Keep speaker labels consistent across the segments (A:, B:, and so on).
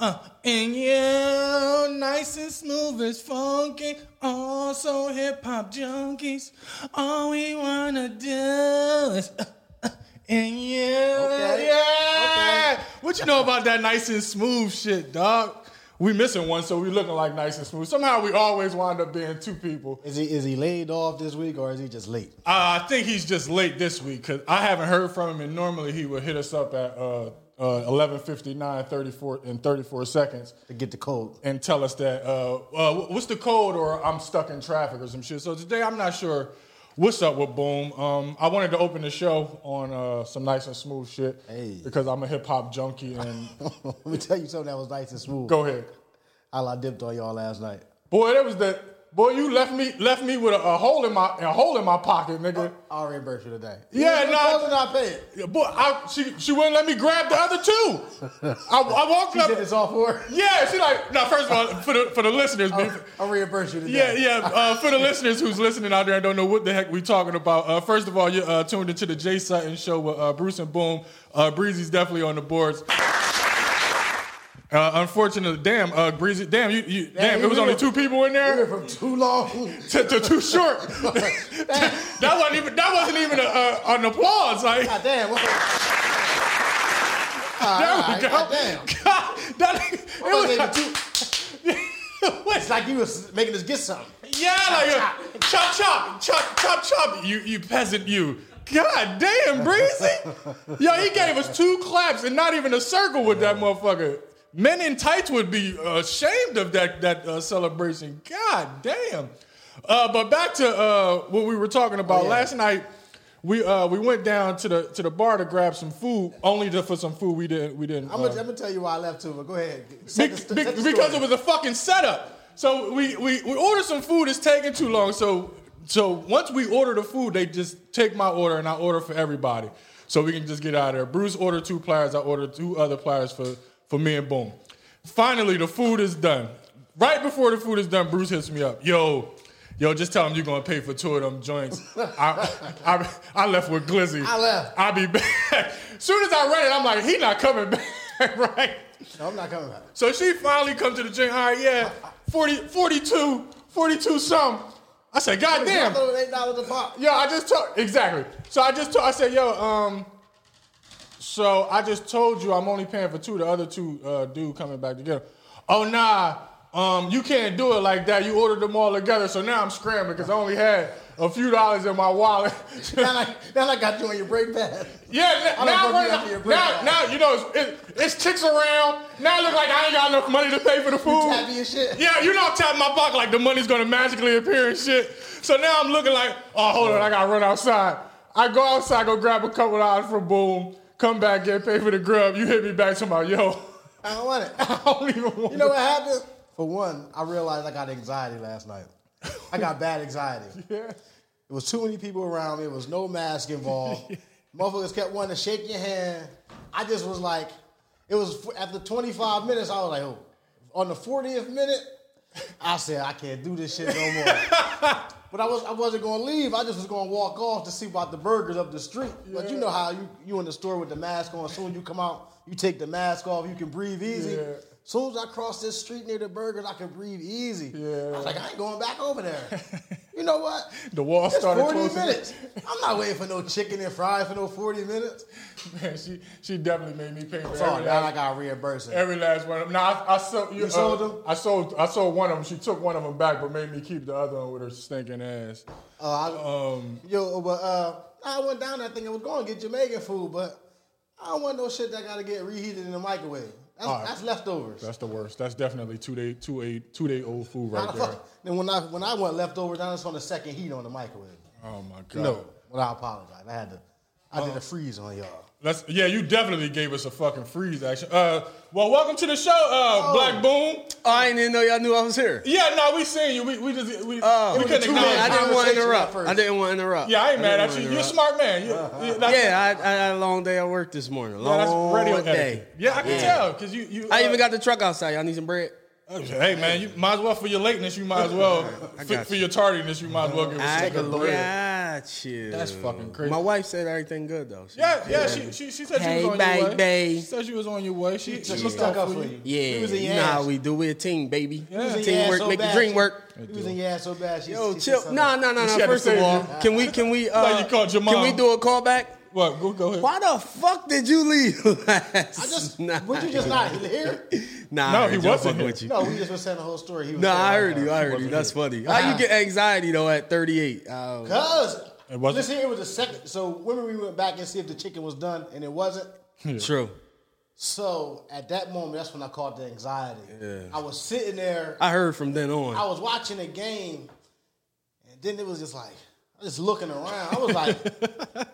A: Uh, and yeah, nice and smooth as funky. Also, hip hop junkies. All we wanna do is. Uh, uh, and yeah,
B: Okay.
A: yeah.
B: Okay.
A: What you know about that nice and smooth shit, dog? We missing one, so we looking like nice and smooth. Somehow we always wind up being two people.
B: Is he is he laid off this week or is he just late?
A: Uh, I think he's just late this week because I haven't heard from him, and normally he would hit us up at uh, uh, 11:59, 34 and 34 seconds.
B: To get the code.
A: and tell us that uh, uh, wh- what's the code or I'm stuck in traffic or some shit. So today I'm not sure what's up with Boom. Um, I wanted to open the show on uh, some nice and smooth shit
B: Hey.
A: because I'm a hip hop junkie. And
B: Let me tell you something that was nice and smooth.
A: go ahead,
B: All I dipped on y'all last night.
A: boy. That was the boy. You left me left me with a, a hole in my a hole in my pocket, nigga.
B: I'll reimburse you today.
A: Yeah,
B: you
A: nah.
B: and I pay it.
A: Yeah, boy, I, she she wouldn't let me grab the other two. I, I walked
B: He said
A: up.
B: it's all for.
A: Yeah, she like now. First of all, for the for the listeners, be-
B: I'll reimburse you today.
A: Yeah, yeah. Uh, for the listeners who's listening out there and don't know what the heck we talking about, uh, first of all, you're uh, tuned into the Jay Sutton Show with uh, Bruce and Boom. Uh, Breezy's definitely on the boards. Uh, unfortunately, damn, uh, Breezy, damn, you, you damn,
B: he
A: it was
B: really-
A: only two people in
B: We
A: there.
B: went from too long.
A: To, to too short. that wasn't even. That wasn't even a, uh, an applause. Like
B: God damn. What? Ah,
A: there we go.
B: God damn.
A: God, that, it was,
B: It was
A: it was
B: it's like you was making us get something.
A: Yeah, like a chop chop chop chop chop. You you peasant, you. God damn, breezy. Yo, he gave us two claps and not even a circle with that motherfucker. Men in tights would be uh, ashamed of that that uh, celebration. God damn. Uh, but back to uh, what we were talking about
B: Oh, yeah.
A: last night. We uh, we went down to the to the bar to grab some food, only to, for some food we didn't we didn't.
B: I'm
A: uh,
B: gonna, I'm gonna tell you why I left too, but go ahead.
A: be-
B: Set the st-
A: be-
B: set the
A: because
B: story.
A: it was a fucking setup. So we, we, we ordered some food. It's taking too long. So so once we order the food, they just take my order and I order for everybody. So we can just get out of there. Bruce ordered two pliers. I ordered two other pliers for, for me and Boom. Finally, the food is done. Right before the food is done, Bruce hits me up. Yo, yo, just tell him you're gonna pay for two of them joints. I, I, I left with Glizzy.
B: I left.
A: I'll be back. Soon as I read it, I'm like, he not coming back, right?
B: No, I'm not coming back.
A: So she finally comes to the gym. All right, yeah, 40, 42, 42 some. I said, God damn.
B: Eight dollars a pop.
A: Yo, I just told exactly. So I just told I said, yo, um, so I just told you I'm only paying for two. The other two uh, dude coming back together. Oh nah, um, you can't do it like that. You ordered them all together, so now I'm scrambling because I only had a few dollars in my wallet.
B: Now I, now I got you on your break pass.
A: Yeah,
B: I done
A: n- now,
B: broke
A: we're-
B: you up in your break
A: now,
B: down.
A: now, you know, it's, it, it's chicks around. Now it look like I ain't got enough money to pay for the food.
B: Happy as shit.
A: Yeah, you know I'm tapping my pocket like the money's gonna magically appear and shit. So now I'm looking like, oh, hold on, I gotta run outside. I go outside, go grab a couple dollars from Boom, come back, get paid for the grub. You hit me back to my yo.
B: I don't want it.
A: I don't even want.
B: You know what happened? For one, I realized I got anxiety last night. I got bad anxiety.
A: Yeah.
B: It was too many people around me. It was no mask involved. Motherfuckers kept wanting to shake your hand. I just was like, it was f- after 25 minutes, I was like, oh. On the 40th minute, I said, I can't do this shit no more. but I, was, I wasn't going to leave. I just was going to walk off to see about the burgers up the street. But you know how you, you in the store with the mask on. Soon you come out, you take the mask off, you can breathe easy.
A: Yeah.
B: Soon as I cross this street near the burgers, I can breathe easy. I was like, I ain't going back over there. you know what?
A: The wall
B: It's
A: started
B: 40
A: closing.
B: minutes. I'm not waiting for no chicken and fries for no 40 minutes.
A: Man, she she definitely made me pay for
B: So
A: every
B: now I
A: last,
B: got reimbursed.
A: every last one of them. Nah, I, I sold you, uh,
B: sold them?
A: I sold I sold one of them. She took one of them back, but made me keep the other one with her stinking ass.
B: Uh, I,
C: um,
B: yo, but uh, I went down that thing and was going to get Jamaican food, but I don't want no shit that got to get reheated in the microwave. That's,
A: All right.
B: that's leftovers.
A: That's the worst. That's definitely two day two a two day old food
B: How
A: right
B: the
A: there.
B: fuck- Then when I when I went leftovers, I was on the second heat on the microwave.
A: Oh my god.
B: No, but I apologize. I had to. I
C: Uh-huh.
B: did a freeze on y'all.
A: That's yeah. You definitely gave us a fucking freeze action. Uh, well, welcome to the show, uh,
C: Oh.
A: Black Boom.
C: I didn't even know y'all knew I was here.
A: Yeah, no, we seen you. We, we just we,
C: Oh.
A: we
B: was a
A: couldn't
B: two-man
A: acknowledge.
C: I didn't want
A: you.
C: to
B: Conversation
C: interrupt.
B: first.
C: I didn't want to interrupt.
A: yeah, I ain't mad
C: didn't
A: at
C: wanna
A: you. You're a
C: interrupt.
A: smart man. You, you- that's,
C: Yeah, I, I had a long day at work this morning.
A: yeah, that's
C: Long
A: radio
C: day.
A: etiquette. Yeah, I can tell because you you.
C: I
A: uh,
C: even got the truck outside. Y'all need some bread?
A: Hey man, you might as well for your lateness. You might as well
C: I
A: for,
C: got
A: for
C: you.
A: your tardiness. You might as well give us
C: I
A: a bread.
C: Got you.
A: That's fucking crazy.
C: My wife said everything good though. She-
A: Yeah, yeah. She she, she said
C: Hey,
A: she was on your way.
C: baby.
A: She said she was on your way. She,
B: She
A: she
B: was
A: looked out
B: stuck up for you.
C: Yeah,
B: He was in
C: you
B: your
C: know how
B: ass.
C: we do. We a team, baby.
B: He was in your ass
C: Teamwork
B: so
C: make the
B: bad,
C: dream
B: she-
C: work.
B: He was in your ass so bad. She,
C: Yo,
B: she
C: chill. No, no, no,
A: She
C: no.
A: had to
C: First of
A: save
C: all,
A: you.
C: can we can we uh,
A: Like you called your
C: can we
A: mom.
C: do a callback?
A: What? Go, go ahead.
C: Why the fuck did you leave last
B: I just,
C: night?
B: would you just not here?
C: Nah,
A: No,
C: I
A: he
C: heard you. I'm
A: wasn't
C: fucking
A: here.
C: With you.
B: No, we just was saying the whole story. He was
C: No,
B: saying
C: I
B: all
C: heard
B: that.
C: you. I heard you.
A: wasn't
C: That's
A: here.
C: funny. How you get anxiety though at 38? Uh,
B: Cause
A: It wasn't.
B: listen, it was the second. So when we went back and see if the chicken was done, and it wasn't.
C: True.
B: So at that moment, that's when I caught the anxiety. I was sitting there.
C: I heard from then
B: I
C: on.
B: was watching a game, and then it was just like I was just looking around. I was like, I'm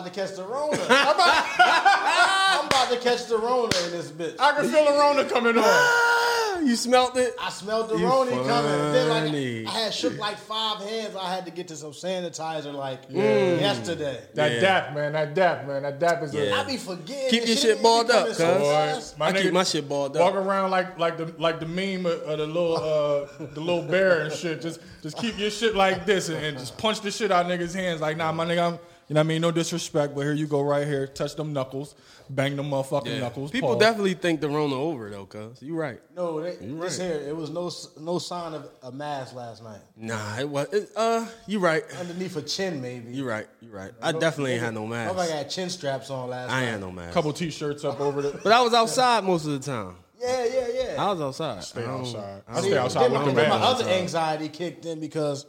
B: about to catch the Rona. I'm about, I'm about to catch the Rona in this bitch.
A: I can feel the Rona coming on.
C: Ah, you smelt it.
B: I smelled the
C: You
B: Rona coming. And Then
C: funny.
B: like I had shook like five hands. I had to get to some sanitizer like mm. yesterday.
A: That
C: Yeah.
A: dap, man. That dap, man. That dap is
C: Yeah.
B: I
A: a
B: be forgetting.
C: Keep
B: the
C: your
B: shit
C: shit
B: be
C: balled
B: coming
C: up,
B: so
C: cuz.
B: fast.
C: I keep
A: nigga
C: my shit balled
A: Walk
C: up.
A: around like like the like the meme of, of the little uh, the little bear and shit. Just just keep your shit like this and, and just punch the shit out of niggas' hands. Like nah, my nigga, I'm, you know what I mean? No disrespect, but here you go right here. Touch them knuckles, bang them motherfucking knuckles.
C: People
A: pause.
C: definitely think the Rona over though, cuz you right.
B: No, they, this here it was no s- no sign of a mask last night.
C: Nah, it was. It, uh, you right.
B: Underneath a chin, maybe.
C: You right. You right. I definitely ain't had no mask.
B: Nobody had chin straps on last
C: I
B: night.
C: ain't had no mask.
A: couple t-shirts up over the.
C: But I was outside most of the time.
B: Yeah, yeah, yeah.
C: I was outside.
A: Stay outside. I
B: See,
A: stay outside
B: then my,
A: with the
B: then my
A: man.
B: other anxiety kicked in because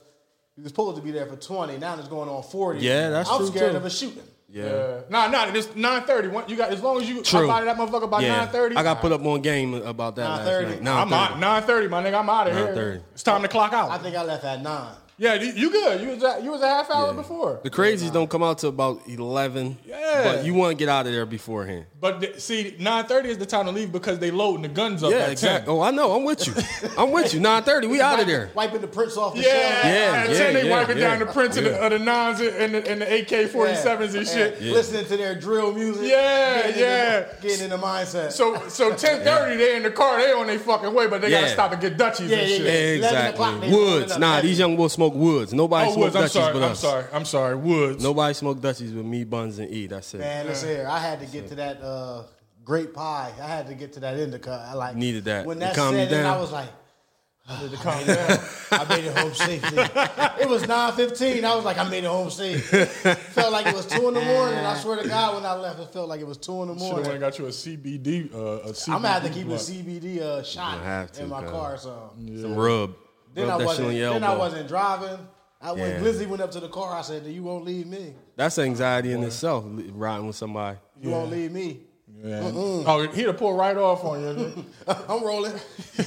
B: you was supposed to be there for twenty. Now it's going on forty.
C: Yeah, that's
B: I'm
C: true,
B: scared
C: too.
B: of a shooting.
C: Yeah.
A: Yeah. Nah, nah. It's nine thirty. You got as long as you
C: True.
A: I'm out of that motherfucker by
C: Yeah.
A: nine thirty.
C: I got put up on game about that last
B: 9:30.
C: night.
A: I'm
C: 9:30.
A: out. Nine thirty, my nigga. I'm out of here.
C: 9:30.
A: It's time to clock out.
B: I think I left at nine.
A: yeah, you, you good? You was a, you was a half hour before.
C: The crazies don't come out till about eleven.
A: Yeah.
C: But you want to get out of there beforehand.
A: But th- see, nine thirty is the time to leave because they loading the guns up.
C: Yeah,
A: at
C: exactly.
A: 10.
C: Oh, I know. I'm with you. I'm with you. Nine thirty. We out of
B: Wiping-
C: there.
B: Wiping the prints off the
A: Yeah,
B: shelf.
C: Yeah,
A: at
C: yeah,
A: ten they
C: yeah,
A: wiping
C: yeah.
A: down the prints of, the,
C: Yeah.
A: of the nines and the, and the AK forty sevens and shit.
B: Listening to their drill music.
A: Yeah,
B: getting
A: yeah.
B: In the, getting in the mindset.
A: So so ten thirty they in the car they on their fucking way, but they gotta
C: Yeah.
A: stop and get Dutchies
B: Yeah,
A: and
B: yeah,
A: shit.
B: yeah. 11
C: Exactly.
B: o'clock, they loaded
C: Woods.
B: up
C: Nah,
B: heavy.
C: these young boys smoke woods. Nobody
A: Oh
C: smoke
A: Woods, I'm
C: Dutchies
A: sorry,
C: but
A: I'm
C: us.
A: sorry, I'm sorry, Woods.
C: Nobody smoke Dutchies but me, Buns, and E. That's it.
B: Man, listen here. I had to get to that uh, grape pie. I had to get to that indica. I like
C: Needed that.
B: When
C: It
B: that
C: calmed you
B: set in,
C: down.
B: I was like, I made it home safely. it was nine fifteen. I was like, I made it home safe. felt like it was two in the morning. I swear to God, when I left, it felt like it was two in the
A: Should have went
B: morning.
A: and got you a CBD. Uh, a CBD
B: I'm gonna have to keep a
A: blunt.
B: CBD uh,
C: You'll
B: shot
C: have to,
B: in my
C: cuz.
B: car. So
C: Some rub.
B: then I
C: rub that shit
B: wasn't.
C: on your
B: Then I
C: elbow.
B: wasn't driving. I when
C: Yeah.
B: Glizzy went up to the car, I said, "You won't leave me.
C: That's anxiety in itself. li- Riding with somebody.
B: You won't leave me.
A: Yeah. Oh, he'd have pulled right off on you.
B: I'm rolling."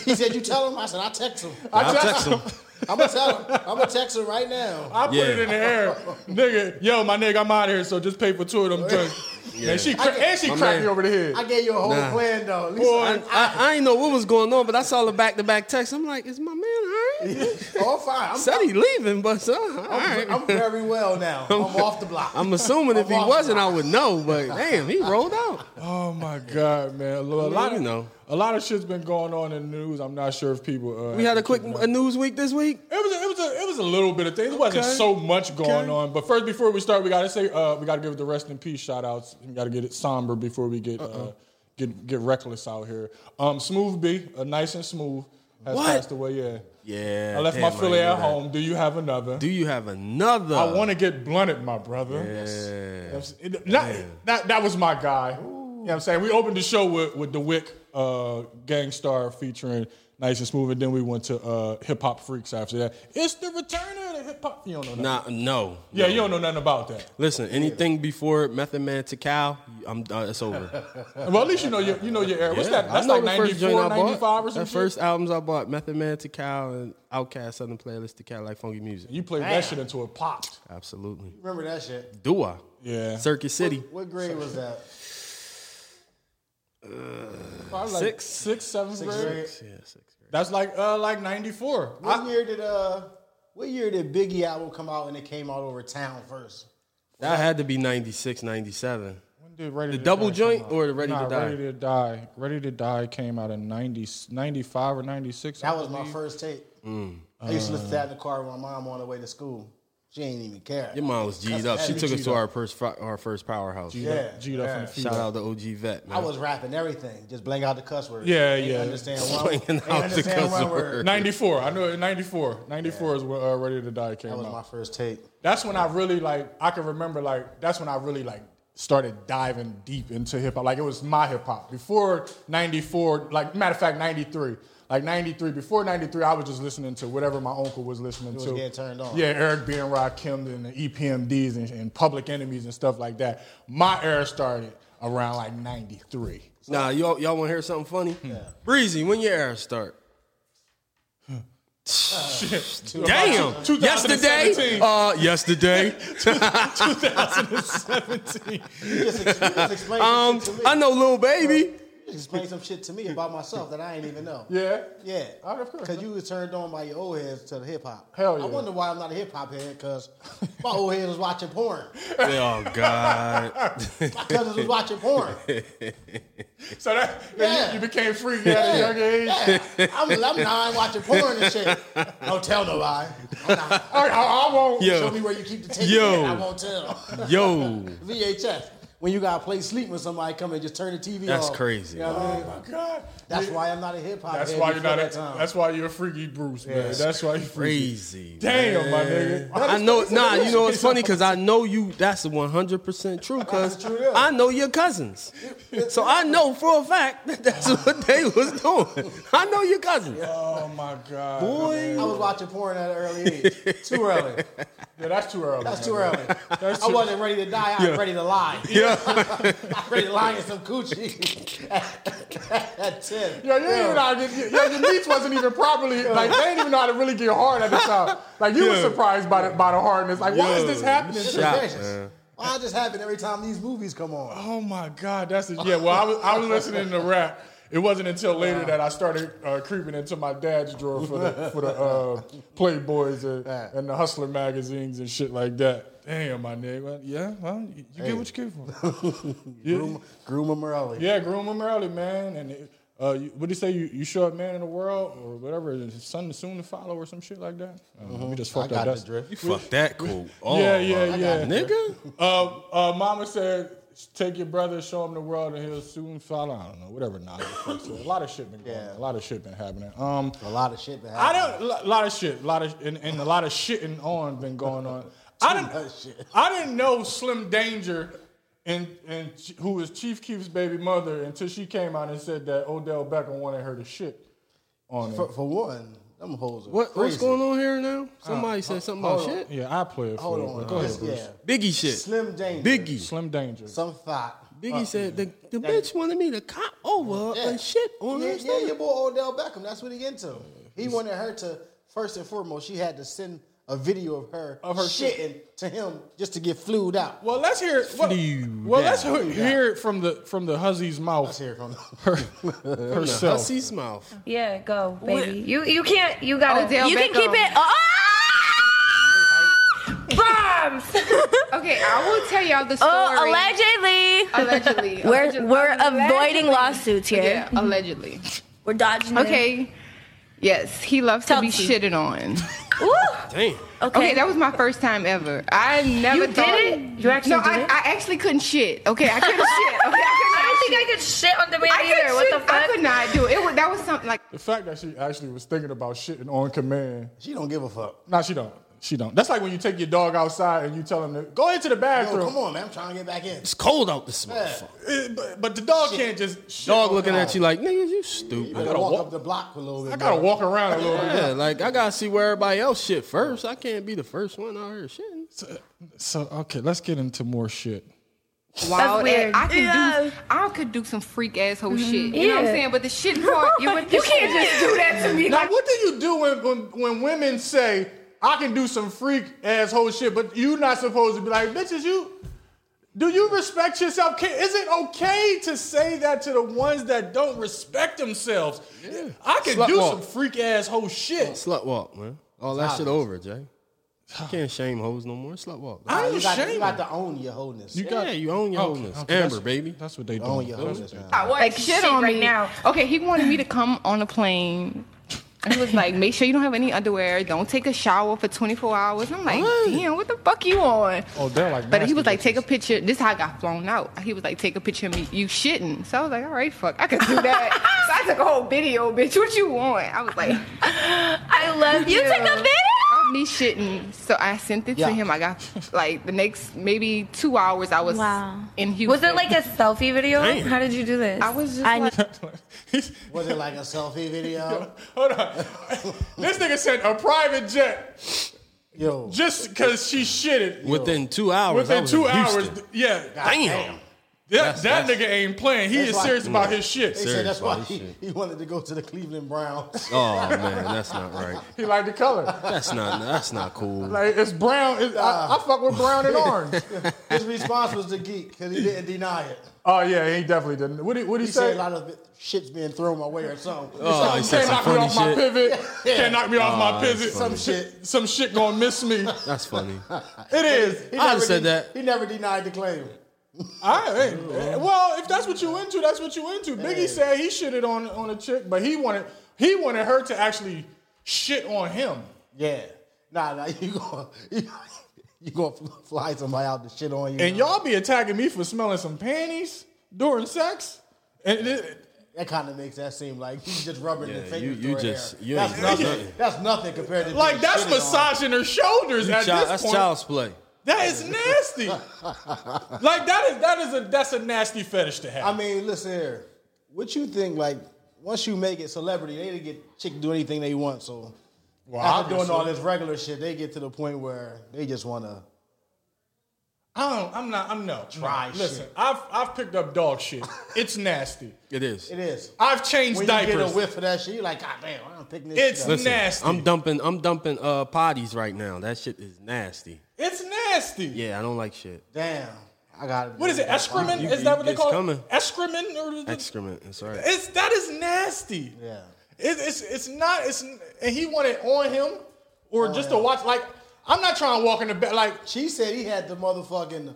B: he said, "You tell him." I said, "I text him.
C: I text him.
B: I'm gonna tell him. I'm gonna text him right now."
A: I put
C: Yeah.
A: it in the air, nigga. Yo, my nigga, I'm out of here. So just pay for two of them drinks. And she cra- and she
C: My
A: cracked
C: man-
A: me over the head.
B: I gave you a whole
C: Nah.
B: plan though. At least
A: Boy,
C: I, I, I ain't know what was going on, but I saw the back to back text. I'm like, is my man all right?
B: all fine. "Oh, I'm
C: Said he leaving, but son, all right.
B: I'm very well now. I'm off the block.
C: I'm assuming if he
B: I'm off
C: wasn't,
B: the
C: I would know. But damn, he rolled out.
A: oh my god, man. A lo- a
C: mean,
A: lot of
C: you know.
A: a lot of shit's been going on in the news. I'm not sure if people. Uh,
C: We had a quick a news week this week.
A: It was a, it was a, it was a little bit of things. It wasn't
C: Okay.
A: so much going
C: Okay.
A: on. But first, before we start, we gotta say uh, we gotta give the rest in peace shout outs. We gotta get it somber before we get uh, get get reckless out here. Um, smooth B, uh, nice and smooth, has
C: What?
A: passed away. Yeah.
C: Yeah,
A: I left
C: damn,
A: my Philly
C: didn't know
A: at
C: that.
A: home. Do you have another?
C: Do you have another?
A: I want to get blunted, my brother.
C: Uh, Yeah.
A: Yes. It- That, that, that was my guy. You know what I'm saying? We opened the show with, with the Wick uh, Gangstar featuring Nice and Smooth, and then we went to uh, Hip Hop Freaks after that. It's the return of the hip hop. You don't know that.
C: Nah, no.
A: Yeah, you don't know nothing about that.
C: Listen, anything before Method Man to Cal, I'm uh, it's over.
A: Well, at least you know your, you know your era. What's
C: Yeah,
A: that?
C: I
A: That's
C: know
A: like
C: the first
A: 94,
C: joint I bought.
A: 95 or some
C: The
A: shit.
C: first albums I bought, Method Man to Cal and Outkast Southern Playlist to Cal like funky music.
A: You played
B: Damn.
A: that shit until it popped.
C: Absolutely.
B: Remember that shit?
C: Do I?
A: Yeah.
C: Circuit City.
B: What grade was that?
A: Probably like
C: Six.
A: six, seventh
B: Sixth
A: grade.
B: grade.
C: Yeah, sixth grade.
A: That's like uh, like 94.
B: What year did uh? What year did Biggie album come out and it came out over town first?
C: That had to be 96, 97.
A: When did Ready to
C: Double
A: Die
C: joint
A: come out?
C: or the Ready
A: Nah,
C: to Die?
A: Ready to Die. Ready to Die came out in 90, 95 or 96. I
B: That was my
A: believe.
C: Mm. Uh.
B: first tape. I used to listen to that in the car with my mom on the way to school. She ain't even care.
C: Your mom was G'd up.
B: That's
C: She
B: heavy
C: took us
B: G'd
C: to
B: up.
C: our first fri- our first powerhouse.
A: G'd
B: Yeah,
A: up, G'd up
B: yeah.
A: from the feet.
C: Shout
A: up.
C: out to OG Vet, man.
B: I was rapping everything, just blank out the cuss words.
A: Yeah,
B: Ain't
A: yeah.
B: Understand one,
C: Blanking
B: ain't
C: out the
B: understand
C: cuss
B: one
C: word.
B: word.
A: 94. I know it, 94. 94 is where uh, Ready to Die came
B: That was
A: out.
B: my first tape.
A: that's when I really like I can remember like that's when I really like started diving deep into hip hop. Like it was my hip hop. Before 94, like matter of fact 93. Like 93, before 93, I was just listening to whatever my uncle was listening
B: was
A: to.
B: getting turned on.
A: Yeah, Eric B. and Rod Kimden and E EPMDs and, and Public Enemies and stuff like that. My era started around like 93.
C: Nah, y'all y'all want to hear something funny? Breezy, when your era start? Damn! Yesterday,
A: 2017.
B: Oh.
C: uh, yesterday.
A: 2017.
B: You just, ex- you just explained
C: Um,
B: some shit to me.
C: I know, little baby.
B: You just explained some shit to me about myself that I ain't even know.
A: yeah.
B: Yeah,
A: Oh, of course.
B: Because you was turned on by your old heads to the hip hop.
A: Hell yeah.
B: I wonder why I'm not a hip hop head because my old head was watching porn.
C: Oh God!
B: My cousins was watching porn.
A: So that then you-
B: Yeah.
A: you, became free at a
B: Yeah,
A: young age.
B: yeah. I'm, I'm nine watching porn and shit. Don't tell nobody. I'm not.
A: I, I, I won't.
C: Yo.
B: Show me where you keep the tape.
C: Yo.
B: Yo. I won't tell.
C: Yo,
B: VHS. When you gotta play sleep when somebody come and just turn the TV
C: That's
B: off.
C: crazy.
B: You know what I
A: Oh
B: mean?
A: my god.
B: That's
A: Yeah.
B: why I'm not a hip hop.
A: That's
B: head
A: why you're
B: before
A: not. A,
B: that time.
A: that's why you're a freaky Bruce, man. that's why you're freaky.
C: crazy.
A: Damn, my nigga.
C: I know. Nah, you know it's funny because I know you. That's one hundred percent true. Cause
B: That's true, yeah.
C: I know your cousins, so I know for a fact that that's what they was doing. I know your cousins.
A: Oh my god.
C: Boy.
B: I was watching porn at an early age. Too early.
A: Yeah, that's too early.
B: That's
A: man.
B: too early.
A: That's
B: I
A: too-
B: wasn't ready to die. I was ready to lie. Yeah. I'm ready to lie in some coochie at 10.
A: Yo, you ain't even know how to get, yo, your meats wasn't even properly, like, they didn't even know how to really get hard at the time. Like, you were
C: Yeah.
A: surprised by the, by the hardness. Like, why is
C: Yo,
A: this happening?
B: Goodness
A: to me?
C: Shout,
B: gracious.
C: man.
B: Why does this happen every time these movies come on?
A: Oh my God, that's it. Yeah, well, I was, I was listening to rap. It wasn't until later that I started uh, creeping into my dad's drawer for the for the uh, Playboys and,
B: Yeah.
A: and the Hustler magazines and shit like that. Damn, my nigga. Well, Yeah, well, you, you get what you get for. yeah,
B: Groom, groom them early.
A: yeah, groom them early, man. And it, uh, you, what do you say? You, you show up, man, in the world or whatever. and Son soon to follow or some shit like that. I don't know, We just
B: Mm-hmm. I
A: fucked up.
B: got the
A: That's,
B: drift.
C: Fuck that quote. Oh,
A: yeah, yeah,
C: my
A: yeah.
C: Nigga.
A: Uh, uh, Mama said, "Take your brother, show him the world, and he'll soon follow." I don't know, whatever. Nah, a lot of shit been going.
B: Yeah.
A: on. A lot of shit been happening. Um,
B: A lot of shit been
A: I
B: happening.
A: don't. A lot of shit. A lot of and, and a lot of shitting on been going on. I
B: much
A: didn't.
B: shit.
A: I didn't know Slim Danger. And, and Ch- who was Chief Keef's baby mother until she came out and said that Odell Beckham wanted her to shit on him.
B: For, for one, them hoes are
C: What,
B: crazy. Uh, oh,
C: what's going on here now? Somebody said something about shit.
A: Yeah, I play it for
B: Hold
A: you.
B: on.
A: but Go ahead,
B: Just-
A: Bruce.
B: yeah.
C: Biggie shit.
B: Slim Danger.
C: Biggie.
A: Slim Danger.
B: Some thought.
C: Biggie said the, the bitch wanted me to cop over
B: uh, Yeah.
C: and shit on
B: yeah,
C: her
B: yeah,
C: stomach.
B: your boy Odell Beckham. That's what he into. He wanted her to first and foremost. She had to send a video of her
A: Of her
B: shitting to him just to get flued out.
A: Well, let's hear. Well,
C: Flew
A: well
C: down.
A: let's hear, hear it from the from the hussy's
B: Let's
A: mouth
B: hear from
A: herself.
C: Hussy's mouth.
D: Yeah, go, baby. You you can't. You gotta.
E: Odell
D: Oh, you
E: Beckham.
D: can keep it. Ah! Bombs.
E: Okay, I will tell y'all the story.
D: Oh, allegedly.
E: allegedly.
D: We're
E: Alleged-
D: we're
E: allegedly.
D: avoiding lawsuits here.
E: Yeah, allegedly.
D: We're dodging. them.
E: Okay. Yes, he loves to be
D: Tootsie.
E: shitted on.
D: Woo!
C: Damn.
D: Okay.
E: Okay, that was my first time ever. I never
D: You did
E: thought-
D: it? You actually
E: no,
D: did
E: I,
D: it?
E: I actually couldn't shit. Okay, I couldn't shit. Okay, I couldn't
D: I don't
E: shit.
D: think I could shit on the man
E: I
D: either.
E: could
D: What
E: shit.
D: the
E: I could
D: fuck?
E: not do it. it was, that was something like
A: The fact that she actually was thinking about shitting on command.
B: She don't give a fuck.
A: No, she don't. She don't. That's like when you take your dog outside and you tell him to go into the
B: Yo,
A: bathroom.
B: come on, man. I'm trying to get back in.
C: It's cold out this
B: Yeah.
C: motherfucker.
A: Eh, but, but the dog can't just shit
C: Dog
A: on
C: looking
A: God.
C: at you like, nigga, you
B: You
C: stupid.
B: better walk,
A: walk-
B: up the block a little bit.
A: I gotta
B: bro.
A: walk around a little bit.
C: Yeah, like I gotta see where everybody else shit first. I can't be the first one out here shitting.
A: So, so okay, let's get into more shit.
E: wild.
D: weird.
E: ass- I could
D: Yeah. Mm-hmm.
E: do. I could do some freak asshole shit. You know what
D: Yeah.
E: I'm saying? But the shit part, you,
D: You can't just do that to me.
A: Now, what do you do when, when, when women say, I can do some freak asshole shit, but you're not supposed to be like, bitches, you. Do you respect yourself? Can, is it okay to say that to the ones that don't respect themselves? I can
C: Slut
A: do
C: walk.
A: some freak asshole shit.
C: Slut walk, man. All that shit over, Jay. You can't shame hoes no more. Slut walk.
A: I ain't
B: You got, to, you
A: ashamed.
B: got to own your wholeness.
A: You
C: yeah, you own your
B: oh,
A: Okay,
C: wholeness.
A: okay,
C: Amber,
A: that's-
C: baby.
A: That's what they do.
B: own your wholeness, man.
E: I want
D: Like, shit right now.
E: Okay, he wanted me to come on a plane He was like, make sure you don't have any underwear. Don't take a shower for 24 hours. And I'm like, damn, what the fuck you on?
A: Oh, they're like.
E: But
A: nasty
E: he was like, take a
A: bitches.
E: picture. This is how I got flown out. He was like, take a picture of me. You shitting. So I was like, all right, fuck, I could do that. so I took a whole video, bitch. What you want? I was like,
D: I love you. You took a
E: of
D: video.
E: me shitting. So I sent it
B: Yeah.
E: to him. I got like the next maybe two hours. I was
D: Wow.
E: in Houston.
D: Was it like a selfie video?
C: Damn.
D: How did you do this?
E: I was just
D: I
E: like,
B: Was it like a selfie video?
A: Hold on. this nigga sent a private jet
B: Yo,
A: just because she shitted
C: Within two hours. I
A: within
C: was in
A: two hours.
C: Houston.
A: Yeah,
C: Damn.
A: that, that
C: that's-
A: nigga ain't playing. He
B: That's
A: is
B: why-
A: serious about his shit.
B: they said that's
C: about
B: why
C: this
B: he,
C: shit.
B: he wanted to go to the Cleveland Browns.
C: Oh man, that's not right.
A: He like the color.
C: That's not. That's not cool.
A: Like it's brown. It's, I, I fuck with brown and orange.
B: His response was the geek because he didn't deny it.
A: oh yeah, he definitely didn't. What did what
B: He
A: he,
B: said
A: say?
B: a lot of shit's being thrown my way or something.
C: Oh, he said some
A: Can't knock me
C: funny
A: off my
C: shit.
A: pivot. Ah, Can't knock me off my
C: that's
A: pivot.
C: funny.
A: Some shit. Some shit gonna miss me.
C: That's funny.
A: It is.
B: He
C: I
B: never
C: would've said
B: de-
C: that.
B: He never denied the claim.
A: I hey, eh, well, if that's what you into, that's what you into. Biggie said he shitted on on a chick, but he wanted he wanted her to actually shit on him.
B: Yeah. Nah, nah, you going you gonna fly somebody out to shit on you.
A: And y'all be attacking me for smelling some panties during sex. And it,
B: that kind of makes that seem like he's just rubbing
C: Yeah,
B: the finger
C: you-
B: through
C: you
B: her
C: just-
B: hair.
C: you
B: that's,
C: ain't
B: nothing,
C: got nothing.
B: that's nothing compared to
A: like
B: being
A: that's
B: shitted on.
A: massaging her shoulders at
C: Child-
A: this
C: that's
A: point.
C: child's play.
A: That is nasty. like that is that is a that's a nasty fetish to have.
B: I mean, listen here. What you think? Like once you make it celebrity, they didn't get chick to do anything they want. So
A: well,
B: after doing
A: obviously.
B: all this regular shit, they get to the point where they just wanna.
A: I don't, I'm not. I'm no.
B: Dry
A: no. Listen,
B: shit.
A: I've I've picked up dog shit. It's nasty.
C: It is.
B: It is.
A: I've changed
B: When you
A: diapers.
B: get a whiff of that shit, you're like, God damn, I'm picking this.
A: It's
B: shit up.
A: Listen, nasty.
C: I'm dumping. I'm dumping uh potties right now. That shit is nasty.
A: It's nasty.
C: Yeah, I don't like shit.
B: Damn, I got it.
A: What is it? Excrement?
C: You-
A: is that what they
C: it's
A: call
C: coming.
A: it? Excrement? Or
C: Excrement. That's right.
A: it's that is nasty.
B: Yeah.
A: It, it's it's not. It's and he wanted on him or just
B: Oh,
A: to watch. Like I'm not trying to walk in the bed. Like
B: She said he had the motherfucking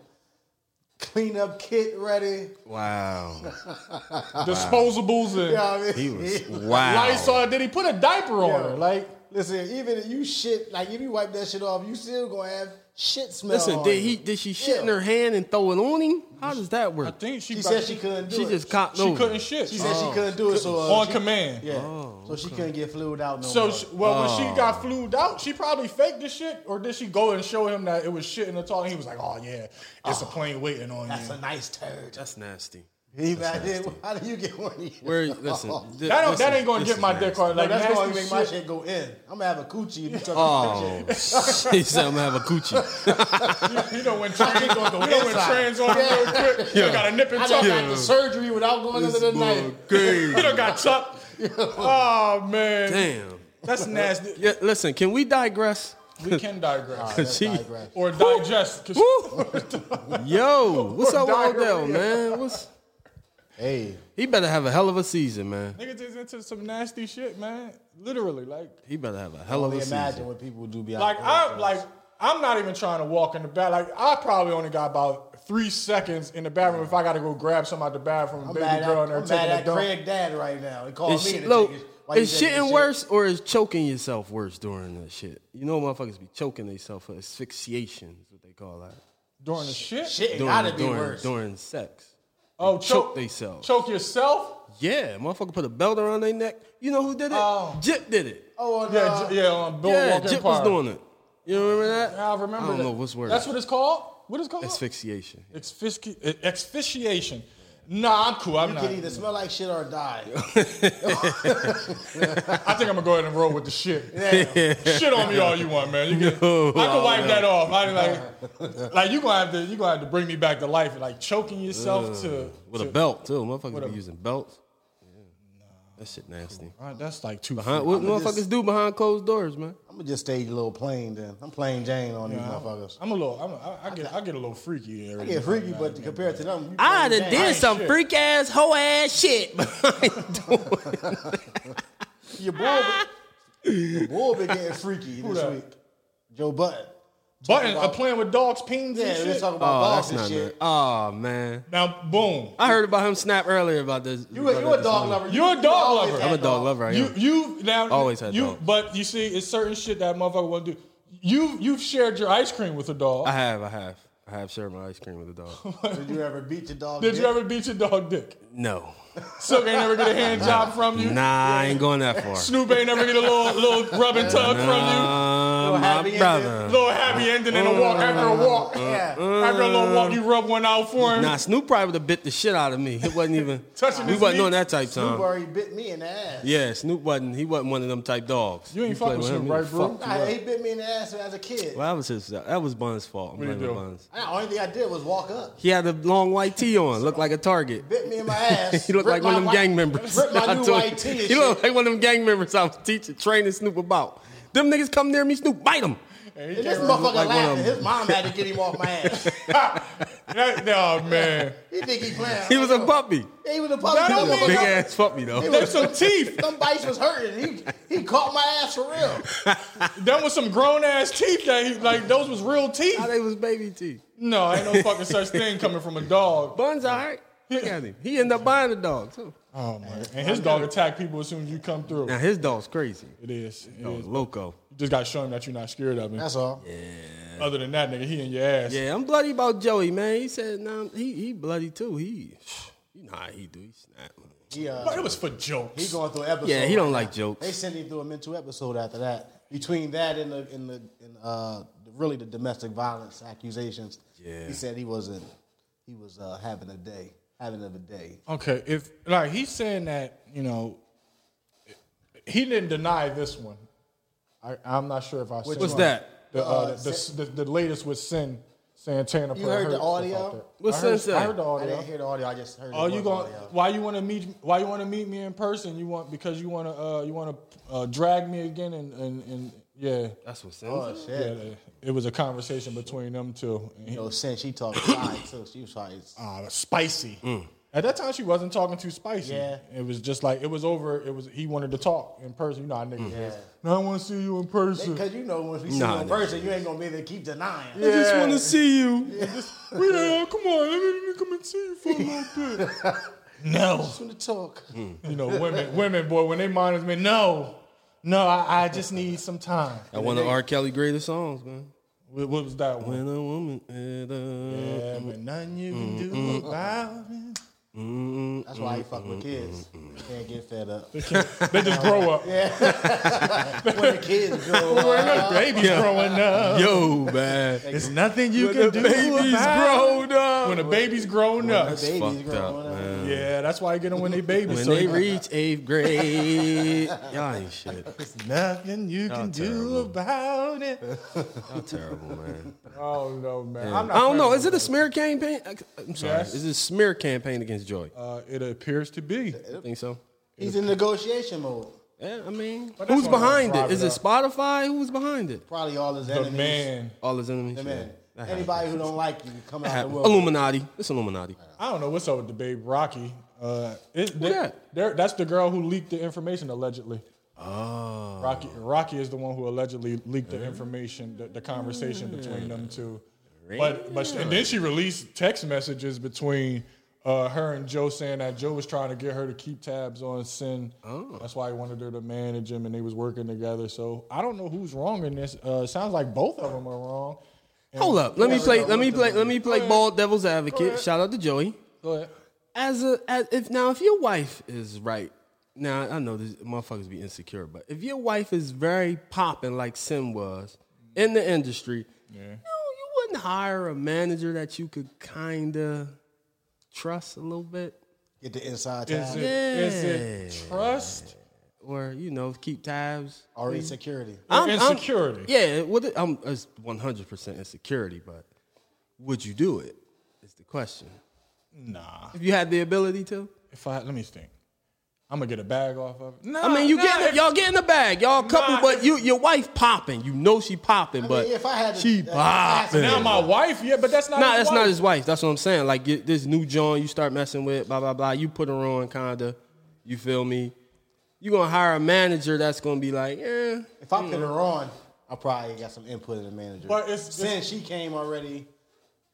B: cleanup kit ready.
C: Wow.
B: Uh-uh.
A: disposables and
B: You know what I mean?
C: He was wow.
A: Lysol. Did he put a diaper on her? Like
B: Like, listen, even if you shit, like if you wipe that shit off, you still gonna have shit smell.
C: Listen,
B: on
C: did
B: you.
C: he did she shit in
B: Yeah.
C: her hand and throw it on him? How does that
A: I
C: work?
A: think she
B: She
A: probably-
B: said she couldn't do
C: She
B: it.
C: just Oh. cocked
A: she
C: over.
A: couldn't shit.
B: She said she couldn't do it, so uh,
A: on
B: she-
A: command.
B: Yeah,
C: Oh,
B: so she couldn't get fluid out no
A: So
B: more.
A: she, well, when she
B: Oh.
A: got flued out, she probably faked the shit, or did she go and show him that it was shit in the toilet? And he was like, "Oh yeah, it's a plane waiting on
B: That's
A: you."
B: a nice turd.
C: That's nasty.
B: He back there, How do you get one? of these?
C: Where listen, thi-
A: that, don't,
C: listen,
A: that ain't gonna
C: this
A: get
C: is
A: my
C: nasty.
A: dick hard. Like
B: That's
A: nasty
B: gonna make my
A: shit.
B: shit go in. I'm gonna have a coochie. if you
C: Oh, she said I'm gonna have a coochie.
A: You know when trans, you know when
B: inside.
A: trans on real quick, you got a nip and
B: I
A: tuck.
B: done got the surgery without going into the night.
A: You don't got tuck. Oh man,
C: Damn.
A: that's nasty.
C: Yeah, listen. Can we digress?
A: We can digress
B: That's
C: She-
B: digress.
A: or digest. 'cause-
C: Woo! Yo, what's up with
A: Diarrhea.
C: Odell, man? What's
B: Hey,
C: he better have a hell of a season, man.
A: Niggas is into some nasty shit, man. Literally, like,
C: He better have a hell of a
B: only imagine
C: season.
B: what people do be out
A: like
B: there.
A: I like. I'm not even trying to walk in the bath. Like I probably only got about three seconds in the bathroom if I got to go grab some out the bathroom.
B: I'm
A: baby
B: mad
A: girl
B: at,
A: in there
B: I'm
A: taking
B: mad
A: a
B: at
A: dump.
B: Craig Dad right now. He called
C: Is,
B: me
C: shit,
B: to
C: look,
B: take his- why you
C: is
B: taking
C: shitting
B: shit?
C: worse or is choking yourself worse during the shit? You know, motherfuckers be choking themselves for asphyxiation. Is what they call that.
A: during the shit.
B: Shit
C: During,
B: gotta be
C: during,
B: worse.
C: during sex.
A: oh,
C: choke theyselves.
A: Choke yourself.
C: Yeah, motherfucker put a belt around their neck. You know who did it?
A: Oh.
C: Jip did it.
B: Oh, and,
A: Yeah,
B: uh,
A: j- yeah. On Bill
C: yeah,
A: Walker
C: Jip
A: Empire.
C: was doing it. You remember that?
A: I remember.
C: I don't
A: that.
C: know what's worse.
A: That's what it's called. What is it called?
C: asphyxiation.
A: Asphyxi- asphyxiation. Nah, I'm cool. I'm
B: you
A: not.
B: can either smell like shit or die.
A: I think I'm gonna go ahead and roll with the shit.
B: Damn.
A: shit on me all you want, man. You can, I can wipe that off. I like, like you gonna have to, you gonna have to bring me back to life. Like choking yourself to
C: Uh, With a
A: to-
C: belt too. Motherfuckers
A: a-
C: be using belts. That shit nasty.
A: All right, that's like two.
C: Behind, what
B: I'ma
C: motherfuckers
B: just-
C: do behind closed doors, man?
B: I'm gonna just stay a little plain then. I'm plain Jane on these motherfuckers.
A: I'm a little. I'm a, I, I get. I get a little freaky. There.
B: I get freaky, but compared to them, you
C: I
B: plain
C: done
B: Jane.
C: did some
A: shit.
C: freak ass hoe ass shit. That's
B: Your boy, be- your boy been getting freaky this
A: that?
B: week. Joe Button.
A: Button are playing with dogs' peens
B: Yeah,
A: and
B: we
A: shit.
B: was talking about
C: Oh, that's
B: dogs and
C: not
B: shit.
C: good. Oh man,
A: now, boom.
C: I heard about him snap earlier about this.
B: You a, you a dog lover.
A: You're a
B: You
A: dog
B: always
A: lover.
B: had
C: I'm a dog lover. I
A: You
C: am.
A: you now
C: Always had
A: you,
C: dogs.
A: but you see, it's certain shit that motherfucker won't do. You you've shared your ice cream with a dog.
C: I have, I have, I have shared my ice cream with a dog.
B: Did you ever beat your dog?
A: Did
B: dick?
A: you ever beat your dog dick?
C: No,
A: Silk ain't never get a hand job from you.
C: nah, I ain't going that far.
A: Snoop ain't never get a little little rub and tug from
C: Uh,
B: happy
C: my
B: ending.
A: you.
C: brother.
A: Little happy ending and a walk after a walk.
C: Uh,
B: Yeah.
A: After a little walk, you rub one out for him.
C: Nah, Snoop probably would have bit the shit out of me. It wasn't even.
A: Touching
C: we
A: his
C: wasn't
A: meat.
C: on that type
B: You
C: time.
B: already bit me in the ass.
C: uh. Yeah, Snoop wasn't. He wasn't one of them type dogs.
A: You ain't fuck
C: played
A: with Snoop,
C: he would
A: right, bro?
C: fuck you
B: Nah,
C: up.
B: he bit me in the ass as a kid.
C: Well, that was his. That was Bun's fault. I'm
A: do you
C: blaming
A: do?
C: Bun's.
B: I, only thing I did was walk up,
C: He had a long white tee on, looked like a target.
B: bit me in my ass.
C: He looked like
B: ripped
C: one
B: my
C: of them
B: white-
C: gang members.
B: Ripped my
C: I
B: new
C: told
B: white
C: you.
B: tee. and
C: He
B: shit.
C: looked like one of them gang members I was teaching, training Snoop about. Them niggas come near me, Snoop, bite him.
B: And this
C: like
B: motherfucker
C: one of
B: laughing.
C: them.
B: His mom had to get him off my ass.
A: That- oh man,
B: He think he playing.
C: He was a puppy.
B: Yeah, he was a
A: That
B: puppy.
A: don't mean
B: dog.
C: Big ass puppy, though.
A: there's some teeth.
B: Some bites was hurting. He he caught my ass for real.
A: That was some grown ass teeth that he like. Those was real teeth.
C: How they was baby teeth.
A: No, ain't no fucking such thing coming from a dog.
C: Bun's all right. Look at him. He ended up buying a dog, too.
A: Oh man, and his dog attack people as soon as you come through.
C: Now, his dog's crazy.
A: It is. It
C: Dog's
A: is.
C: loco.
A: You just got to show him that you're not scared of him.
B: That's all.
A: Other than that, nigga, he in your ass.
C: Yeah, I'm bloody about Joey, man. He said, nah, he, he bloody, too. He, you know how he do. He snap.
B: He, uh,
A: But it was for
B: he
A: jokes.
B: going through an episode.
C: Yeah, he don't
B: right
C: like
B: now.
C: jokes.
B: They sent him through a mental episode after that. Between that and the and the and, uh, really the domestic violence accusations.
C: Yeah.
B: He said he wasn't. He was uh, having a day. Having a day.
A: Okay, if like he's saying that, you know, he didn't deny this one. I, I'm not sure if I. said
C: What's
A: it.
C: that?
A: The, uh, the, the, the latest with Sin Santana.
B: You
A: put
B: heard
A: her
B: the
A: stuff out
B: audio?
A: there.
C: What's
A: I heard,
C: Sin say?
A: I heard the
B: I
A: audio.
B: didn't hear the audio. I just heard.
A: Oh,
B: the
A: you going?
B: audio.
A: Why you want to meet? Why you want to meet me in person? You want because you want to uh, you want to uh, drag me again and and, and yeah.
C: That's what's
B: Oh
C: in
A: yeah.
B: shit.
A: It was a conversation between them two. And he-
B: You know, since she talked fly too, she was probably
A: uh, spicy. At that time, she wasn't talking too spicy.
B: Yeah.
A: it was just like it was over. It was he wanted to talk in person. You know how niggas is.
B: Yeah.
A: No, I want to see you in person.
B: because you know when we see
C: Mm. Nah,
B: you in
C: nigga.
B: person, you ain't gonna be there. Keep denying.
C: I just
A: Yeah.
C: want to see you.
A: We there, come on, let me, let me come and see you for a little bit. no,
B: Just want to talk.
C: Mm,
A: you know women, women, boy, when they mind is me, no, no, I, I just need some time.
C: That one of R. Kelly greatest songs, man.
A: What, what was that one?
C: When a woman, had a-
A: Yeah, but nothing you can do about it.
C: mm,
B: That's why you fuck with kids. They Can't get fed up.
A: They just grow up.
B: when the kids grow
A: When
B: up,
A: the baby's growing up.
C: yo, man.
A: It's nothing you
C: When
A: can
C: the
A: do
C: baby's
A: about it.
C: grown up.
A: When the baby's grown up.
B: babies
C: fucked up,
B: growing up.
C: man.
A: Yeah, that's why I get them when they babies.
C: When
A: so
C: they reach eighth grade, y'all ain't shit.
A: There's nothing you can do
C: Oh, terrible.
A: about it.
C: Y'all terrible, man.
A: Oh no, man.
C: I
A: I'm not
C: don't know.
A: playing
C: Is it a smear campaign? I'm sorry.
A: Yes.
C: Is it a smear campaign against Joy?
A: with- Uh, it appears to be.
C: I think so.
B: He's in negotiation mode.
C: Yeah, I mean,
A: But that's
C: who's
A: why I'm
C: behind
A: gonna
C: it? Is it Spotify? Who's behind it?
B: Probably all his
A: The
B: enemies.
A: man.
C: All his enemies.
B: The
C: yeah.
B: man.
C: That
B: Anybody who don't like you come out the
C: happens.
B: world.
C: Illuminati. It's Illuminati.
A: I don't know what's up with the babe Rocky. Uh, it,
C: Who that?
A: they're- that's the girl who leaked the information allegedly. Oh, Rocky. Rocky is the one who allegedly leaked the information, the, the conversation between them two. But but and then she released text messages between uh, her and Joe saying that Joe was trying to get her to keep tabs on Sin. That's why he wanted her to manage him, and they was working together. So I don't know who's wrong in this. Uh, sounds like both of them are wrong.
C: Hold up. Let me play. Let me play. Let me play. Bald devil's advocate. Shout out to Joey.
A: Go ahead.
C: as a as if now if your wife is right now I know these motherfuckers be insecure, but if your wife is very popping like Sim was in the industry, you, know, you wouldn't hire a manager that you could kinda trust a little bit,
B: Get the inside
A: Is
B: tab.
A: it, is it trust
C: or you know keep tabs.
B: Or
A: Mm.
B: insecurity.
A: or insecurity?
C: yeah, what it- I'm it's 100 percent insecurity, but would you do it? Is the question.
A: Nah.
C: If you had the ability to.
A: If I let me think, I'm gonna get a bag off of it. No,
C: I mean, you
A: nah,
C: get
A: if-
C: y'all get in the bag, y'all a couple,
A: Nah,
C: but you your wife popping, you know she popping,
B: mean,
C: but
B: if I had to-
C: she
B: if I had
C: popping.
B: to-
A: Now my wife, yeah, but that's not.
C: nah,
A: his
C: that's
A: wife.
C: not his wife. That's what I'm saying. Like you, this new John, you start messing with, blah blah blah. You put her on, kinda. You feel me? You gonna hire a manager that's gonna be like, eh,
B: If I put her on, I probably got some input in the manager.
A: Mm. But it's-
B: since she came already,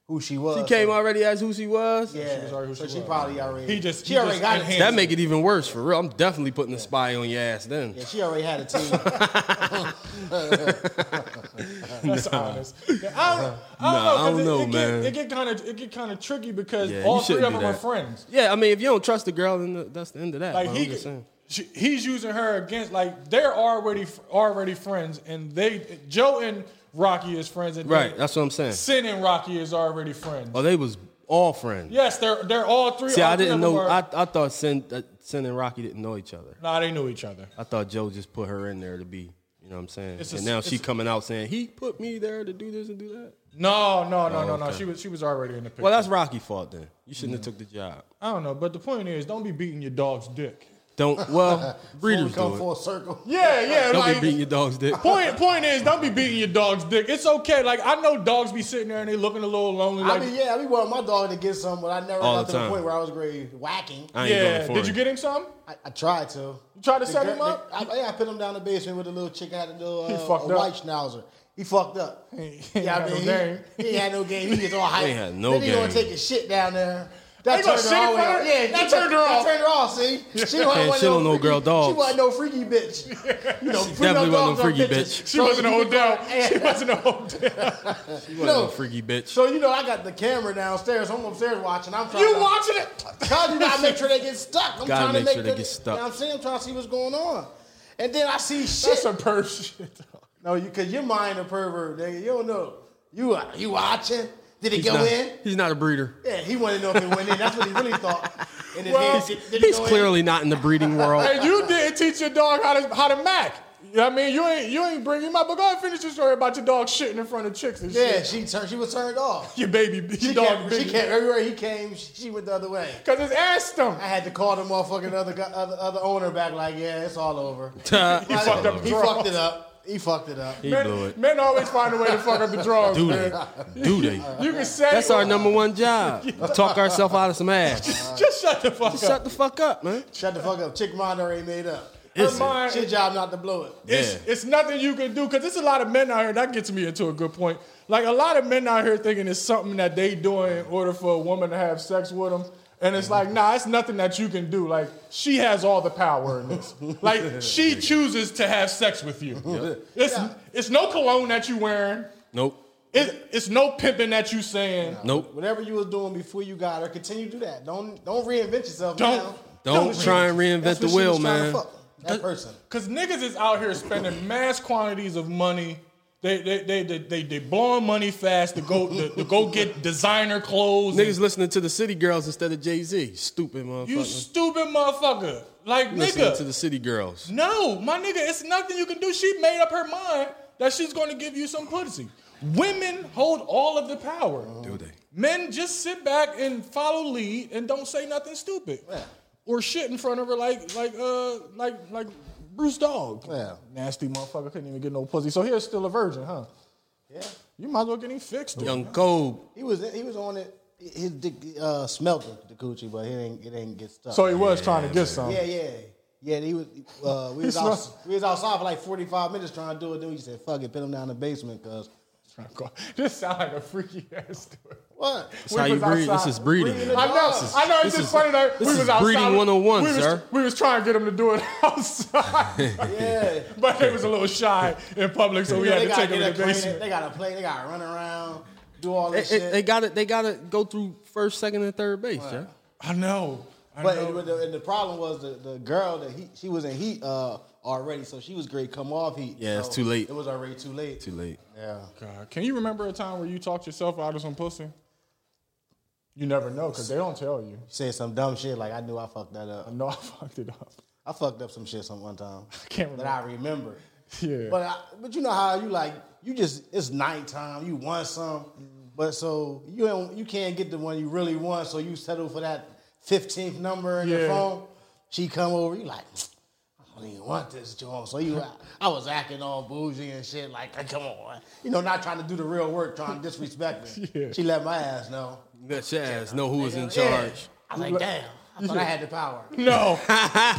B: who she was.
C: She came
B: so-
C: already as who she was.
B: Yeah,
A: was already who
B: so
A: she
B: she
A: was.
B: probably already.
A: He just-
B: she
A: he
B: already
A: just
B: got
A: enhanced-
B: it.
C: That make it even worse for real. I'm definitely putting a spy on your ass then.
B: Yeah, she already had a team.
A: That's honest. I don't,
C: Nah,
A: I don't know, 'cause
C: I don't
A: it,
C: know, man.
A: It get kind of it get kind of tricky because
C: Yeah,
A: all
C: you
A: three
C: shouldn't
A: of
C: do
A: them are
C: that.
A: friends.
C: Yeah, I mean, if you don't trust the girl, then th- that's the end of that.
A: Like
C: but I'm
A: he,
C: just saying.
A: she, he's using her against. Like they're already already friends, and they Joe and Rocky is friends, and
C: right? That's what I'm saying.
A: Sin and Rocky is already friends.
C: Oh, they was all friends.
A: Yes, they're they're all three.
C: See,
A: all
C: I
A: three
C: didn't
A: of them
C: know.
A: Are,
C: I, I thought Sin, uh, Sin and Rocky didn't know each other.
A: nah, they knew each other.
C: I thought Joe just put her in there to be. You know what I'm saying?
A: It's a-
C: and now
A: it's
C: she
A: a-
C: coming out saying he put me there to do this and do that.
A: No, no, no, no, no.
C: Oh, okay.
A: She was she was already in the picture.
C: Well, that's Rocky's fault then. You shouldn't have took the job.
A: I don't know, but the point is, don't be beating your dog's dick.
C: Don't. Well, breeders
B: come
C: do it.
B: full circle.
A: Yeah, yeah.
C: Don't
A: like,
C: be beating your dog's dick.
A: Point point is, don't be beating your dog's dick. It's okay. Like I know dogs be sitting there and they looking a little lonely.
B: I
A: Like,
B: mean, yeah, I be wanting my dog to get some, but I never
C: All
B: got
C: the
B: to the
C: time.
B: point where I was really whacking. I,
C: I ain't
A: yeah.
C: going for
A: Did
C: it.
A: you get him some?
B: I tried to.
A: You tried to
B: The
A: set
B: girl-
A: him up?
B: the- I, yeah, I put him down the basement with a little chick had a little
A: He
B: uh,
A: fucked
B: a
A: up.
B: white schnauzer. He fucked up.
A: ain't
B: Yeah, I
A: had no
B: mean,
A: game.
B: he, he ain't had no game. He gets all hyped.
C: ain't had no
B: then He gonna
C: game.
B: take his shit down there. That
A: They gonna
B: turned
A: shit
B: her
A: in
B: all the way
A: front
B: off.
A: of her?
B: Yeah,
A: That
B: she-
A: turned her off.
B: That turned her off. See, she
C: Can't
B: wasn't
C: shit on no
B: freaky-
C: girl dogs.
B: She wasn't no freaky bitch. You know,
C: She definitely
B: female
C: wasn't no
B: dogs are
C: freaky
B: bitches.
C: bitch.
A: She
B: So
A: wasn't an
B: you
A: Odell.
B: go-
A: She wasn't an Odell.
C: you
B: no.
C: no. freaky bitch?
B: So you know, I got the camera downstairs. I'm upstairs watching. I'm trying.
A: you
B: to,
A: watching it?
B: How do I make sure they get stuck?
C: Gotta
B: I'm trying to
C: make
B: make
C: sure they
B: the-
C: get stuck.
B: You know what I'm saying? I'm trying to see what's going on. And then I see shit.
A: That's some perv shit.
B: no, you because your mind a pervert, nigga. You don't know. You uh, you watching? Did it
C: He's
B: go
C: not,
B: in?
C: he's not a breeder.
B: Yeah, he wanted to know if it went in. That's what he really thought. And his
A: Well,
B: head, did, did it
C: He's
B: go in?
C: clearly not in the breeding world.
A: And you didn't teach your dog how to how to mac. You know what I mean? You ain't you ain't bringing my but go ahead and finish your story about your dog shitting in front of chicks and
B: Yeah,
A: shit.
B: she turned. She was turned off.
A: Your baby, your
B: She
A: dog,
B: kept,
A: big
B: she kept everywhere he came. She, she went the other way.
A: because it's ass stunk.
B: I had to call the motherfucking other guy, other, other owner back. Like, yeah, it's all over.
A: He fucked up the
B: He
A: draw.
B: fucked it up. He fucked it up.
C: he blew
A: Men,
C: it.
A: men always find a way to fuck up the draws,
C: Do
A: man.
C: they? Do they?
A: You can say
C: That's our number one job. Talk ourselves out of some ass.
A: Just shut the fuck up.
C: Shut the fuck up, man.
B: Shut the fuck up. Chick mind already made up.
A: Her
C: Is it?
A: mind,
B: It's your job not to blow it.
A: it's,
C: Yeah.
A: it's nothing you can do because it's a lot of men out here. That gets me into a good point. Like a lot of men out here thinking it's something that they doing in order for a woman to have sex with them. And it's like, nah, it's nothing that you can do. Like, she has all the power in this. Like, she chooses to have sex with you. It's, it's no cologne that you wearing.
C: Nope.
A: It, it's no pimping that you saying.
C: Nope.
B: Whatever you was doing before you got her, continue to do that. Don't don't reinvent yourself.
A: Don't.
B: now.
C: Don't try and reinvent
B: That's
C: the
B: what she was
C: wheel,
B: trying to
C: man.
B: fuck, That person.
A: Cause niggas is out here spending mass quantities of money. They they they they they, they blowing money fast to go to, to go get designer clothes. and-
C: Niggas listening to the City Girls instead of Jay Z. Stupid motherfucker.
A: you stupid motherfucker! Like
C: listening
A: nigga,
C: to the City Girls.
A: no, my nigga, it's nothing you can do. She made up her mind that she's going to give you some pussy. Women hold all of the power.
C: Do they?
A: Men just sit back and follow lead and don't say nothing stupid
B: Yeah.
A: or shit in front of her like like uh like like Bruce Dog.
B: Yeah.
A: nasty motherfucker couldn't even get no pussy. So here's still a virgin, huh?
B: Yeah.
A: You might as well get him fixed.
C: Young Code.
B: He was he was on it. His dick uh, smelled the- the coochie, but he didn't it didn't get stuck.
A: So he was trying to get some.
B: yeah, yeah. Yeah, he was. Uh, we, was
A: smelled-
B: outs we was outside for like forty five minutes trying to do it. Then he said, "Fuck it, put him down in the basement." Cause
A: This sound like a freaky ass story.
B: what?
C: That's how you
A: was
C: breed. This
A: outside.
C: is breeding.
B: Breeding
C: man.
A: I know,
B: This is-
A: I know. It's
C: this
A: just
C: is-
A: funny though.
C: this
A: we
C: is
A: was outside.
C: breeding 101,
A: we was,
C: sir.
A: We was trying to get him to do it outside,
B: Yeah.
A: but they was a little shy in public, so we
B: You know,
A: had
B: they
A: to
B: gotta
A: take him
B: get
A: to
B: a
A: the
B: plane,
A: basement.
B: They gotta play. They gotta run around, do all
C: They,
B: this shit.
C: got it. They got to go through first, second, and third base. Yeah.
A: I know. I
B: But
A: know.
B: and the, and the problem was the, the girl that he she was in heat uh, already, so she was great come off heat.
C: Yeah, it's
B: So
C: too late.
B: It was already too late.
C: Too late.
B: Yeah.
A: God, can you remember a time where you talked yourself out of some pussy? You never know because they don't tell you.
B: Said some dumb shit like I knew I fucked that up.
A: No, I fucked it up.
B: I fucked up some shit some one time. I
A: can't
B: That I remember.
A: Yeah.
B: But I, but you know how you like you just it's nighttime, you want some,
A: Mm-hmm.
B: but so you don't, you can't get the one you really want, so you settle for that 15th number in
A: Yeah.
B: your phone. She come over, you like I don't even want this joint. So you, I was acting all bougie and shit. Like, "Hey, come on, you know, not trying to do the real work, trying to disrespect me.
A: Yeah.
B: She let my ass know.
C: Let your ass know who was in
B: Yeah.
C: charge.
B: I was like, damn. I thought I had the power. She
A: No,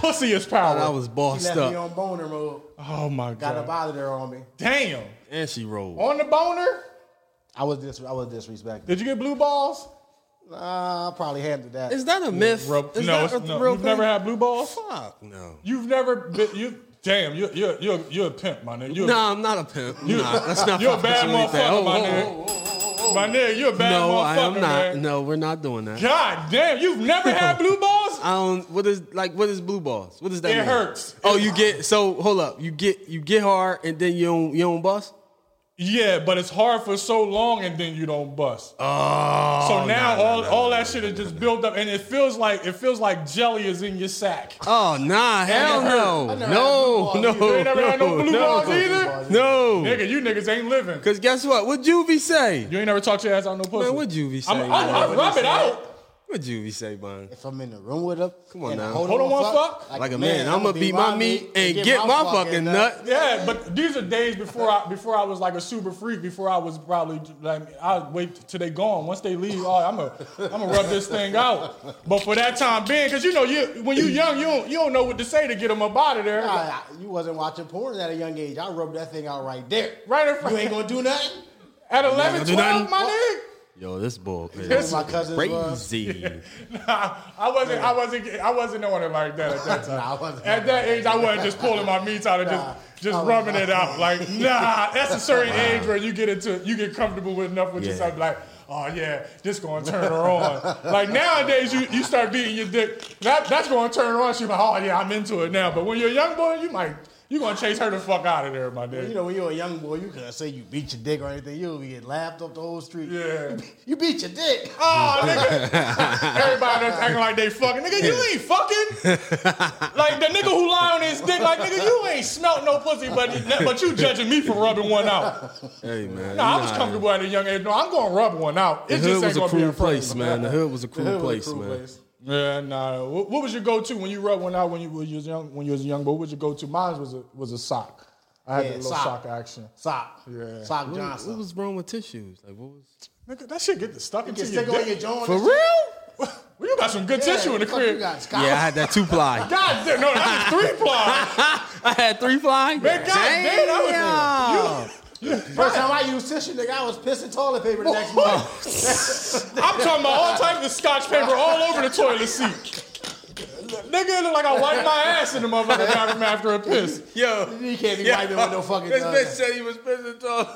A: pussy is power.
C: I was bossed
B: left me
C: up,
B: on boner mode.
A: oh my
B: Got a
A: god!
B: bother there on me.
A: Damn,
C: and she rolled.
A: on the boner.
B: I was dis- I was disrespected.
A: Did you get blue balls?
B: Nah, I probably handled that.
C: Is that a myth?
A: Rub-
C: Is
A: no,
C: that a
A: it's- no.
C: real
A: you've
C: thing?
A: never had blue balls.
C: Fuck no.
A: You've never been. You damn. You're you're you're, you're a pimp, my nigga. You're,
C: No, I'm not a pimp. nah, that's not.
A: you're a
C: fucking
A: bad
C: true anything.
A: motherfucker,
C: Oh,
A: my
C: oh,
A: nigga.
C: oh, oh.
A: my nigga. You're a bad
C: No,
A: motherfucker.
C: I am not.
A: man.
C: No, we're not doing that.
A: God damn. You've never had blue balls.
C: I don't. What is like? What is blue balls? What does that
A: It
C: mean?
A: hurts.
C: Oh, you get so hold up. You get you get hard and then you don't you don't bust.
A: Yeah, but it's hard for so long, and then you don't bust.
C: Oh,
A: so now all all that shit is just built up, and it feels like it feels like jelly is in your sack.
C: Oh nah, hell
B: never-
C: no,
B: I
C: no,
B: never had blue balls.
C: no,
B: You
A: ain't never had no blue balls
B: either?
C: No,
A: Nigga, you niggas ain't living.
C: because guess what? What Juvie say?
A: You ain't never talked your ass out no pussy.
C: Man, what Juvie say?
A: I'm, I'm,
C: man?
A: I'm rub it out.
C: What Juvie say, man?
B: if I'm in the room with her, come
C: on now.
A: Hold on one fuck.
C: Like a man, I'm gonna beat my meat and get my fucking nut.
A: Yeah, but these are days before I before I was like a super freak. Before I was probably like I wait till they gone. Once they leave, oh, I'm a I'm gonna rub this thing out. But for that time being, because you know you when you young, you don't you don't know what to say to get them up out of there.
B: I- I- you wasn't watching porn at a young age. I rubbed that thing out right there.
A: Right in front.
B: You ain't gonna do nothing.
A: At 11,
C: do
A: 12,
C: nothing.
A: my
C: Yo, this bull
B: That's
C: is
B: what my cousins was.
C: crazy.
A: nigga. Nah, I wasn't. I wasn't. I wasn't on it like that at that time.
B: Nah, I wasn't.
A: At that age, I wasn't just pulling my meats out and
B: Nah,
A: just just
B: I was
A: rubbing
B: not.
A: it out. Like, nah, that's a certain age where you get into you get comfortable with enough with
C: Yeah.
A: yourself. Like, oh yeah, this gonna turn her on. like nowadays, you you start beating your dick. That that's gonna turn her on. She's like, oh yeah, I'm into it now. But when you're a young boy, you might you gonna chase her the fuck out of there, my nigga.
B: You know, when you're a young boy, you couldn't say you beat your dick or anything. You'll be getting laughed up the whole street.
A: Yeah.
B: You beat your dick.
A: Oh, nigga. Everybody that's acting like they fucking. Nigga, you ain't fucking. Like the nigga who lie on his dick, like nigga, you ain't smelt no pussy, but but you judging me for rubbing one out.
C: Hey man,
A: Nah, I
C: you
A: was
C: know
A: comfortable at a young age. No, I'm gonna rub one out. It
C: The hood
A: just ain't
C: was a
A: gonna be
C: cruel
A: in front
C: place,
A: of me.
C: man. The hood was a
B: It
C: cruel
B: was a
C: place,
B: cruel
C: man.
B: place.
A: Yeah, nah. What, what was your go-to when you rubbed one out when you, when you was young? When you was a young boy, what was your go-to? Mine was a was a sock. I had
B: Yeah,
A: a little
B: sock.
A: sock action.
B: Sock.
A: Yeah.
B: Sock
C: What,
B: Johnson.
C: what was wrong with tissues? Like what was?
A: Nigga, that shit get stuck
B: you
A: into
B: can
A: your
B: stick on your
A: dick.
B: jaw. and
C: For
B: it's-
C: real?
A: Well, you got some good
B: Yeah,
A: tissue in the
B: fuck
A: crib.
B: You got
C: Yeah, I had that two ply.
A: God damn, no, that was three ply.
C: I had three fly.
A: Man, God damn, I was-
B: First time I used tissue, nigga, I was pissing toilet paper the next morning.
A: I'm talking about all types of scotch paper all over the toilet seat. Nigga, it look like I wiped my ass in the motherfucking bathroom after a piss.
C: Yo,
B: You can't be
C: Yeah.
B: wiping with no fucking
C: this
B: nut.
C: bitch said he was pissing tall.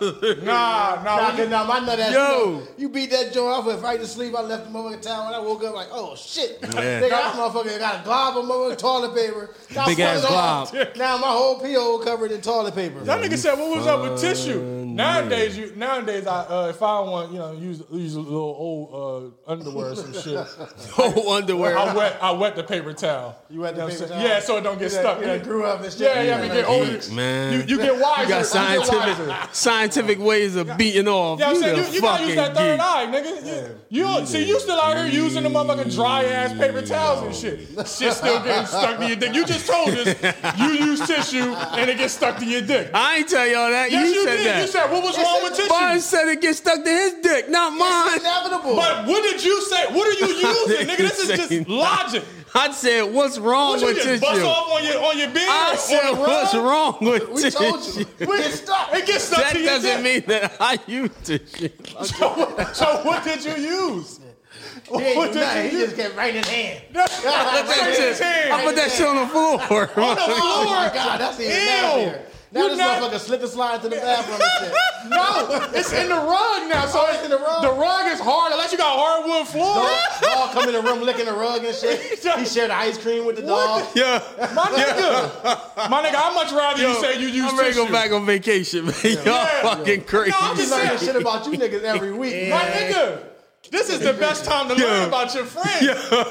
A: Nah, nah.
B: Nah,
A: when you-
B: 'cause now my nut ass.
C: Yo.
B: You, know, you beat that joint. I went right to sleep. I left the motherfucking town. When I woke up, like, oh shit, nigga, that motherfucker got a glob of motherfucking toilet paper. Now I
C: Big ass
B: spun it off.
A: glob.
B: Now my whole po covered in toilet paper.
A: that nigga said, "What was up with tissue?"
C: Fun
A: Nowadays, you nowadays, I uh, if I want, you know, use use a little old uh, underwear or some shit.
C: No underwear.
A: I wet I wet the paper towel.
B: You wet the
A: know what
B: paper
A: I'm saying?
B: towel?
A: Yeah, so it don't get
B: Yeah,
A: stuck.
B: yeah, grew up and shit.
A: Yeah, yeah, we
B: Yeah,
A: get
B: like,
A: older,
C: eat, man.
A: You, you get wiser.
C: You got
A: You get wiser.
C: scientific scientific ways of beating off.
A: Yeah, I'm
C: you
A: saying
C: the
A: you, you gotta
C: fucking
A: use that third
C: geek.
A: eye, nigga. You, you see, you still out here using the motherfucking dry ass paper towels and shit. Shit still getting stuck to your dick. You just told us you use tissue and it gets stuck to your dick.
C: I ain't tell y'all that.
A: Yes, you,
C: you, said
A: did.
C: that.
A: You said what was wrong with tissue?
C: Mine said it gets stuck to his dick, not
B: It's
C: mine.
B: inevitable.
A: But what did you say? What are you using, nigga? This is
C: Saying
A: just logic.
C: I said, what's wrong
A: What you
C: with
A: just
C: tissue?
A: bust off on your on your beard?
C: I said,
A: on the
C: what's
A: rug?
C: wrong with
B: we
C: tissue?
B: told you, get stuck.
A: It gets stuck
C: That
A: to your
C: doesn't
A: dick.
C: mean that I use tissue.
A: So, what- so what did you use?
B: He ain't
A: What
B: do nothing. He
A: did you use?
B: just kept right in his hand.
A: Right in his hand.
C: I put that shit on the floor.
B: Oh my
A: Lord.
B: god, that's even
A: Ew.
B: nasty. Now
A: You
B: this
A: not-
B: motherfucker slip and slide to the bathroom and shit. Oh,
A: No, it's in the rug now. So it's in the rug. The rug is hard unless you got hardwood floor.
B: Dog come in the room licking the rug and shit. He shared ice cream with the dog.
C: yeah.
A: My nigga, my nigga, I'd much rather you say you use
C: I'm ready to
A: tissue.
C: go back on vacation, man. Y'all
A: Yeah.
C: fucking crazy.
A: No, I'm
B: He's
A: just
B: learning
A: saying.
B: shit about you niggas every week.
A: My nigga, this is the best time to learn
C: Yeah.
A: about your friend.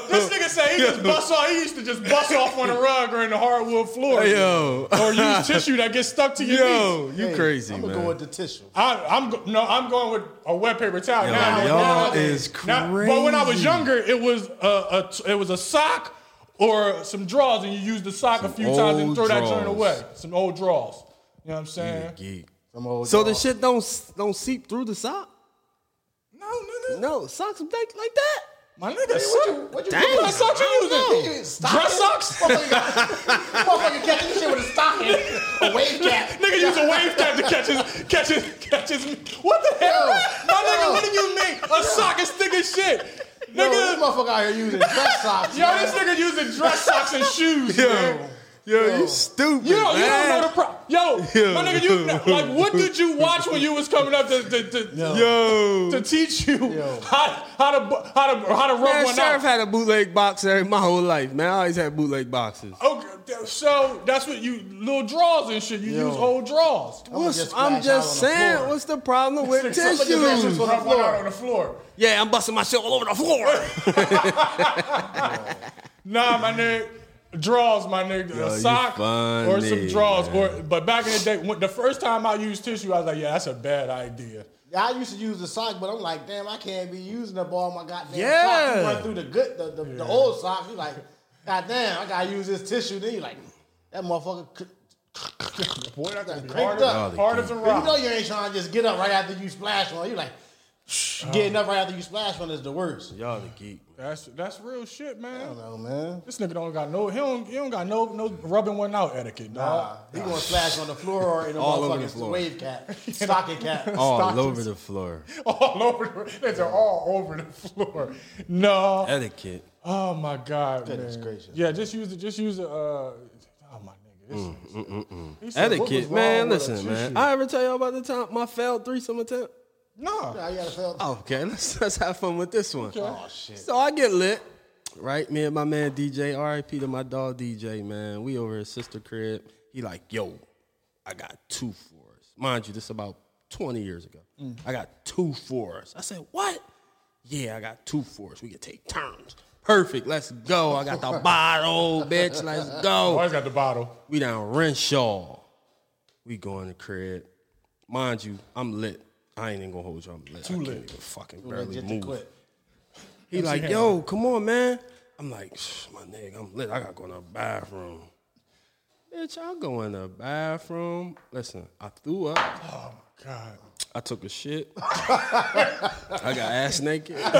A: This nigga say he just bust off. He used to just bust off on the rug or in the hardwood floor.
C: Yo.
A: Or use tissue that gets stuck to your knees.
C: Yo, you crazy,
B: I'm
C: man.
B: gonna go with the tissue.
A: I, I'm go- no, I'm going with a wet paper towel.
C: Yo,
A: now,
C: y'all
A: now-
C: is
A: now- but when I was
C: crazy.
A: younger, it was a, a it was a sock or some draws, and you use the sock a few times and
C: old
A: throw that joint
C: draws.
A: away. Some old draws. You know what I'm saying?
C: Geek.
B: I'm old
C: So the
B: dog.
C: shit don't don't seep through the sock.
A: No, no, no.
C: No, socks like like that.
A: My nigga,
B: What
A: suck.
B: you, what you,
C: Damn.
A: What kind of
B: what
A: socks you
B: you,
A: using?
B: you
A: Dress socks?
B: Motherfucker catching this shit with a stocking, a wave cap.
A: Nigga use a wave cap to catch his, catch his, catch his. What the hell?
B: Yo,
A: My nigga,
B: yo.
A: what do you mean? A sock is thick as shit.
B: Yo,
A: Nigga,
B: this motherfucker out here using dress socks.
A: Yo,
B: man.
A: this nigga using dress socks and shoes, man.
C: Yo,
B: Yo.
C: you stupid.
A: You don't, you don't
C: man.
A: know the pro. Yo, my nigga, you like what did you watch when you was coming up to to, to,
C: Yo.
A: to teach you
B: Yo.
A: how how to bu- how to how to rub
C: Man,
A: one
C: Sheriff
A: out?
C: had a bootleg box every- my whole life, man. I always had bootleg boxes.
A: Okay, th- so that's what you little draws and shit. You
B: Yo.
A: use old draws.
B: I'ma
C: What's-
B: just
C: I'm
B: splash out on
C: just
B: the
C: saying,
B: floor.
C: what's the problem with
B: Somebody just asked us
C: tissues?
B: for-
A: Rub one out on the floor.
C: Yeah, I'm busting myself all over the floor.
A: Nah, my nigga. Draws, my nigga,
C: Yo,
A: a
C: you
A: sock or some
C: funny,
A: draws, or
C: man.
A: but back in the day, when, the first time I used tissue, I was like, yeah, that's a bad idea.
B: I used to use the sock, but I'm like, damn, I can't be using up all my goddamn
C: Yeah.
B: sock. You run through the good, the, the, the old sock. You like, goddamn, I gotta use this tissue. Then you like, that motherfucker. could-
A: Boy, that could be
B: Cranked
A: hard,
B: up.
A: as, hard as a
B: You
A: rock.
B: know you ain't trying to just get up right after you splash one. You like, shh, getting up right after you splash one is the worst.
C: Y'all the geek.
A: That's that's real shit,
B: I
A: man.
B: don't know, man.
A: This nigga don't got no he don't he don't got no no rubbing one out etiquette,
B: Nah,
A: dog.
B: he gonna splash on the floor or in a
C: All over the
B: motherfucking
C: floor.
B: wave cap, stocking cap.
C: All
A: Stockings.
C: over the floor.
A: All over the these are all over the floor. No.
C: Etiquette.
A: Oh my god.
B: Goodness
A: man.
B: gracious.
A: Yeah, just use the just use the uh oh my nigga. This,
C: Mm,
A: He said, what was
C: Etiquette,
A: wrong
C: man.
A: with a
C: Listen, man.
A: tissue?
C: I ever tell y'all about the time my failed threesome attempt?
A: Nah.
B: Nah, you gotta fail.
C: Oh, Okay, let's let's have fun with this one.
A: Okay.
B: Oh, shit.
C: So I get lit, right? Me and my man DJ, RIP to my dog DJ, man. We over at Sister Crib. He like, yo, I got two fours. Mind you, this about 20 years ago. I got two fours. I said, what? Yeah, I got two fours. We can take turns. Perfect. Let's go. I got the bottle, bitch. Let's go.
A: Always Oh, got the bottle.
C: We down Renshaw. We going to crib. Mind you, I'm lit. I ain't even gonna hold you. I'm lit. I
A: Too
C: can't
A: lit.
C: even fucking barely
B: Legit to
C: move.
B: quit.
C: He like, yo, come on, man. I'm like, "Shh, my nigga, I'm lit. I gotta go in the bathroom. Bitch, I go in the bathroom. Listen, I threw up.
A: Oh God.
C: I took a shit. I got ass naked.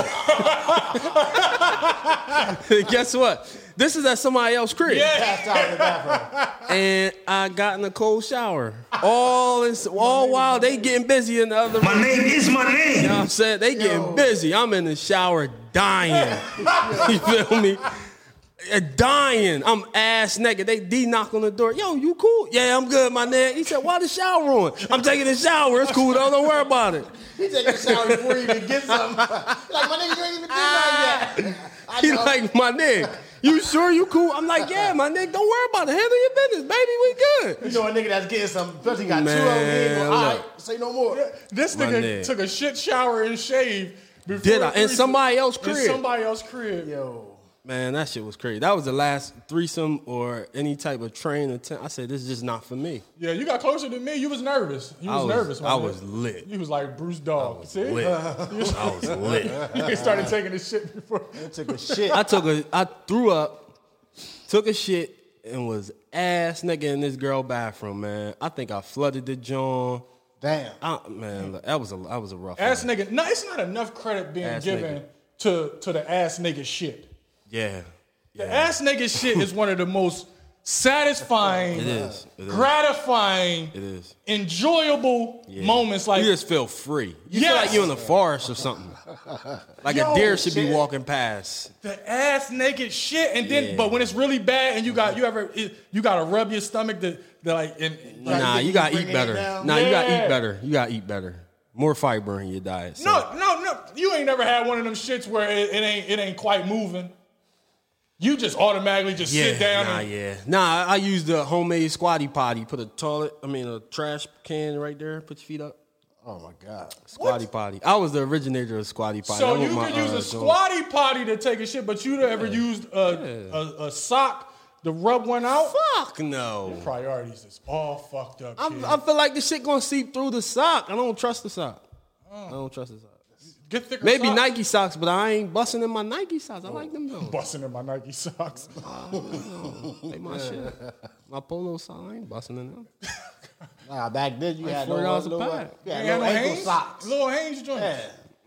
C: Guess what? This is at somebody else's crib.
B: Passed out in the bathroom.
C: and I got in a cold shower. All in, all while they getting busy in the other room.
F: My name is my name.
C: You know what I'm saying? They getting busy. I'm in the shower dying. you feel me? Uh, Dying. I'm ass naked. They D knock on the door. Yo, you cool? Yeah, I'm good, my nigga. He said, Why the shower on? I'm taking a shower. It's cool, though. Don't worry about it.
B: He taking a shower before he even gets something. like my nigga, you ain't even did nothing yet. I
C: Ah. He
B: know.
C: like, my nigga, you sure you cool? I'm like, yeah, my nigga, don't worry about it. Handle your business, baby. We good.
B: you know a nigga that's getting something, plus he got two of them. he
C: Man,
B: go, All right, say no more.
A: This
C: My
A: nigga
C: nigga.
A: took a shit shower and shaved before
C: Did I?
A: the
C: In
A: threesome-
C: somebody else's
A: In
C: crib.
A: somebody else's crib.
B: Yo,
C: Man, that shit was crazy. That was the last threesome or any type of train attempt. I said, this is just not for me.
A: Yeah, you got closer to me. You was nervous. You
C: I
A: was,
C: was-
A: nervous. my
C: I
A: nigga.
C: was lit.
A: You was like Bruce Dog. See,
C: Lit. I was lit.
A: you started taking the shit before.
B: I took a shit.
C: I took a, I threw up, took a shit, and was ass nigga in this girl bathroom, man. I think I flooded the joint.
B: Damn.
C: I, man, look, that was a, that was a rough
A: Ass
C: one.
A: nigga. No, it's not enough credit being
C: Ass
A: given
C: nigga.
A: to to the ass nigga shit.
C: Yeah.
A: The ass nigga shit is one of the most satisfying,
C: It is. It is.
A: gratifying,
C: It is.
A: enjoyable
C: Yeah.
A: moments. Like
C: you just feel free. You feel
A: Yes.
C: like you're in the forest or something. Like
A: Yo,
C: a deer should be
B: shit.
C: walking past.
A: the ass naked shit, and then
C: Yeah.
A: but when it's really bad, and you got you ever it, you gotta rub your stomach to, to like and
C: Nah, you gotta eat
B: bringing it
C: better.
B: down.
C: Nah, you gotta
A: Yeah.
C: eat better. You gotta eat better. More fiber in your diet. son.
A: No, no, no. You ain't never had one of them shits where it, it ain't it ain't quite moving. You just automatically just sit down.
C: Nah,
A: and,
C: yeah. Nah, I I use the homemade squatty potty. Put a toilet, I mean a trash can right there. Put your feet up.
B: Oh my god.
C: Squatty potty. I was the originator of squatty potty.
A: So
C: That was
A: you
C: my,
A: could use
C: uh,
A: a
C: joint.
A: squatty potty to take a shit, but you never used a, a, a sock to rub one out.
C: Fuck no.
A: Priorities is all fucked up.
C: I'm,
A: kid.
C: I feel like the shit gonna seep through the sock. I don't trust the sock.
A: Oh.
C: I don't trust the sock.
A: Get thicker
C: Maybe
A: socks.
C: Nike socks, but I ain't busting in my Nike socks. I like them though.
A: Busting in my Nike socks.
C: They my shit. My polo sock, I ain't busting in them.
B: Nah, back then you
C: Like
B: had no,
C: $4 a
B: no,
C: pack.
B: yeah,
A: You ain't got
B: no
A: no
B: ankle
A: Hanes?
B: socks.
A: Little Hanes joints.
B: Yeah.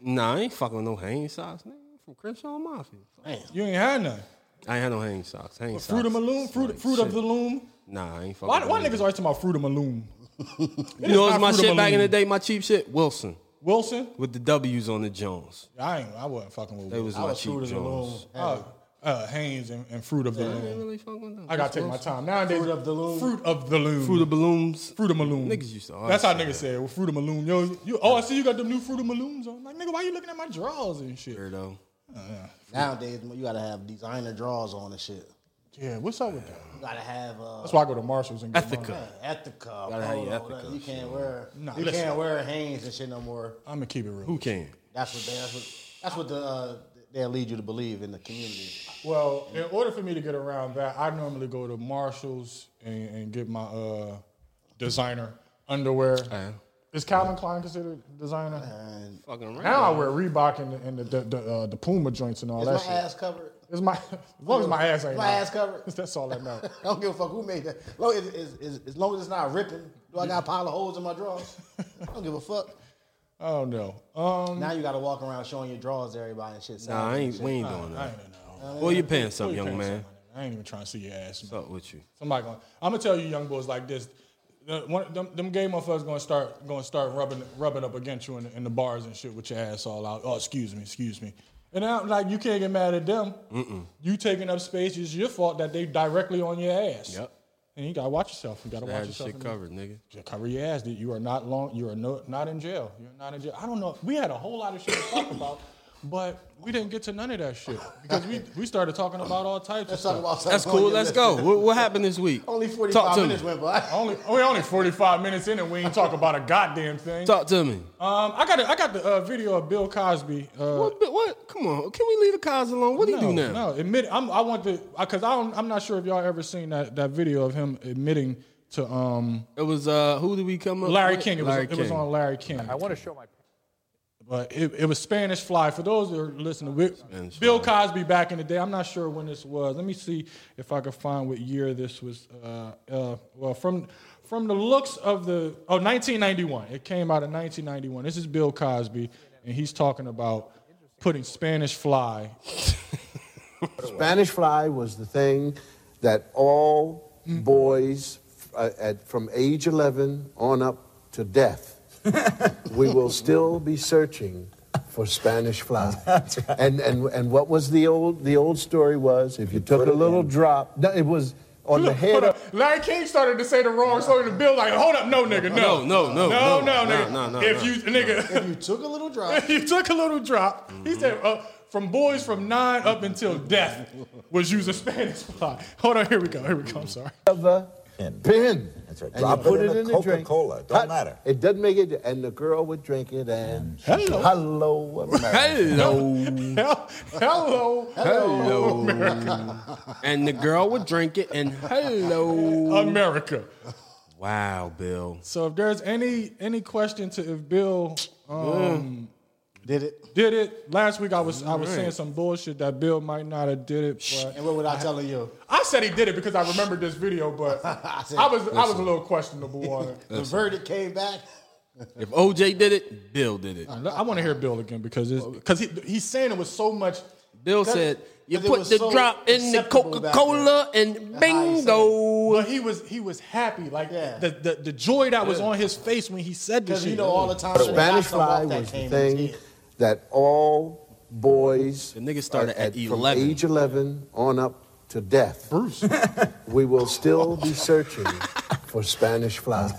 C: Nah, I ain't fucking with no Hanes socks, nigga. From Crenshaw Mafia.
A: You ain't had none.
C: I ain't had no hanging socks. Hanging socks.
A: Fruit of Maloon, fruit,
C: like
A: fruit of
C: shit.
A: the loom.
C: Nah, I ain't fucking.
A: Why,
C: with
A: why
C: them.
A: niggas always talking about fruit of Maloon?
C: You know, it was
A: not
C: my
A: Fruit of
C: shit back in
A: Maloon.
C: the day. My cheap shit, Wilson,
A: Wilson?
C: with the W's on the Jones.
A: I ain't. I wasn't fucking with.
C: They
A: Wilson.
C: was
B: I
C: my
B: was
C: cheap
B: fruit of
C: Jones.
B: the loom.
A: uh, uh, Haynes and, and fruit of the
C: I didn't
A: loom.
C: really fuck with them.
A: I gotta take my time. Nowadays,
B: Fruit of the Loom.
A: Fruit of the loom.
C: Fruit of balloons.
A: Fruit of Maloon.
C: Niggas used to always
A: That's how
C: say
A: niggas
C: that.
A: said. Well, Fruit of Maloon. Yo, you, oh, I see you got them new Fruit of Maloons on. Like, nigga, why you looking at my drawers and shit?
C: Weirdo.
B: Nowadays, you gotta have designer draws on and shit.
A: Yeah, what's up with that?
B: You gotta have uh,
A: That's why I go to Marshalls and get
C: Ethica.
A: mine.
B: Ethica.
C: Gotta have your
B: polo,
C: Ethica
B: You can't wear.
A: Nah,
B: you
A: listen.
B: can't wear Hanes and shit no more.
A: I'm gonna keep it real.
C: Who can?
B: That's what. They, that's what. That's what the uh, they'll lead you to believe in the community.
A: Well, in order for me to get around that, I normally go to Marshalls and, and get my uh, designer underwear.
C: Uh-huh.
A: Is Calvin Klein considered designer?
B: And
C: Fucking right.
A: Now I wear Reebok and the, and the, the, the, uh, the Puma joints and all
B: is
A: that
B: my
A: shit.
B: ass covered?
A: It's my as long as my ass ain't
B: My
A: out.
B: ass covered.
A: That's all I know.
B: I don't give a fuck who made that. As long as, as, as, as long as it's not ripping, do I got a pile of holes in my drawers? I don't give a fuck.
A: Oh no. Um,
B: Now you got to walk around showing your drawers to everybody and shit.
C: Nah, I ain't. We ain't doing
A: I
C: that.
A: ain't know.
C: Well, your pants up,
A: Who you
C: young
A: paying
C: man.
A: somebody? I ain't even trying to see your ass, man.
C: What's up with you?
A: Somebody going. I'm gonna tell you, young boys like this. The- one- them, them gay motherfuckers gonna start gonna start rubbing rubbing up against you in the, in the bars and shit with your ass all out. Oh, excuse me, excuse me. And now, like, you can't get mad at them. You taking up space. It's your fault that they directly on your ass.
C: Yep.
A: And you gotta watch yourself. You gotta
C: I
A: watch
C: had your
A: yourself.
C: shit
A: in the-
C: covered, nigga.
A: Just cover your ass. dude. You are not long. You are no, not in jail. You're not in jail. I don't know. We had a whole lot of shit to talk about, but we didn't get to none of that shit because we we started talking about all types.
B: Let's
A: of
B: talk about
A: stuff.
B: something.
C: That's
B: on
C: cool.
B: your
C: Let's
B: list.
C: go. What, what happened this week?
B: Only
C: Talk
B: forty-five
C: to
B: minutes
C: me.
B: went by.
A: Only we're only 45 minutes in and we ain't talking about a goddamn thing.
C: Talk to me.
A: Um, I got a, I got the uh, video of Bill Cosby. Uh,
C: What? but What? Come on. Can we leave the cars alone? What do you do now?
A: No, admit. I'm, I want the because I don't, I'm not sure if y'all ever seen that, that video of him admitting to um
C: It was uh, who did we come up?
A: Larry
C: with?
A: King. It was, it was on Larry King.
F: I want to show my.
A: but it, it was Spanish Fly. For those that are listening, we-
C: Spanish
A: Bill Cosby back in the day. I'm not sure when this was. Let me see if I can find what year this was. Uh, uh, well, from from the looks of the oh 1991, it came out in 1991. This is Bill Cosby, and he's talking about putting Spanish Fly.
G: Spanish fly was the thing that all
H: Mm-hmm.
G: boys uh, at, from age 11 on up to death, we will still be searching for Spanish fly. and, and, and what was the old, the old story was if you took a little drop, no, it was on the head
A: Hold
G: of,
A: up. Larry King started to say the wrong song to Bill. Like, hold up, no nigga, no,
C: No, no, no,
A: no,
C: no,
A: nigga.
C: no, no, no,
A: if
C: no,
A: you nigga.
B: You took a little drop.
A: he took a little drop. He said, uh, from boys from nine up until death was using Spanish fly. Hold on, here we go. Here we go. I'm sorry.
G: of a
H: Pin.
G: pin.
H: That's right.
G: And
H: Drop
G: you put
H: it in
G: it
H: a
G: in the drink.
H: Coca-Cola. Don't
G: Hot-
H: matter.
G: It doesn't make it. And the girl would drink it and
A: Hello.
G: hello America.
C: Hello.
A: Hell, hello.
C: Hello. and the girl would drink it and hello.
A: Um, America.
C: Wow, Bill.
A: So if there's any any question to if Bill um,
B: Did it?
A: did it last week, I was I was saying some bullshit that Bill might not have did it, but
B: And what would I tell you?
A: I said he did it because I remembered this video, but I,
B: said-
A: was I was a little questionable on it.
B: The verdict came back.
C: If OJ did it, Bill did it.
A: I want to hear Bill again because because he, he's saying it with so much.
C: Bill
B: That-
C: said, "You
B: but it
C: put
B: was
C: the
B: so
C: drop in the
B: acceptable back
C: Coca Cola and
B: how he said it.
C: bingo."
A: But he was he was happy, like
B: Yeah.
A: the, the the joy that was on his face when he said this.
B: Because you
A: shit.
B: know all the time. when
G: Spanish
B: I come off
G: fly
B: that
G: was the
B: came in his
G: thing
B: head.
G: that all boys
C: The nigga started at
G: from
C: 11.
G: age 11 on up to death.
A: Bruce.
G: We will still be searching for Spanish fly.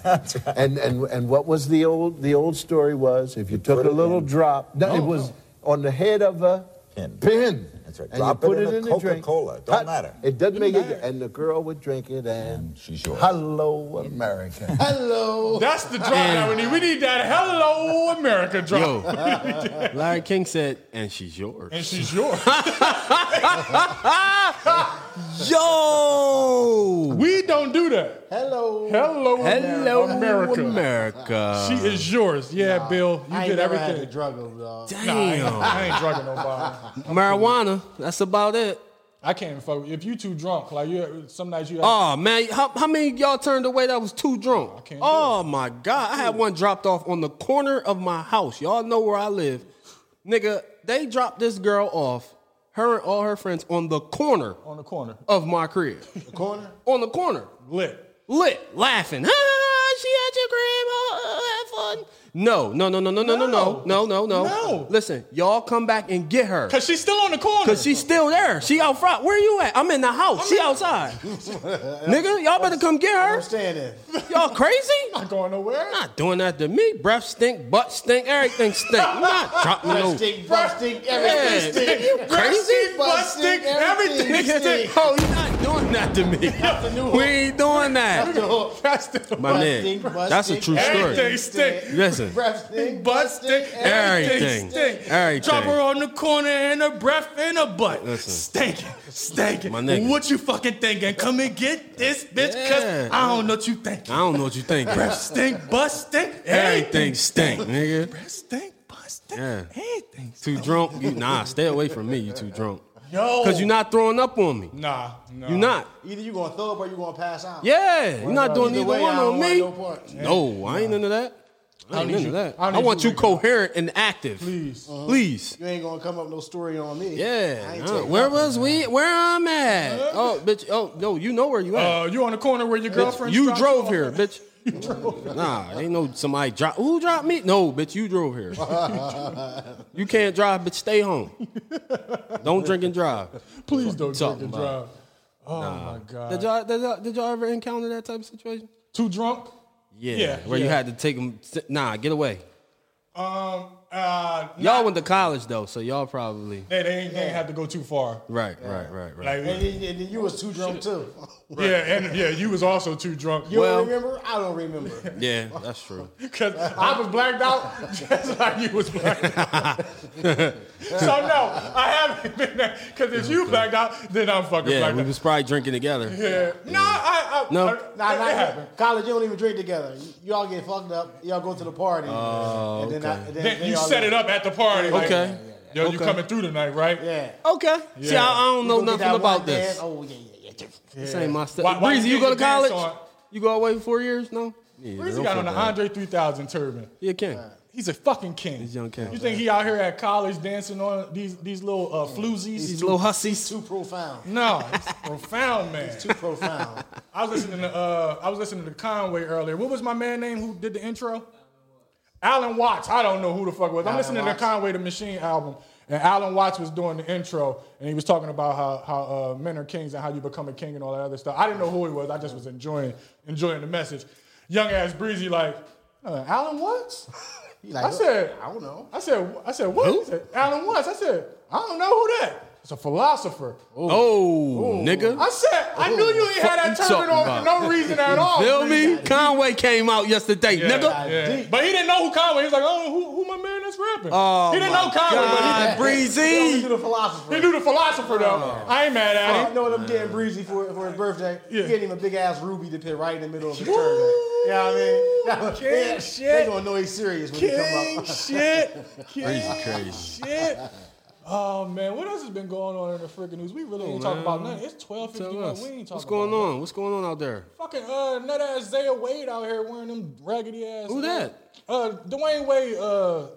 G: And, and, and what was the old, the old story was if you took a little drop, no, it was on the head of a
H: Pin.
G: pin.
H: That's right.
G: And
H: Drop
G: you
H: it
G: put
H: in
G: it,
H: a
G: in the drink.
H: Coca-Cola. Don't
G: Hot-
H: matter.
G: It doesn't
A: Didn't
G: make
A: matter.
G: it. And the girl would drink it and
H: she's yours.
G: hello, America.
B: Hello.
A: That's the drop that we need. We need that "Hello America" drop,
C: Yo, Larry King said, "And she's yours."
A: and she's yours.
C: Yo,
A: we don't do that.
B: Hello.
A: Hello,
C: hello
A: America.
C: America.
A: She is yours. Yeah, Bill, you
B: I ain't
A: did
B: never had to
A: everything.
B: drug him, dog.
A: Nah, I ain't,
C: Damn,
A: I ain't drugging nobody.
C: marijuana. That's about it.
A: I can't even fuck. with- If you too drunk, like you, some nights you.
C: Oh man, how, how many of y'all turned away that was too drunk?
A: can't do
C: Oh my god, I had one dropped off on the corner of my house. Y'all know where I live, nigga. they dropped this girl off, her and all her friends, on the corner
B: Oh.
A: on the corner.
C: of my crib.
B: The corner.
C: on the corner.
A: Lit.
C: Lit, laughing. Ah, she at your crib. Oh, oh, have fun. No, no, no, no, no, no, no, no, no, no, no.
A: No.
C: Listen, y'all come back and get her.
A: Cause she's still on the corner.
C: Cause she's still there. She out front. Where you at? I'm in the house. she outside. Nigga, y'all better come get
B: I'm
C: her.
B: staying there.
C: Y'all crazy?
A: not going nowhere.
C: Not doing that to me. Breath stink, butt stink, everything stink. I'm not dropping no.
B: Breast stink, butt stink, everything
C: Yeah. You
B: stink.
C: crazy?
A: Butt stink, everything stink.
C: Oh, you're not doing that to me. we ain't doing that.
A: That's the
C: My
B: Butt
C: man,
B: stink, butt
C: that's a
B: stink,
C: true
A: everything
C: story.
A: stink.
C: Listen.
B: Breath stink,
A: Butt stink, everything
C: Everything.
A: stink.
C: Everything.
A: Drop her on the corner and her breath in her butt.
C: Listen.
A: Stinking, stinking.
C: My nigga.
A: What you fucking thinking? Come and get this bitch,
C: Yeah.
A: cause I don't know what you thinking.
C: I don't know what you think.
A: Breath stink, butt stink,
C: Everything stink, nigga.
A: Breath stink, butt stink,
C: Yeah.
A: everything.
C: Too drunk? You, nah, stay away from me. You too drunk.
A: No,
C: Cause you're not throwing up on me.
A: Nah, no.
C: You're not.
B: Either you gonna throw up or you gonna pass out.
C: Yeah, you're not doing
B: Either
C: either
B: way,
C: one
B: I don't
C: on
B: want
C: me.
B: no part.
C: No, I ain't into that. I ain't
A: need
C: into
A: you-
C: that.
A: I
C: I,
A: need
C: want
A: you
C: you,
A: waking up.
C: coherent and active. Please, please.
B: You ain't gonna come up no story on me. I
C: Yeah.
B: ain't
C: nah.
B: taking
C: Where
B: nothing.
C: was we? Where I'm at? Oh, bitch. Oh, no. You know where you at?
A: Uh, you on the corner where your
C: bitch,
A: girlfriend?
C: you
A: dropped
C: drove
A: off.
C: here, bitch. Nah, ain't no somebody drop. Who dropped me? No, bitch, you drove here. you can't drive, bitch. Stay home. Don't drink and drive.
A: Please don't drink
C: Something
A: and drive.
C: about
A: Oh my
C: Did
A: god.
C: y'all, did, y'all, did y'all ever encounter that type of situation?
A: Too drunk.
C: Yeah,
A: Yeah,
C: where you
A: yeah.
C: had to take them. Nah, get away.
A: Um, uh,
C: Y'all went to college though, so y'all probably
A: they, they ain't, they ain't have to go too far.
C: right, right, right, right.
A: Like,
B: And then, and then you was too drunk too.
A: yeah, and yeah, you was also too drunk.
B: You
C: Well-
B: don't remember? I don't remember.
C: yeah, that's true.
A: Because I was blacked out just like you was blacked out. so no, I haven't been there. Because if you blacked out, then I'm fucking
C: Yeah,
A: blacked
C: we
A: out.
C: was probably drinking together.
A: Yeah. No, I, I
C: No.
A: I,
B: Nah,
A: it-
B: nah,
A: it happened.
B: college, you don't even drink together. You- Y'all get fucked up. Y'all go to the party.
C: Oh,
B: and then, I, and then,
A: Then
B: then
A: you
B: y'all
A: set
B: leave.
A: it up at the party. like,
C: Okay. Yeah,
A: Yo, you
C: Okay.
A: coming through tonight, right?
B: Yeah.
C: Okay. See, I, I don't know
B: You go get
C: nothing
B: that
C: about
B: one
C: this.
B: dance. Oh yeah, yeah, yeah.
C: This ain't my stuff.
A: Why- why
C: Breezy,
A: you
C: you go to
A: get your dance
C: college?
A: on?
C: You go away for four years? No. Yeah,
A: Breezy
C: don't
A: got
C: feel
A: on the
C: bad.
A: Andre 3000 turban.
C: Yeah, King.
A: He's a fucking king.
C: He's young king.
A: You think he out here at college dancing on these these little uh, floozies?
C: These little hussies.
B: Too profound.
A: no, it's profound man.
B: Too profound.
A: I was listening to uh, I was listening to Conway earlier. What was my man name who did the intro? Alan Watts. I don't know who the fuck it was. I'm
B: Alan
A: listening to
B: Watts.
A: the Conway the Machine album, and Alan Watts was doing the intro, and he was talking about how how uh, men are kings and how you become a king and all that other stuff. I didn't know who he was. I just was enjoying enjoying the message. Young ass breezy like uh, Alan Watts.
B: You like,
A: I said
B: I don't know.
A: I said I said what? He said, Alan Watts. I said I don't know who that. It's a philosopher.
C: Oh,
A: I
C: nigga.
A: said I knew you ain't had that
C: Oh, Fuck you
A: turban on
C: talking
A: for no reason at all.
C: Feel
A: breezy.
C: me? Conway came out yesterday, nigga. Oh,
A: Yeah. But he didn't know who Conway. He was like, oh, who, who my man that's rapping? he didn't know Conway,
C: God, Oh.
A: but
B: You
C: Breezy.
B: the
A: he, he
B: philosopher.
A: knew the philosopher though. I ain't mad at
B: You
A: him.
B: know what I'm getting breezy for for his birthday?
A: Yeah.
B: Getting him a big ass ruby to put right in the middle of the turban. You know what I mean? That was-
A: King
B: they- They
A: shit.
B: gonna know he's serious when he come
A: King
B: up.
A: shit. King
C: Breezy crazy.
A: shit. Oh man, what else has been going on in the freaking news? We really ain't talking about nothing. It's twelve fifty
C: Oh, Tell
A: one.
C: us.
A: We ain't talking.
C: What's going
A: about
C: on? What's going on out there?
A: Fucking uh, nut ass Zaya Wade out here wearing them raggedy ass.
C: Who that?
A: Uh, Dwayne Wade, uh,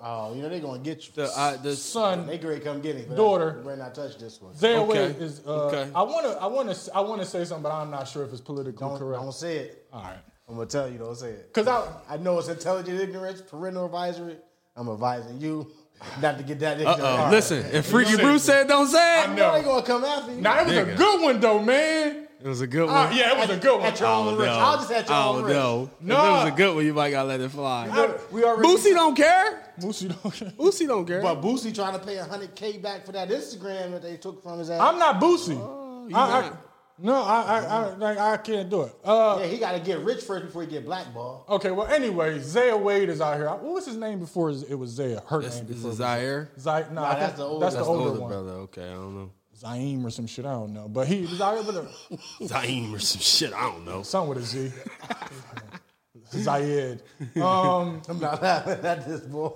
B: Oh, you know they gonna get you.
C: The, I, the,
A: son.
B: they great come get him. but
A: uh, Daughter.
B: I better not touch this one.
A: Zaya
C: Okay.
A: Wade is. Uh,
C: Okay.
A: I wanna, I wanna, I wanna say something, but I'm not sure if it's politically
B: Don't,
A: correct.
B: don't say it.
A: All right.
B: I'm gonna tell you. Don't say it.
A: Cause I,
B: I know it's intelligent ignorance, parental advisory. I'm advising you not to get that ignorant.
C: uh, listen, if Freaky
A: said-
C: Bruce said don't say
A: I
C: it,
A: know.
B: No, they gonna come after you.
A: Now it was a
C: Nigga.
A: good one though, man.
C: it was a good
A: Uh, yeah, it was a good one.
B: At your own risk. I'll just at your
C: oh,
B: own risk.
C: no.
A: Nah.
C: If it was a good one, you might gotta let it fly.
B: Look, We already.
C: Boosie don't care.
A: Boosie don't-
C: Boosie don't care.
B: But Uh, Boosie trying to pay 100K back for that Instagram that they took from his ass.
A: I'm not Boosie. I, I,
C: not.
A: no, I, I, I, like, I can't do it. Uh,
B: yeah, he got to get rich first before he get blackballed.
A: okay, well, anyway, Zaya Wade is out here. What was his name before it was Zaya? Her
C: This
A: name
C: this
A: before.
C: is
A: it was-
C: Zaire.
A: Zay, no,
B: Nah,
A: I think
B: that's the older-
A: That's the
B: that's the
A: older,
C: Older
A: one.
C: brother. Okay, I don't know.
A: Zaim or some shit. I don't know. But he was out here with a
C: Zaim or some shit. I don't know.
A: son with a Z. Zayed. Um,
B: I'm not laughing at this boy.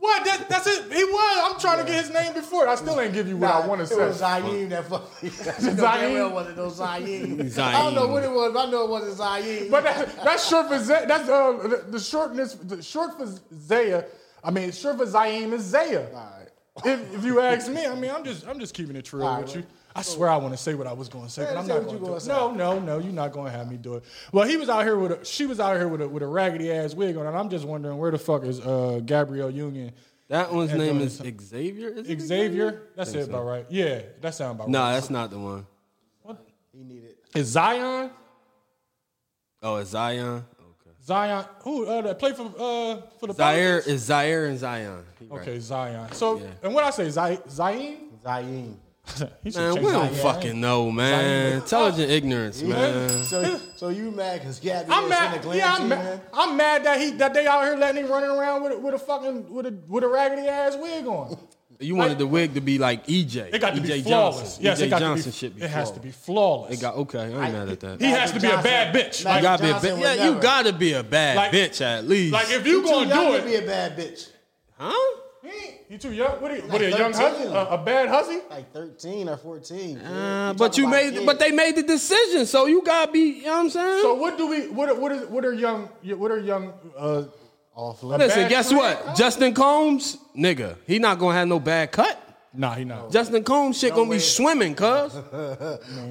A: What? That, that's it. He was. I'm trying to get his name before. it. I still ain't give you what I want to
B: It was
A: say.
B: Zayn that fucked me.
A: Zayn?
B: Zayn wasn't no Zayn. I don't know what it was. but I know it wasn't Zayn.
A: But that, that's short for Zay, that's uh, the, the shortness the short for Zaya. I mean, short for Zaim is Zaya.
B: All right.
A: if, if you ask me, I mean, I'm just I'm just keeping it true
B: All
A: with
B: right.
A: you. I swear I want to say what I was going to say,
B: Yeah,
A: but I'm
B: say
A: not
B: what you
A: going
B: gonna
A: to.
B: say.
A: No, no, no, you're not going to have me do it. Well, he was out here with a, she was out here with a, with a raggedy ass wig on, and I'm just wondering where the fuck is uh, Gabrielle Union?
C: That one's
A: And
C: name
A: doing
C: is Xavier. Is it
A: Xavier, that's
C: Think
A: it,
C: so.
A: about right. Yeah, that sound about
C: No,
A: right.
C: that's not the one.
B: He needed.
A: Is Zion?
C: Oh, it's Zion. Okay.
A: Zion? Who uh, that played for uh for the
C: Zaire
A: Pelicans?
C: is Zaire and Zion. He right.
A: Okay, Zion. So,
C: Yeah.
A: and when I say Zai- Zion,
B: Zayn.
A: he should
C: Man,
A: change
C: we don't
A: Zion.
C: fucking know, man. Intelligent ignorance, man.
B: So, so you mad because Gabby
A: I'm
B: is in the
A: mad.
B: glam
A: Yeah,
B: team,
A: I'm
B: man?
A: mad. I'm mad that he that they out here letting him running around with a, with a fucking with a with a raggedy ass wig on.
C: You wanted the wig to be like E EJ.
A: It got to
C: EJ
A: be flawless.
C: Johnson.
A: Yes,
C: EJ
A: it got
C: Johnson
A: to
C: should
A: be.
C: be
A: it has to
C: flawless.
A: be flawless.
C: It got okay. I ain't mad at that.
A: he has to be a
B: Johnson-
A: bad
B: Magic
A: bitch. Like,
C: you gotta be a
B: Johnson
C: bi-
B: would
C: yeah, you
B: never.
C: gotta be a bad
A: Like-
C: bitch at least.
A: like if you
B: Too
A: gonna
B: young
A: do
B: to be
A: it,
B: a bad bitch.
C: huh?
A: he ain't- you too young. What are you? What are you, a
B: Like
A: young hussy?
B: 13.
A: A, a bad hussy?
B: Like thirteen or fourteen. kid.
C: Uh, but
B: You talking
C: you
B: about
C: made,
B: kids.
C: but they made the decision, so you gotta be. You know what I'm saying?
A: So what do we? What are- what is? What are young? What are young? Uh,
B: off
C: Listen,
A: bad
C: guess
A: three?
C: what? Justin Combs, nigga, he not gonna have no bad cut.
A: nah, he not.
C: Justin Combs shit gonna
B: way.
C: be swimming, cuz.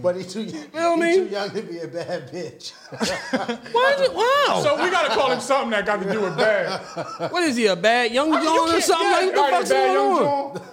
B: But he too, he
C: me?
B: too young to be a bad bitch.
C: What? is it- Wow.
A: So we gotta call him something that got to do with bad.
C: what is he a bad young
A: I mean, you
C: John or
A: can't-
C: something?
A: yeah,
C: like
A: all
C: what
A: right,
C: the fuck's
A: bad
C: going
A: young
C: on?
A: John.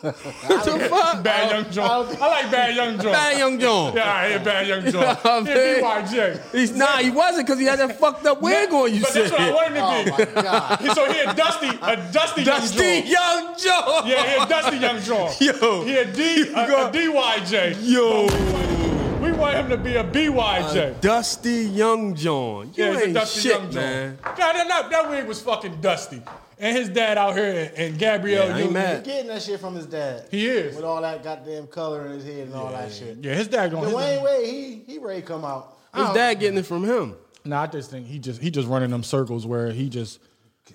C: What the fuck?
A: Bad young John. I like bad young John.
C: Bad young John.
A: Yeah, I hate bad young John.
C: Oh,
A: Yeah,
C: man.
A: BYJ.
C: He's nah, he wasn't because he had that fucked up wig on. You
A: but
C: said
A: that's what I wanted
B: oh
A: him to
B: my god!
A: be. So he had Dusty, a Dusty,
C: Dusty
A: young John.
C: Young John.
A: Yeah, he had Dusty young John.
C: Yo.
A: He had D, a, a
C: got-
A: DYJ.
C: Yo.
A: We want him to be a BYJ.
C: Dusty Young John. Uh, You
A: yeah, he's a
C: ain't
A: Dusty
C: shit,
A: young John.
C: man.
A: Nah, that, that, that wig was fucking Dusty. And his dad out here and, and Gabrielle.
C: Yeah, I ain't
A: Union.
B: He
C: mad.
B: getting that shit from his dad.
A: He is.
B: with all that goddamn color in his head and all that shit.
A: Yeah, his dad going.
B: Dwayne Wade, he he ready to come out.
C: His dad getting it from him.
A: Nah, I just think he just he just running them circles where he just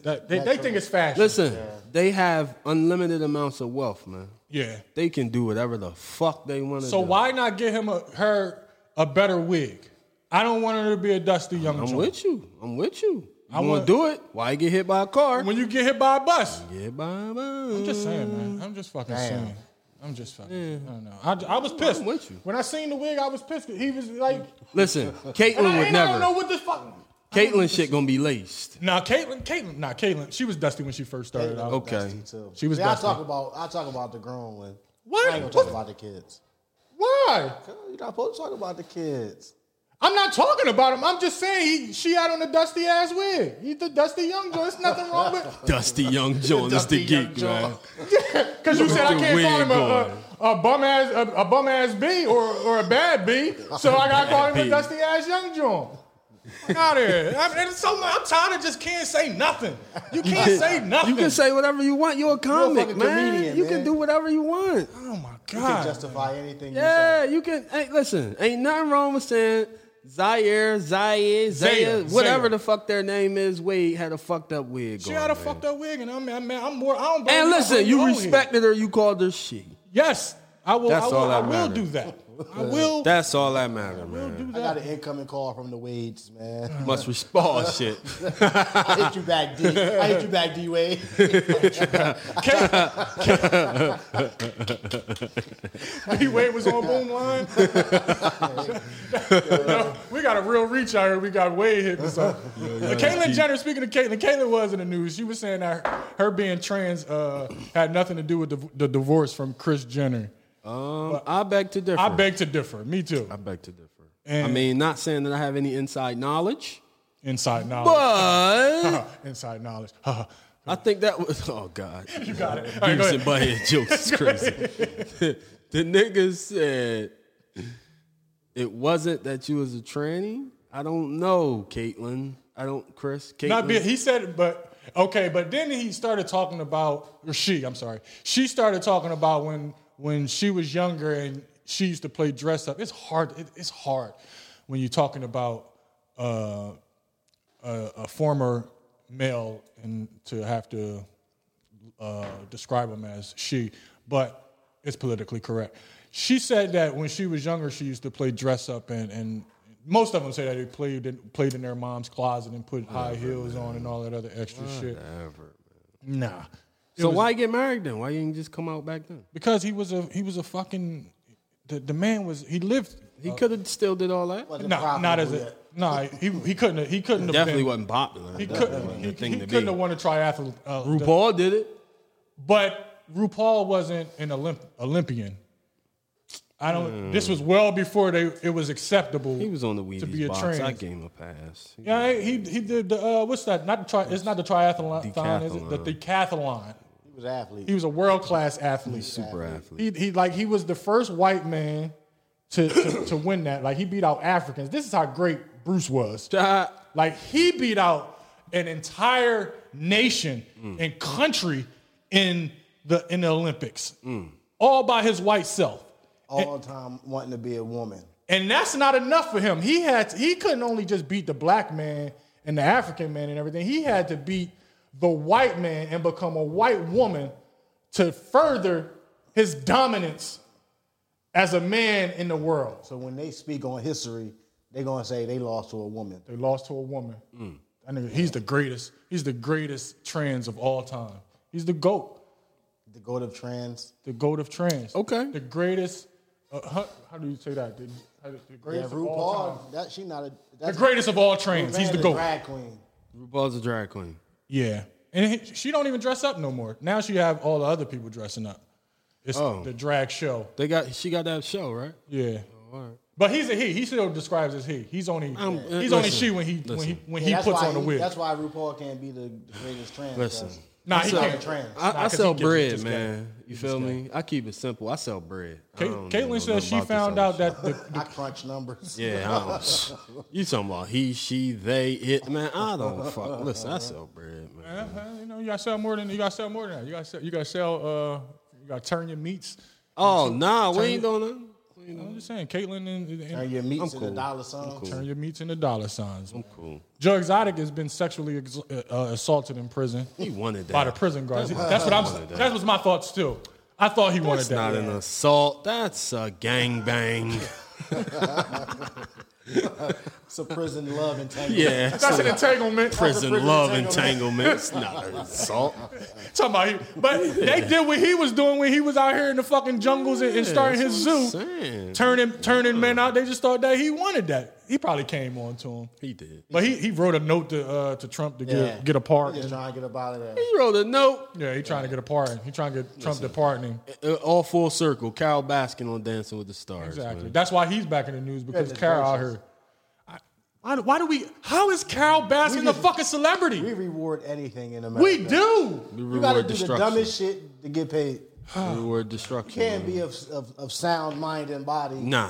A: that, they, they think it's fashion.
C: Listen, they have unlimited amounts of wealth, man.
A: yeah.
C: They can do whatever the fuck they want to
A: So
C: do.
A: why not get him a her a better wig? I don't want her to be a dusty young.
C: I'm
A: Joan.
C: with you. I'm with you. I
A: want-
C: want to do it. Why you get hit by a car?
A: When you get hit by a bus,
C: Get by, by.
A: I'm just saying,
C: Mm.
A: man. I'm just fucking saying. I'm just fucking. I don't know. I, I was pissed
C: with you.
A: when I seen the wig. I was pissed. He was like,
C: Listen,
A: and I,
C: Caitlyn would
A: and I don't know
C: never.
A: what this fuck.
C: Caitlyn shit gonna be laced.
A: Now, Caitlyn, Caitlyn, nah, Caitlyn. She was dusty when she first started out.
C: Okay.
B: So,
A: She was
B: Yeah, I
A: dusty.
B: talk about I talk about the grown one.
A: What?
B: I ain't gonna talk
A: What?
B: about the kids.
A: Why?
B: You're not supposed to talk about the kids.
A: I'm not talking about him. I'm just saying he, she had on a dusty ass wig. He's the dusty young Joe. There's nothing wrong with.
C: Dusty Young John is the
B: Dusty Young
C: geek, man.
A: Because you
C: With
A: said I
C: the
A: can't call
C: wig
A: him a, a, a bum ass a, a bum ass B or or a bad B, so I gotta call him a
C: B.
A: dusty ass young John. Out here, I mean, it's so much. I'm tired of just can't say nothing. You can't say nothing.
C: You can say whatever you want. You're a comic,
B: fucking
C: man.
B: comedian,
C: you
B: man.
C: can do whatever you want.
A: oh my
B: You can
A: god,
B: justify anything.
C: Yeah,
B: You say.
C: you can. Hey, listen, ain't nothing wrong with saying Zaire, Zaire,
A: Zaire,
C: Zaire, whatever
A: Zaire.
C: the fuck their name is. Wade had a fucked up wig.
A: she
C: on,
A: had a
C: man.
A: fucked up wig, and I'm I'm, I'm more. I don't. believe
C: And
A: I'm
C: listen, you
A: wrong here.
C: respected her. You called her she.
A: Yes, I will.
C: That's
A: I will,
C: all that
A: I will
C: matters.
A: do that. I will.
C: That's all that matters, man.
B: I got an incoming call from the Wades, man.
C: Must respond shit.
B: I hit you back, D. I hit you back, D Wade.
A: He Wade was on Boomline. we got a real reach out here. We got Wade hitting something. But Caitlyn Jenner, speaking of Caitlyn, Caitlyn was in the news. She was saying that her, her being trans uh, had nothing to do with the, the divorce from Chris Jenner.
C: Um, I beg to differ.
A: I beg to differ. Me too.
C: I beg to differ.
A: And-
C: I mean, not saying that I have any inside knowledge,
A: Inside knowledge. Uh-huh.
C: but
A: Inside knowledge.
C: I think that was. Oh God, you
A: got it. All right, go
C: Beavis and
A: ahead.
C: butthead jokes is crazy. the nigga said it wasn't that you was a tranny. I don't know, Caitlin. I don't, Chris. Caitlin.
A: Not be, he said it, but okay. But then he started talking about, or she, I'm sorry, she started talking about when when she was younger and she used to play dress up. It's hard. It, it's hard when you're talking about uh, a, a former male and to have to uh, describe him as she, but it's politically correct. She said that when she was younger, she used to play dress up, and, and most of them say that they played in, played in their mom's closet and put high heels on and all that other extra shit. Nah,
C: So why get married then? Why you didn't just come out back then?
A: because he was a he was a fucking the, the man was he lived
C: He could have still did all that.
B: Wasn't
A: no
B: profitable
A: not as
B: yet.
A: a no he he couldn't have- he couldn't have
C: Definitely
A: been-
C: wasn't popular.
A: he
C: Definitely
A: couldn't
C: wasn't
A: he,
C: the thing
A: he
C: to
A: couldn't
C: be.
A: have won a triathlon uh,
C: RuPaul did it.
A: but RuPaul wasn't an Olymp- Olympian I don't this was well before they it was acceptable
C: He was on the
A: to be
C: Wheaties
A: a
C: box.
A: trans
C: I gave him a pass. He-
A: Yeah, he he did the uh, what's that? Not the tri- it's not the triathlon, is it? The decathlon.
B: He was an athlete.
A: He was a world class athlete.
C: Super athlete.
A: He he like he was the first white man to, to to win that. Like he beat out Africans. This is how great Bruce was.
C: Ah,
A: Like he beat out an entire nation and country in the in the Olympics, all by his white self.
B: all the time wanting to be a woman.
A: And that's not enough for him. He had to- he couldn't only just beat the black man and the African man and everything. He had to beat the white man and become a white woman to further his dominance as a man in the world.
B: So when they speak on history, they're gonna say they lost to a woman.
A: They lost to a woman. That nigga, he's the greatest. He's the greatest trans of all time. He's the goat.
B: The goat of trans,
A: The goat of trans.
C: Okay.
A: The greatest. Uh, how, how do you say that? The, how do- the
B: yeah,
A: greatest of all time.
B: RuPaul. That she not a
A: The
B: that's
A: greatest of all trans. He's the
B: Rand
A: goat.
B: Drag queen.
C: RuPaul's a drag queen.
A: Yeah, and he, she don't even dress up no more. Now she have all the other people dressing up. It's
C: Oh.
A: the drag show.
C: They got she got that show right.
A: Yeah. But he's a he. He still describes as he. He's only
C: I'm-
A: he's
C: uh,
A: only
C: listen,
A: she when he when he
C: listen.
A: when
B: Yeah,
A: he
B: that's
A: puts
B: why
A: on the
B: he-
A: wig.
B: That's why RuPaul can't be the, the greatest trans.
C: Listen.
B: because
A: Nah, he
B: he's not
A: can't.
B: a trans.
A: Nah,
C: I, I
A: 'cause he
C: sell
A: gives you
C: bread,
A: just
C: man. You feel me? I keep it simple. I sell bread. I
A: Ka-
C: don't know
A: Caitlyn says
C: nothing
A: she
C: about this
A: found
C: other
A: out
C: shit.
A: that the,
B: I crunch numbers.
C: Yeah, I don't. you talking about he, she, they, it, man? I don't fuck. Listen, I sell bread, man.
A: Uh, you know you gotta sell more than you gotta sell more than that. You gotta sell, you gotta sell uh you gotta turn your meats.
C: Oh nah, we ain't doing nothing.
A: I'm just saying, Caitlyn and, and-
B: Turn your meats
C: I'm
B: to
C: cool.
B: the dollar sign.
A: turn your meats into dollar signs. man.
C: Cool.
A: Joe Exotic has been sexually ex- uh, uh, assaulted in prison.
C: He wanted that.
A: by the prison guards. That's what I'm. That was my thoughts too. I thought he wanted
C: That's
A: that.
C: not an assault. That's a gangbang.
B: It's a prison love entanglement.
C: yeah, it's
A: That's
C: a
A: an entanglement.
C: prison
B: prison
C: love entanglement.
B: entanglement.
C: It's not an assault.
A: Talking about he- but they did what he was doing when he was out here in the fucking jungles and, and starting his zoo,
C: zoo.
A: turning turning men out. They just thought that he wanted that. He probably came on to him,
C: He did.
A: but he, he wrote a note to uh, to Trump to get
B: Yeah.
A: get a pardon.
B: Just trying to get up out of there.
C: He wrote a note.
A: Yeah, he trying to get a pardon. He trying to get Trump to pardon him.
C: Uh, All full circle. Carol Baskin on Dancing with the Stars.
A: Exactly.
C: man.
A: That's why he's back in the news because
B: Goodness
A: Carol out
B: gracious.
A: here. I- Why, do- why do we? How is Carol Baskin a
B: just-
A: fucking celebrity?
B: We reward anything in America.
A: we do.
C: We
B: You gotta
C: reward
B: do the
C: destruction.
B: dumbest shit to get paid.
C: We reward destruction.
B: Can't
C: man.
B: be of, of, of sound mind and body
C: Nah.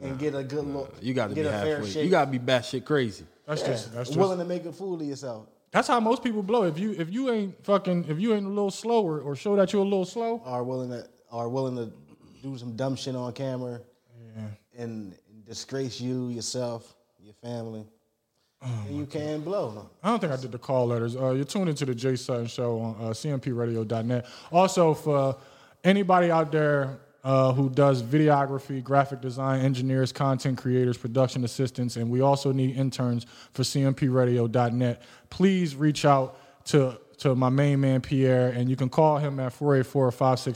B: and get a good look.
C: You got to be
B: get a fair
C: halfway.
B: shake.
C: You got to be batshit crazy.
A: That's just that's just
B: willing to make a fool of yourself.
A: that's how most people blow. If you if you ain't fucking if you ain't a little slower or show that you're a little slow,
B: Are willing to are willing to do some dumb shit on camera and disgrace you, yourself, your family.
C: Oh
B: and you can blow.
A: I don't think I did the call letters. Uh, you're tuned into the Jay Sutton Show on uh, CMPRadio.net. Also, for anybody out there uh, who does videography, graphic design, engineers, content creators, production assistants, and we also need interns for CMPRadio.net, please reach out to to my main man Pierre, and you can call him at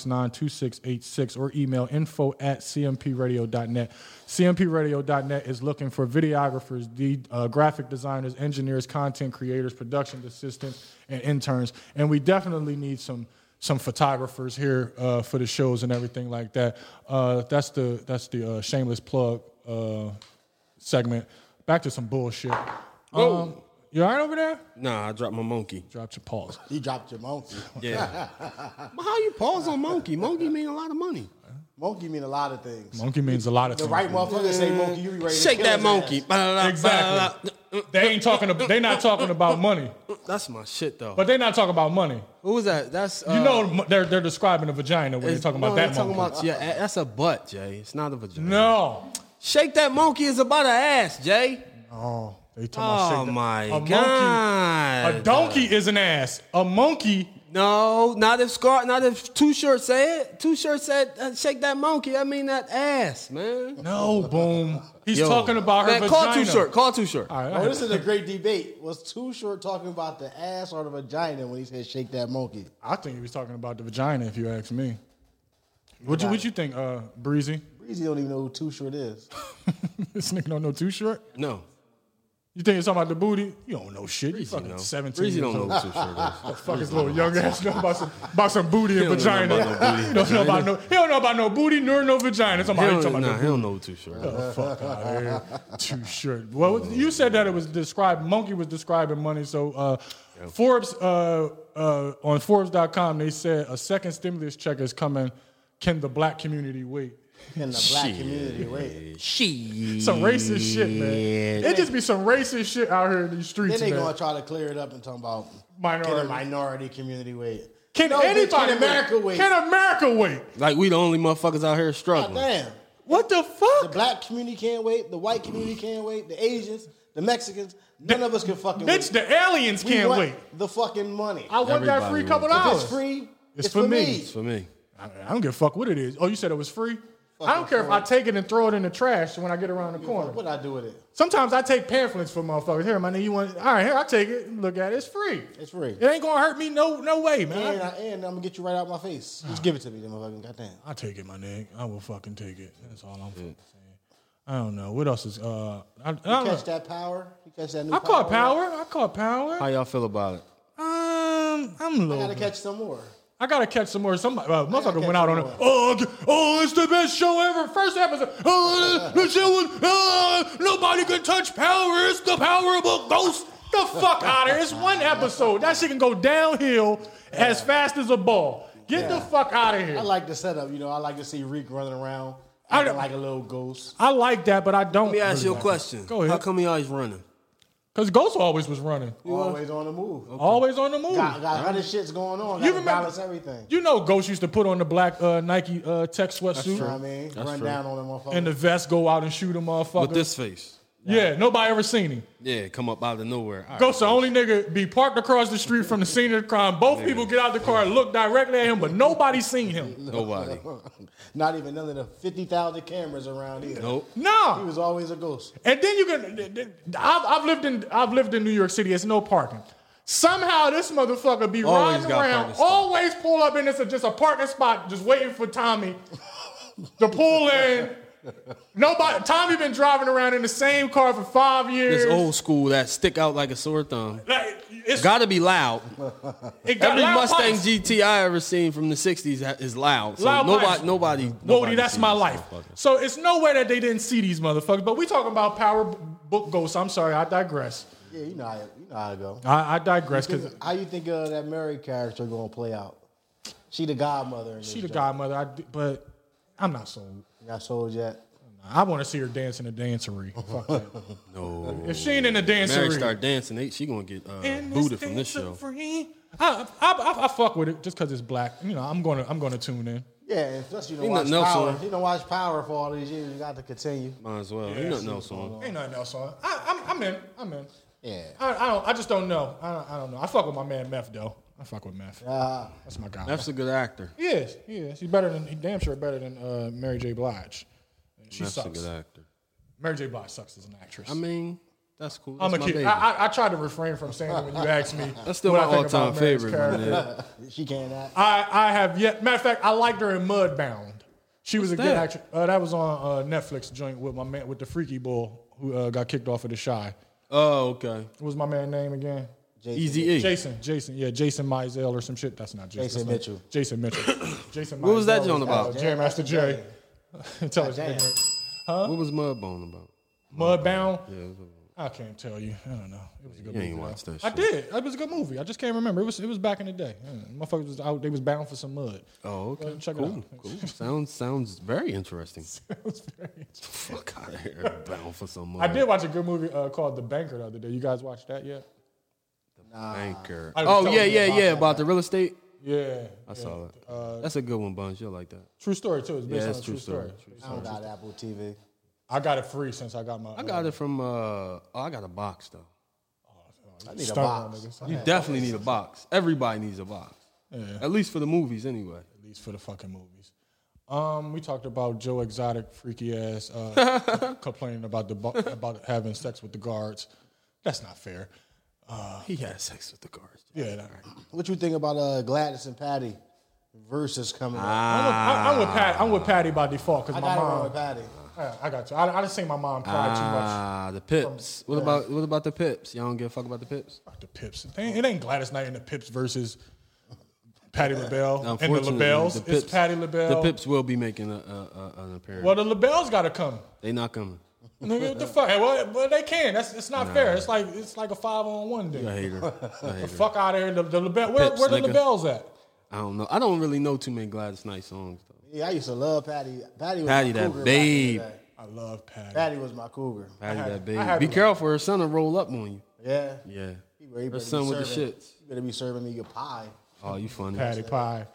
A: 484-569-2686 or email info at cmpradio.net. cmpradio.net is looking for videographers, the, uh, graphic designers, engineers, content creators, production assistants, and interns. And we definitely need some some photographers here uh, for the shows and everything like that. Uh, that's the that's the uh, shameless plug uh, segment. Back to some bullshit. Um, you all right over there?
C: Nah, I dropped my monkey.
A: Dropped your pause.
B: You dropped your monkey.
C: Yeah. but how you pause on monkey? Monkey mean a lot of money.
B: monkey mean a lot of things.
A: Monkey means a lot of
B: The
A: things.
B: right motherfucker say monkey, you be ready to
C: Shake
B: kill
C: that
B: his
C: monkey.
B: ass.
C: Ba-da-da,
A: Exactly.
C: ba-da-da.
A: They ain't talking. About, they not talking about money,
C: That's my shit though.
A: but they not talking about money.
C: Who was that? That's uh,
A: You know, m- they're they're describing a vagina when they're
C: it's-
A: talking
C: no,
A: about
C: they're
A: that.
C: Talking
A: monkey.
C: about your ass. That's a butt, Jay. It's not a vagina.
A: no.
C: Shake that monkey is about an ass, Jay.
A: Oh, they talking
C: Oh
A: about shit.
C: my
A: a monkey-
C: god.
A: a donkey is an ass. A monkey
C: No, not if Scar, not if Two Short said. Two Short said, uh, "Shake that monkey." I mean that ass, man.
A: No, boom. He's
C: Yo.
A: talking about her
C: man,
A: vagina.
C: Call Two Short. Call Two Short.
A: All right,
B: Oh,
A: all right.
B: this is a great debate. Was Too Short talking about the ass or the vagina when he said shake that monkey?
A: I think he was talking about the vagina, if you ask me. What you what you think, uh, Breezy?
B: Breezy don't even know who Too Short is.
A: this nigga don't know too short.
C: No,
A: You think he's talking about the booty? You don't know shit. You fucking
C: no.
A: seventeen.
C: Breezy
A: years
C: don't know what
A: old.
C: Two Short is.
A: Fuck his little young ass know about some about some booty and
C: don't know
A: vagina.
C: about no booty
A: He don't know about no. He don't know about no booty nor no vagina.
C: He
A: Somebody talking
C: don't,
A: about
C: nah,
A: no
C: he don't know what Two Short. Is.
A: the fuck out of here. Too short. Well, you said that it was described. Monkey was describing money. So uh, Forbes uh, uh, on Forbes.com, they said a second stimulus check is coming. Can the black community wait?
B: In the black community, wait.
A: Some racist shit, man. It just be some racist shit out here in these streets,
B: Then they
A: man.
B: gonna try to clear it up and talk about
A: Minority.
B: Can the minority community wait?
A: Can
B: No, bitch,
A: anybody?
B: Can America wait?
A: Can America wait?
C: Like we the only motherfuckers out here
B: God
C: struggling.
B: damn.
A: What
B: The
A: the fuck?
B: black community can't wait. The white community can't wait. The Asians, the Mexicans, none of us can fucking wait.
A: Bitch, the aliens
B: We
A: can't
B: want
A: wait.
B: The fucking money.
A: I want that
C: Everybody
A: free couple
C: wants
B: If
A: dollars.
B: it's free.
A: It's for me.
C: It's for me.
A: I I don't give a fuck what it is. Oh, you said it was free? I don't care if I take it and throw it in the trash when I get around the corner.
B: What I do with it?
A: Sometimes I take pamphlets for motherfuckers. Here, my nigga, you want? All right, here I take it. Look at it. It's free.
B: It's free.
A: It ain't gonna hurt me. No, no way, man.
B: And, I, and I'm gonna get you right out my face. Just give it to me, then motherfucking goddamn.
A: I, I take it, my nigga. I will fucking take it. That's all I'm fucking saying. I don't know what else is. Uh, I, I, don't know.
B: Catch that power. You catch that new
A: I caught power. I caught power.
C: How y'all feel about it?
A: Um, I'm a
B: I
A: little.
B: gotta catch some more.
A: I gotta catch some more. Somebody, uh,
B: gotta
A: motherfucker
B: catch
A: went out
B: some
A: on
B: more.
A: it. Oh, okay. oh, it's the best show ever. First episode. Oh, the show was. Oh, nobody can touch power. It's the power of a ghost. The fuck out of here. It's one episode. That shit can go downhill as fast as a ball. Get the fuck out of here.
B: I like the setup. You know, I like to see Reek running around.
A: I
B: acting
A: don't-
B: like a little ghost.
A: I like that, but I don't.
C: Let me ask
A: really
C: you a
A: like
C: question.
A: it. Go ahead.
C: How come he always running?
A: Because Ghost always was running,
B: Always on the move.
A: always on the move.
B: Got, got a hundred shits going on.
A: You
B: You
A: remember-
B: remember balance everything.
A: You know, Ghost used to put on the black uh, Nike uh, tech
B: You know what I
A: sweatsuit
B: mean? Run down on them motherfuckers.
A: and the vest, go out and shoot a motherfucker.
C: With this face.
A: Yeah, nobody ever seen him.
C: Yeah, come up out of nowhere. All
A: Ghost, the only nigga, be parked across the street from the scene of the crime. Both people get out the car and look directly at him, but nobody seen him.
C: Nobody.
B: Not even none of the fifty thousand cameras around either.
C: Nope.
B: He
A: No,
B: was always a ghost.
A: and then you can. I've, I've lived in I've lived in New York City. It's no parking. Somehow this motherfucker be
C: Always
A: riding
C: got
A: around,
C: parking spot.
A: always pull up in this just a parking spot, just waiting for Tommy to pull in. Nobody, Tommy been driving around in the same car for five years.
C: This old school that stick out like a sore thumb.
A: Like, it's,
C: Gotta be loud.
A: it got
C: Every
A: loud
C: Mustang
A: pipes.
C: GT I ever seen from the '60s ha- is loud. So
A: Loud
C: nobody,
A: pipes.
C: nobody,
A: Woody,
C: nobody
A: that's
C: sees
A: my
C: this
A: life.
C: motherfucker.
A: So it's no way that they didn't see these motherfuckers. But we talking about power b- book ghosts. I'm sorry, I digress.
B: Yeah, you know how you know how it go.
A: I, I digress because
B: How you think uh, that Mary character gonna play out? She the godmother. In
A: she the
B: this
A: godmother. I d but I'm not sold.
B: joint. Not sold yet.
A: I want to see her dance in the dancery. Fuck that. no. If she ain't in the dancery,
C: Mary start dancing. They, she gonna get uh,
A: in
C: booted from this show.
A: dancery. I, I, I, I fuck with it just because it's black. You know, I'm gonna I'm gonna tune in.
B: Yeah, and plus you don't
C: Ain't
B: watch
C: nothing else
B: power.
C: on.
B: You don't watch power for all these years. You got to continue.
C: Might as well. Ain't nothing else on.
A: Ain't nothing else on. I, I'm, I'm in. I'm in.
B: Yeah.
A: I, I don't. I just don't know. I don't, I don't know. I fuck with my man Meth though. I fuck with Meth.
B: Uh,
A: That's my guy.
C: That's a good actor.
A: He is. He is. He's better than. He damn sure better than uh, Mary J. Blige. She
C: That's a
A: sucks.
C: good actor.
A: Mary J. Blige sucks as an actress.
C: I mean, that's cool.
A: I'm
C: That's my
A: a kid.
C: baby.
A: I, I, I tried to refrain from saying it when you asked me.
C: that's still
A: what
C: my
A: I think
C: all-time
A: about Mary's
C: favorite.
A: character.
C: man.
B: she can't act.
A: I, I have yet. Matter of fact, I liked her in Mudbound. She was a good
C: that?
A: actress. Uh, that was on uh, Netflix joint with my man with the freaky bull who uh, got kicked off of the shy.
C: Oh, okay.
A: What was my man name again?
C: Easy E.
A: Jason. Jason. Yeah, Jason Mizell or some shit. That's not Jason.
B: Jason
A: That's not-
B: Mitchell.
A: Jason Mitchell. Jason.
C: What was that
A: Mizell
C: joint about?
A: uh, Jam Master Jerry. Tell us.
B: Damn.
C: What was Mudbone about?
A: Mudbound. I can't tell you. I don't know. It was a good
C: You
A: movie.
C: ain't watched that
A: I
C: shit.
A: did. It was a good movie. I just can't remember. It was it was back in the day. Mm, Motherfuckers was out. They was bound for some mud.
C: Oh, okay.
A: Well, check it
C: cool.
A: out.
C: Cool. Sounds sounds very interesting.
A: It was very interesting.
C: Fuck out of here. Bound for some money.
A: I did watch a good movie uh, called The Banker the other day. You guys watched that yet?
C: Anchor.
A: I was
C: Oh
A: telling
C: yeah,
A: you
C: yeah,
A: about
C: yeah. About the real estate.
A: Yeah.
C: I saw that. That's a good one, Bunch. You'll like that.
A: True story too. It's based
C: Yeah,
A: on
C: that's
A: a true, story.
B: I don't got Apple TV.
A: I got it free since I got my.
C: I got it from. Uh, oh, I got a box though.
B: I need a
A: Start
B: box.
C: You definitely need a box. Everybody needs a box. At least for the movies, anyway.
A: at least for the fucking movies. Um, we talked about Joe Exotic freaky ass uh, complaining about the bu- about having sex with the guards. That's not fair.
C: He had sex with the guards.
A: Yeah, that-
B: What you think about uh, Gladys and Patty versus coming
C: Ah,
B: up?
A: I'm, with, I'm with Patty. I'm with Patty by default because
B: I
A: my
B: got it with
A: mom.
B: Patty.
A: Yeah, I got you. I, I just seen my mom cry too much.
C: Ah, the Pips. What about what about the Pips? Y'all don't give a fuck about the Pips?
A: Fuck the Pips. It ain't, it ain't Gladys Knight and the Pips versus Patty LaBelle and the
C: Unfortunately,
A: LaBelles.
C: the
A: it's Patty LaBelle.
C: The Pips will be making a, a, a, an appearance.
A: Well, the LaBelles got to come.
C: they not coming.
A: Nigga, what the fuck? Well, well, they can. That's it's not fair. It's like it's like a five on one
C: I
A: day.
C: hate her. I hate her.
A: Fuck out of here. The, the LaBelle. Where,
C: Pips,
A: where the
C: nigga.
A: LaBelles at?
C: I don't know. I don't really know too many Gladys Knight songs though.
B: Yeah, I used to love Patty. Patty was
C: Patty
B: my
C: that
B: cougar back in
C: babe.
B: the day.
A: I love Patty.
B: Patty was my cougar.
C: Patty
A: had-
C: that
A: I
C: baby.
A: had
C: Be
A: to-
C: careful, her son will roll up on you.
B: Yeah.
C: Yeah.
B: He better- he
C: Her
B: better
C: son
B: be
C: with the
B: serving-
C: shits.
B: You better be serving me your pie.
C: Oh, you funny.
A: Patty Pie.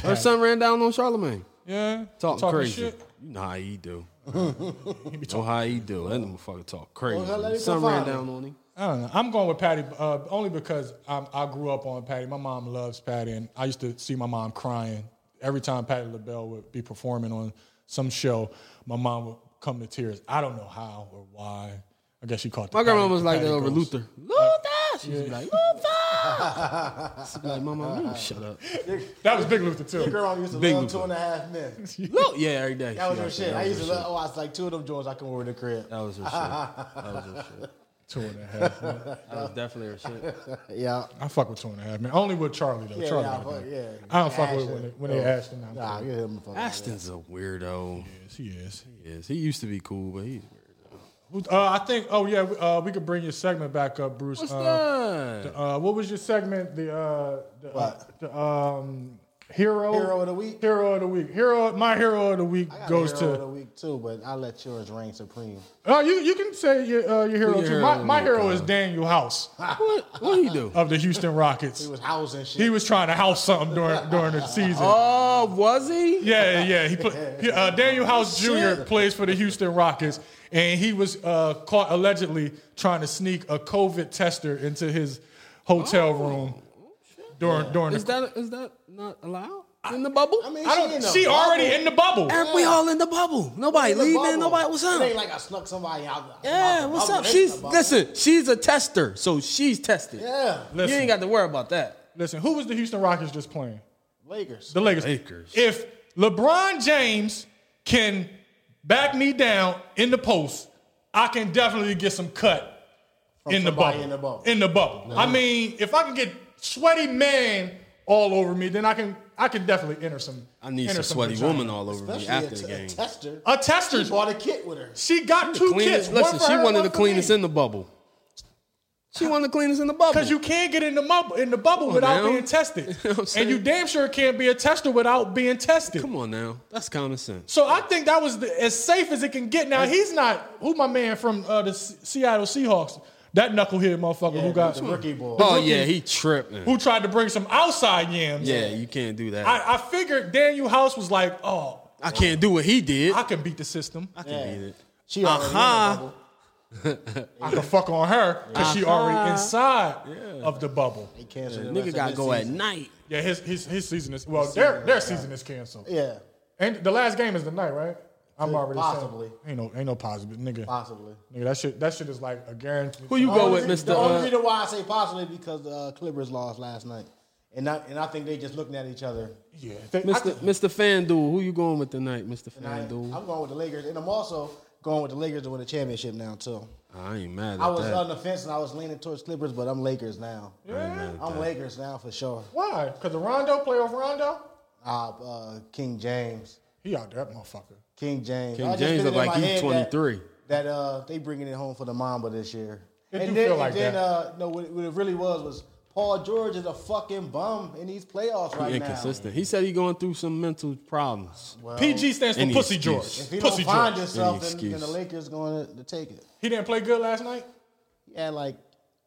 C: Her son ran down on Charlemagne.
A: Yeah.
C: Talking, crazy.
A: shit.
C: You know how he do. you know how he do. That motherfucker talk crazy.
B: that lady
C: son
B: come
C: ran
B: find me?
C: down on him.
A: I don't know. I'm going with Patty uh, only because I'm, I grew up on Patty. My mom loves Patty, and I used to see my mom crying every time Patty LaBelle would be performing on some show. My mom would come to tears. I don't know how or why. I guess she caught. The
C: My
A: Patty-
C: grandma was
A: the
C: like
A: Patty
C: that over
A: ghost.
C: Luther. Luther! She was like, Luther! She'd be like, Mama, you shut up.
A: That was Big Luther too.
B: Girl, I used to
C: Big
B: love
C: Luther.
B: two and a half men.
C: Look, yeah, every day.
B: That was
C: She out there.
B: her shit. I
C: That was
B: used
C: her
B: to
C: shit. Uh,
B: love, oh, I was like two of them joints I come over to the crib.
C: That was her shit. That was her shit.
A: Two and a half. Man.
C: That was definitely her shit.
B: Yeah.
A: I fuck with two and a half. Man, only with Charlie though.
B: Yeah,
A: Charlie.
B: yeah, I
A: got
B: fuck-
A: that.
B: yeah.
A: I don't fuck with
B: Ashton.
A: when they, when they asked him.
B: Nah, get him a fucking.
C: Ashton's a weirdo.
A: Yes, he is.
C: He is. He used to be cool, but he's weird.
A: Uh, I think. Oh yeah, uh, we could bring your segment back up, Bruce.
C: What's
A: Uh,
C: that?
A: Uh, what was your segment? The uh, the,
B: What?
A: the um, hero
B: Hero of the week?
A: Hero of the week. Hero. My hero of the week
B: I got a
A: goes
B: hero of the
A: to.
B: week too, but I let yours reign supreme.
A: Oh, you you can say your uh, your hero
C: your
A: too.
C: hero of
A: my
C: the
A: my
C: week,
A: hero
C: uh,
A: is Daniel House
C: what? What do you do?
A: of the Houston
B: He
A: Rockets.
B: was housing shit.
A: He was trying to house something during during the season.
C: Oh, was he?
A: Yeah, yeah. He play, he- uh, Daniel House Jr. plays for the Houston Rockets, and he was uh, caught allegedly trying to sneak a COVID tester into his hotel room during during
C: Oh, Is
A: the.
C: that is that not allowed in the bubble?
B: I mean,
A: I
B: she, in
A: don't.
B: the
A: She
B: bubble.
A: already in the bubble.
C: Eric, we all in the bubble. Nobody
B: In the
C: leaving.
B: bubble.
C: Nobody. What's
B: It ain't
C: up?
B: like I snuck somebody out. out
C: Yeah,
B: the
C: what's
B: bubble.
C: up?
B: It's in the
C: She's
B: bubble.
C: listen. She's a tester, so she's tested.
B: Yeah,
C: You
A: Listen.
C: ain't got to worry about that.
A: Listen, who was the Houston Rockets just playing?
B: Lakers.
A: The Lakers.
C: Lakers.
A: If LeBron James can back me down in the post, I can definitely get some cut
B: From
A: in the,
B: somebody
A: bubble,
B: In the bubble.
A: In the bubble. I mean, if I can get sweaty man all over me, then I can I can definitely enter some.
C: I need
A: enter
C: some sweaty
A: vagina.
C: woman all over me
B: Especially
C: after
B: a
C: the
B: t- a
C: game.
B: tester.
A: A tester.
B: She bought a kit with her.
A: She got two kids.
C: Cleanest, listen, she wanted the cleanest in the bubble. She wanted the cleanest in the bubble.
A: Because you can't get in the bubble in the bubble
C: on
A: without
C: now.
A: being tested,
C: You know what I'm
A: and
C: saying?
A: you damn sure can't be a tester without being tested.
C: Come on now, that's common sense.
A: So I think that was the, as safe as it can get. Now he's not who my man from uh, the Se- Seattle Seahawks, that knucklehead motherfucker
B: Yeah,
A: who got
B: the rookie boy.
C: Oh yeah, he tripping.
A: who tried to bring some outside yams.
C: Yeah, you can't do that. I,
A: I, I figured Daniel House was like, oh,
C: can't do what he did.
A: I can beat the system.
B: Yeah.
C: it.
B: She already
C: Uh-huh.
B: in the bubble.
A: I can fuck on her because she already inside of the bubble.
B: They canceled the rest
C: Nigga
B: of
C: got to
B: this
C: go at
B: season.
C: night.
A: Yeah, his his, his season is well, their their season is canceled.
B: Yeah,
A: And the last game is tonight, right? I'm already saying-
B: Possibly.
A: ain't no ain't no positive nigga.
B: possibly.
A: Nigga, that shit that shit is like a guarantee.
C: Who you go with,
B: Only-
C: Mister?
B: The only
C: Uh,
B: reason why I say possibly because the uh, Clippers lost last night, and I, and I think they just looking at each other.
A: Yeah, they- I
C: Mister Mister FanDuel? Who you going with tonight, Mister
B: And I,
C: FanDuel?
B: I'm going with the Lakers, and I'm also going with the Lakers to win the championship now too.
C: I ain't mad at
B: I was
C: that.
B: on the fence and I was leaning towards Clippers, but I'm Lakers now. I'm Lakers now for sure.
A: Why? Because the Rondo playoff Rondo,
B: Uh, uh, King James.
A: he out there, that motherfucker.
B: King James.
C: King
B: I just
C: James
B: feel
C: look
B: in
C: like
B: my
C: he's
B: head that-
C: 23.
B: That, uh, they bringing it home for the Mamba this year.
A: It do
B: and
A: feel
B: then,
A: like
B: and then
A: that.
B: uh, no, what, what it really was was Paul George is a fucking bum in these playoffs right now.
C: Inconsistent. He said he going through some mental problems.
A: PG stands for
C: any
A: Pussy
C: excuse.
A: George.
B: If he
A: Pussy
B: don't find
A: George.
C: Any
B: himself, then, then the
C: excuse.
B: Lakers going to, to take it.
A: He didn't play good last night.
B: Yeah, like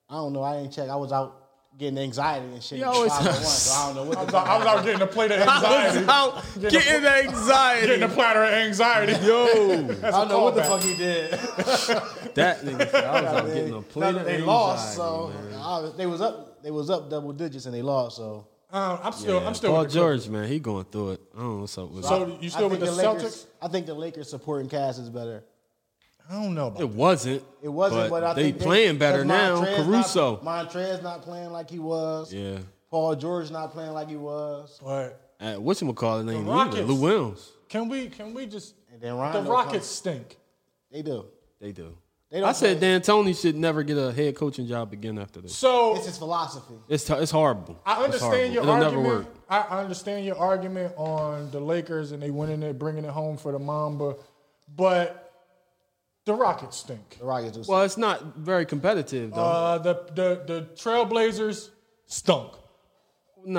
B: I don't know. I didn't check. I was out getting anxiety and shit.
C: He
B: at
C: always-
B: five and one, so I don't know what.
A: I
B: the
A: was
B: fuck
A: out, I was out getting a plate of anxiety,
C: out getting the anxiety.
A: getting a platter of anxiety. Um,
C: Yo,
B: I don't know what the fuck he did.
C: that nigga. Said, I was out
B: They,
C: getting a plate
B: they
C: of
B: lost,
C: anxiety,
B: so I was- they was up. They was up double digits and they lost. So
A: Uh, I'm still, I'm still
C: Paul
A: with the Clippers.
C: George, man, he going through it. I don't know what's up with
A: So
C: him.
A: you still with the,
B: Lakers,
A: Celtics?
B: I think the Lakers supporting cast is better.
A: I don't know. About
C: It wasn't.
B: It wasn't, but, I
C: they
B: think
C: playing better
B: 'cause
C: now.
B: Montrez
C: Caruso.
B: Not, Montrez not playing like he was.
C: yeah.
B: Paul George not playing like he was.
A: But
C: Uh, what's him call his name?
A: Rockets.
C: Lou Williams.
A: can we, can we just?
B: And then
A: The
B: Rondo
A: Rockets stink.
B: They do.
C: They do.
B: They don't
C: I said
B: play.
C: Dan Tony should never get a head coaching job again after this.
A: So
B: It's his philosophy.
C: It's t- it's horrible.
A: I
C: It's
A: understand
C: horrible.
A: your
C: It'll
A: argument.
C: never work.
A: I I understand your argument on the Lakers and they winning it, bringing it home for the Mamba, but the Rockets stink.
B: The Rockets do.
C: Well, it's not very competitive though.
A: Uh, the the the Trailblazers stunk.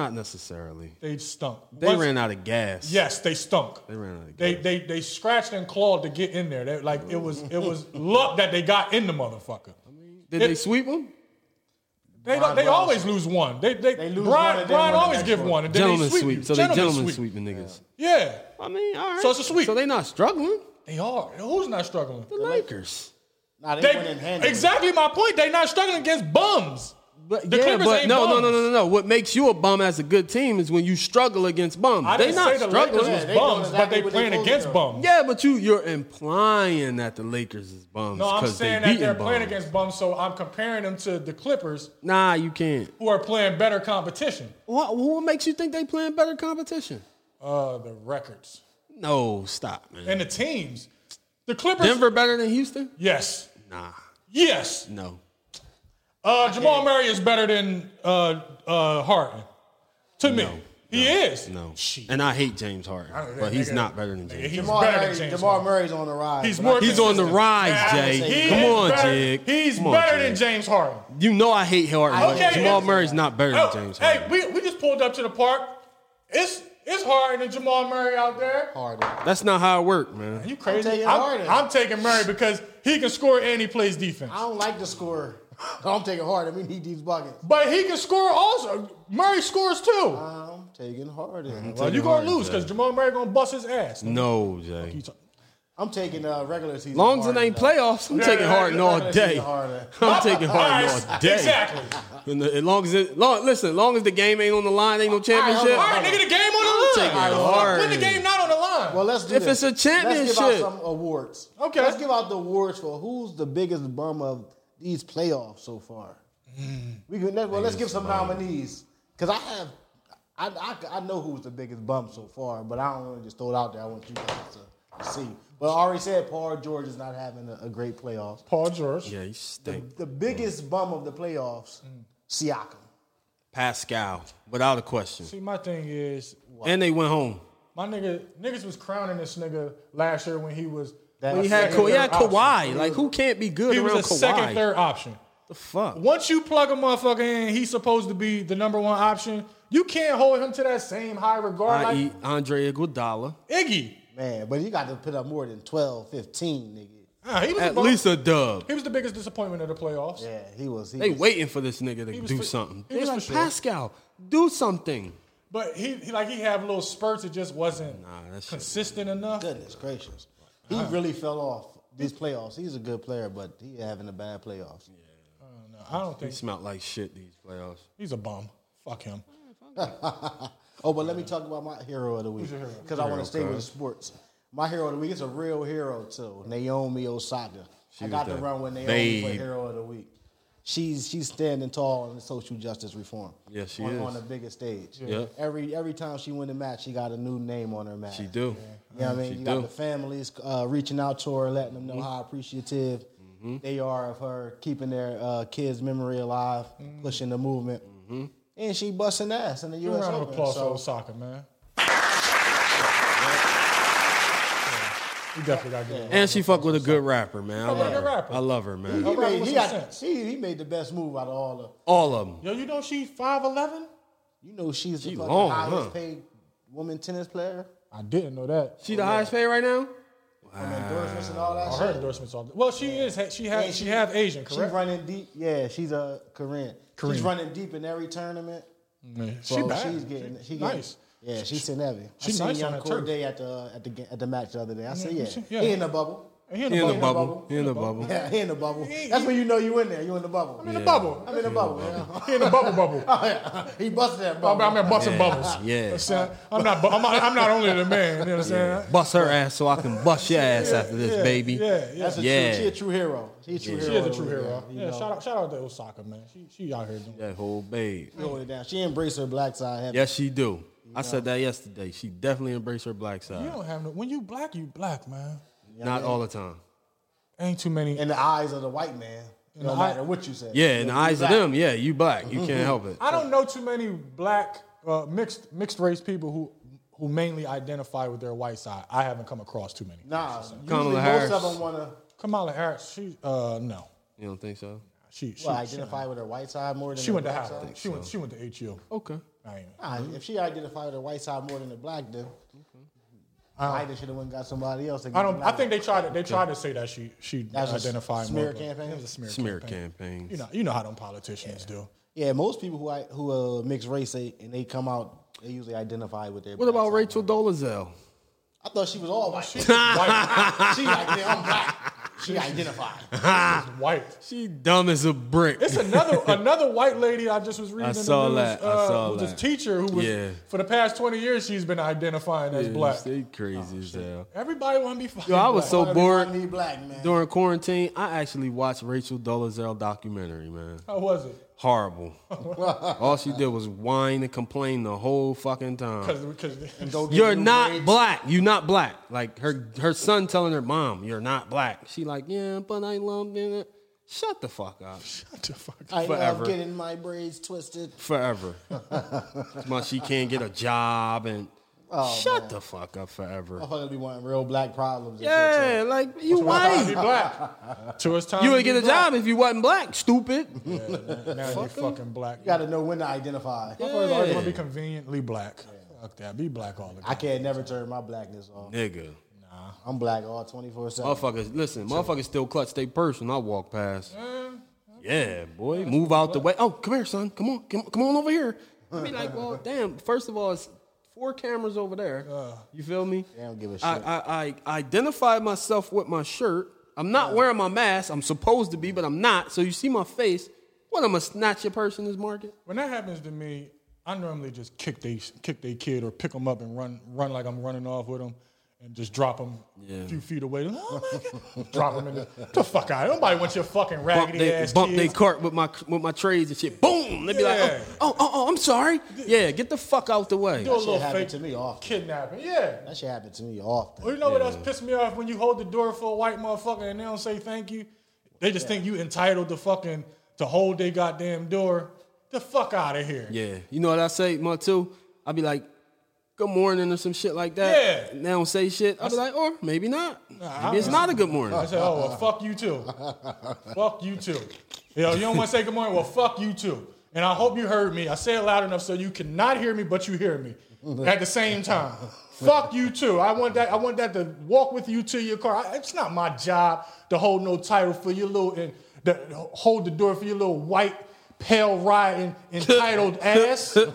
C: not necessarily.
A: They stunk.
C: They
A: Once-
C: ran out of gas.
A: Yes, they stunk.
C: They ran out of
A: They
C: gas.
A: they they scratched and clawed to get in there. They, like it was it was luck that they got in the motherfucker.
C: Did
A: It-
C: they sweep him?
A: They
B: Brian
A: they
B: Wells.
A: always lose one. They they,
B: They lose one
A: Brian,
B: and then win
A: Brian
B: the
A: always
B: next
A: give
B: one.
A: one and then
C: Gentlemen
A: they sweep,
C: sweep.
A: you.
C: So they
A: gentlemen,
C: gentlemen
A: sweep.
C: sweeping niggas.
A: Yeah,
C: I mean, all right.
A: So it's a sweep.
C: So they not struggling.
A: they are. Who's not struggling?
C: The Lakers.
B: Nah, they, went in
A: They,
B: handily.
A: exactly my point. They not struggling against bums.
C: But
A: The
C: yeah,
A: Clippers
C: but
A: ain't
C: no, no,
A: bums.
C: no, no, no, no. What makes you a bum as a good team is when you struggle against bums.
A: I
C: they
A: didn't
C: not
A: say the
C: struggling.
B: Yeah,
A: Lakers was
B: they doing
A: bums, but
B: exactly
A: they
B: what they
A: playing
B: supposed to
A: against
B: do.
A: bums.
C: yeah, but you you're implying that the Lakers is bums.
A: No, I'm
C: 'cause they
A: saying that
C: beating
A: they're playing
C: bums.
A: against bums, so I'm comparing them to the Clippers,
C: Nah, you can't.
A: who are playing better competition.
C: What, what makes you think they playing better competition?
A: Uh, the records
C: No, stop, man.
A: and the teams. The Clippers.
C: Denver better than Houston?
A: Yes.
C: Nah,
A: Yes.
C: no.
A: Uh, Jamal Murray is better than uh, uh, Harden. To me, he is.
C: No.
A: Shit.
C: And I hate James Harden,
A: don't-
C: but he's
A: nigga,
C: not better than James. Harden.
A: he's
B: Jamal,
A: better than
B: Murray,
A: James
B: Jamal
A: Harden.
B: Murhe's on the rise.
A: He's
B: but I
A: more.
B: think
C: He's on the
A: consistent.
C: rise, Jay.
A: He
C: Come
A: is
C: on,
A: better-
C: Jig.
A: He's
C: Come on,
A: better
C: Jig.
A: than James Harden.
C: You know I hate Harden. but
A: Okay,
C: Jamal
A: it's-
C: Murray's not better
A: Oh,
C: than James Harden.
A: hey, we, we just pulled up to the park. It's it's Harden and Jamal Murray out there.
B: Harden.
C: That's not how it worked, man.
A: You crazy?
B: taking Harden.
A: I'm taking Murray because he can score and he plays defense.
B: I don't like the scorer. I'm taking Harden. We need these buckets.
A: But he can score also. Murray scores too.
B: I'm taking Harden.
A: well, you gonna
C: Harden, Mm.
A: lose because
C: Jay.
A: Jamal Murray gonna bust his ass.
C: No, Jay.
A: You talk-
B: I'm taking uh, regular season.
C: Long as it
B: Harden,
C: ain't
B: though.
C: playoffs, I'm taking Harden all
B: Regular
C: day.
B: season Harden.
C: I'm taking Harden
A: All right,
C: all day.
A: Exactly.
C: And the- As long as it, long, listen, as long as the game ain't on the line, ain't no championship.
B: hold
A: All right, nigga, the game on
C: I'm
A: the line.
C: taking
A: When the
C: Harden.
A: game not on the line.
B: Well, let's do
C: If it's
B: this.
C: a
B: let's give out
C: championship.
B: some awards.
A: Okay.
B: let's give out the awards for who's the biggest bum of these playoffs so far.
C: Mm.
B: We can. Well, let's give some nominees because I have. I, I, I know who's the biggest bum so far, but I don't want to just throw it out there. I want you guys to see. But I already said Paul George is not having a, a great playoffs.
A: Paul George.
C: Yeah, you stink.
B: The biggest bum of the playoffs,
C: Mm.
B: Siakam.
C: Pascal, without a question.
A: See, my thing is,
C: And they went home.
A: my nigga, niggas was crowning this nigga last year when he was.
B: That-
A: a
B: He
C: He had,
A: second,
C: Ka- he
A: third
C: had
A: option.
C: Kawhi. Like, who can't be good
A: He
C: around
A: was a
C: Kawhi?
A: second, third option.
C: The fuck?
A: Once you plug a motherfucker in, he's supposed to be the number one option. You can't hold him to that same high regard
C: I
A: like
C: eat Andre Iguodala.
A: Iggy.
B: Man, but he got to put up more than 12, 15, nigga.
A: Nah, he was
C: At
A: the-
C: least a dub.
A: he was the biggest disappointment of the playoffs.
B: Yeah, he was. He
C: They
B: was-
C: waiting for this nigga to
A: was
C: do
A: for-
C: something.
A: he
C: They
A: was for
C: like
A: sure.
C: Pascal, do something.
A: But he, he- like he had little spurts. It just wasn't
C: that shit-
A: consistent enough.
B: Goodness gracious. He really fell off these playoffs. He's a good player, but he having a bad playoffs.
A: No, I don't think
C: He smelled like shit these playoffs.
A: he's a bum. Fuck him.
B: Oh, but let me talk about my hero of the week because I want to stay with the sports. My hero of the week is a real hero too, Naomi Osaka. I
C: was
B: got to
C: the
B: run with Naomi for
C: babe.
B: hero of the week. She's she's standing tall in social justice reform.
C: Yes, she
B: on,
C: is.
B: on the biggest stage.
C: Yeah.
B: Every every time she win a match, she got a new name on her match.
C: She do.
B: You know what I mean?
C: She
B: you
C: do.
B: got the families uh, reaching out to her, letting them know how appreciative
C: Mm-hmm.
B: they are of her, keeping their uh, kids' memory alive, pushing the movement.
C: Mm-hmm.
B: And she busting ass in the
A: Give a
B: U.S.
A: round of
B: Open.
A: applause for
B: so
A: Osaka, man. Yeah. You definitely got to give him.
C: And she fuck with a good rapper, man. I
A: with a
C: love
A: good
C: her.
A: rapper.
C: I love her, man.
B: he, made,
A: what's
B: he,
A: the
B: got,
A: sense?
B: he, he made the best move out of all of
C: All of them.
A: Yo, you know she's five eleven.
B: You know she's the
C: She
B: fucking
C: long,
B: highest
C: huh?
B: paid woman tennis player.
A: I didn't know that.
C: She the highest paid right now.
B: From endorsements and all that
A: Her
B: shit.
A: endorsements all. Well, she is. ha- She has.
B: And
A: she, half Asian, correct?
B: She's running deep. Yeah, she's a Korean. She's
A: Korean.
B: running deep in every tournament.
A: She
B: Well,
A: bad.
B: She's getting,
A: She
B: she getting
A: nice.
B: Yeah, she's sitting heavy. I
A: She's
B: seen
A: nice on
B: young
A: that turf.
B: Corday at the at the ga- at the match the other day. I said, yeah,
A: she- yeah.
B: he in the bubble.
A: He in
C: He
A: the
C: in the
A: bubble.
C: bubble. He in the bubble.
B: Yeah, he in the bubble. That's when you know you in there. You in the bubble.
A: I'm in the bubble.
B: I'm in the bubble. yeah.
A: He in the bubble bubble.
B: Oh, yeah. He busted that
A: I'm,
B: bubble.
A: I'm busting
C: Yeah,
A: bubbles.
C: yeah.
A: You know what I'm saying? I'm not. bu- I'm not, I'm not only the man. You know what I'm saying?
C: Bust her ass so I can bust your ass after this,
A: Yeah,
C: baby.
A: Yeah, yeah.
B: That's a
C: Yeah.
B: true. She a true hero. She a true
A: She
B: hero.
A: is a true hero.
B: You
A: Yeah,
B: know,
A: shout out, shout out to Osaka, man. She, she out here doing.
C: That whole babe.
B: throwing it down. She embraced her black side. heavy.
C: Yes, she do. I said that yesterday. She definitely embraced her black side.
A: You don't have no. When you black, you black, man.
C: Not all the time.
A: Ain't too many.
B: In the eyes of the white man, no
A: the
B: matter
A: eye-
B: what you say.
C: Yeah, in the
B: You
C: eyes
B: black.
C: of them, yeah, you black. You can't help it.
A: I don't know too many black uh, mixed mixed race people who who mainly identify with their white side. I haven't come across too many.
B: Nah,
C: Kamala
B: usually most
C: Harris.
B: of them want to
A: Kamala Harris, she uh no,
C: You don't think so?
A: she she,
B: well,
A: she,
B: identify with her white side more than
A: she
B: her
A: went to Mm-hmm.
B: black
A: Howard.
B: side.
A: She went she went to HU.
C: Okay.
A: I ain't,
B: Nah, if she identified with her white side more than the black, then Biden should have went and got somebody else. to get
A: I don't.
B: the
A: I
B: black.
A: think they tried to they tried to say that she she
B: That's a
A: identified
B: smear
A: more, but
B: campaign?
A: It was a smear,
C: Smear
A: campaign.
C: campaigns.
A: You know you know how them politicians do.
B: Yeah, most people who I, who uh, mixed race they, and they come out, they usually identify with their.
C: What
B: black
C: about
B: side.
C: Rachel Dolezal?
B: I thought she was all white. She,
A: White,
B: like, yeah, I'm black. She identified. Ah.
A: white.
C: She dumb as a brick.
A: It's another another white lady I just was reading. in the
C: saw
A: news,
C: that. I
A: uh,
C: saw
A: who's
C: that.
A: a teacher who was
C: Yeah.
A: for the past twenty years she's been identifying as black.
C: They crazy as hell.
A: Everybody want to be fucking.
C: Yo, I was
A: black.
C: so bored
B: Me black man.
C: during quarantine. I actually watched Rachel Dolezal documentary, man.
A: How was it?
C: Horrible. All she did was whine and complain the whole fucking time.
A: Because
B: Go get
C: You're
B: new
C: not
B: braids.
C: black. You're not black. Like her her son telling her mom, "You're not black." She like, "Yeah, but I love it." Shut the fuck up.
A: shut the fuck up.
B: I
C: forever.
B: love getting my braids twisted.
C: forever. It's my- she can't get a job and
A: Oh,
C: shut the fuck up forever.
B: Motherfuckers be wanting real black problems. and shit, so-
C: Yeah, like you
A: Time to be
C: white.
A: black. To his time.
C: You
A: to
C: would
A: be
C: get a
A: black.
C: job if you wasn't black, stupid.
A: Now you fucking black.
B: You gotta know when to identify.
A: Motherfuckers always want to be conveniently black. Fuck that. Be black all the time.
B: I can't never turn my blackness off.
C: Nigga.
B: I'm black all 24 7.
C: Motherfuckers, listen, motherfuckers still clutch they purse when I walk
A: Uh,
C: past. Yeah, boy. Move out the way. Oh, come here, son. Come on. Come, come on over here. I be like,
A: Uh.
C: well, damn, first of all, it's four cameras over there. You feel me?
B: They don't give a shit.
C: I, I, I identify myself with my shirt. I'm not wearing my mask. I'm supposed to be, but I'm not. So you see my face. What, I'm going to snatch your purse in this market?
A: When that happens to me, I normally just kick they kick they kid or pick them up and run run like I'm running off with them and just drop them a few feet away. Oh my god! drop them in the, the fuck out. Nobody wants your fucking
C: Bump
A: raggedy
C: they,
A: ass
C: bump they
A: kids.
C: cart with my with my trades and shit. Boom! They be like,
A: Yeah.
C: oh, oh, oh, oh, I'm sorry. Yeah, get the fuck out the way.
A: Do a little
B: happened
A: fake
B: to me often.
A: kidnapping. Yeah.
B: That shit happened to me often.
A: Well, you know what else pissed me off when you hold the door for a white motherfucker and they don't say thank you. They just think you entitled to fucking to hold their goddamn door. The fuck out of here.
C: Yeah. You know what I say, my too? i be like, good morning or some shit like that.
A: Yeah.
C: And they don't say shit. I'll be like, or maybe not.
A: I-
C: maybe it's not a good morning.
A: I said, oh well, fuck you too. fuck you too. Yo, you don't want to say good morning? Well, fuck you too. And I hope you heard me. I say it loud enough so you cannot hear me, but you hear me at the same time. fuck you too. I want that. I want that to walk with you to your car. I- it's not my job to hold no title for your little and the, hold the door for your little white. Pale riding entitled ass.
B: Damn,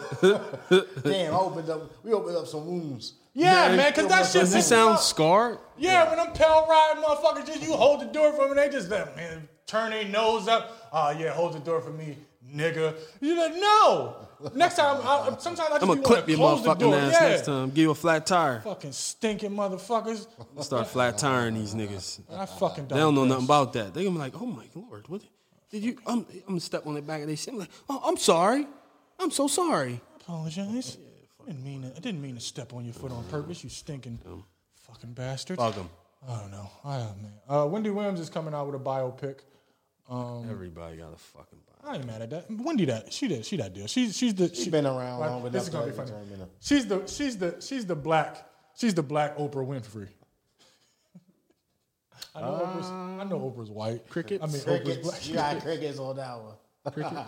B: I opened up. We opened up some wounds.
A: Yeah, man, because that shit
C: Does he
A: pisses me
C: sound
A: off.
C: scarred?
A: Yeah, when them pale ride motherfuckers, just you hold the door for them, and they just let man turn their nose up. Oh yeah, hold the door for me, nigga. You like no. Next time, I, sometimes
C: I'm
A: I just be
C: gonna
A: wanna
C: clip your
A: close the
C: motherfucking
A: door.
C: ass
A: yeah.
C: next time. Give you a flat tire.
A: Fucking stinking motherfuckers.
C: Start flat tiring these niggas.
A: I fucking
C: They don't know nothing about that. They gonna be like, oh my lord, what did you? I'm, I'm gonna step on the back of their shit. I'm like, oh, I'm sorry. I'm so sorry.
A: Apologize. I didn't mean to, I didn't mean to step on your foot on purpose. You stinking fucking bastards.
C: Fuck 'em.
A: I don't know. I don't know. Uh, Wendy Williams is coming out with a biopic.
C: Everybody got a fucking body.
A: I ain't mad at that. Wendy, that she did, she that deal. She's she's the she's
B: been around long enough
A: This is gonna be
B: to
A: funny.
B: determine it.
A: She's the she's the she's the black she's the black Oprah Winfrey. I know, Oprah's, I know Oprah's white. Cricket. I mean,
B: Uh,
A: Oprah's black.
B: Crickets. You got crickets on that one.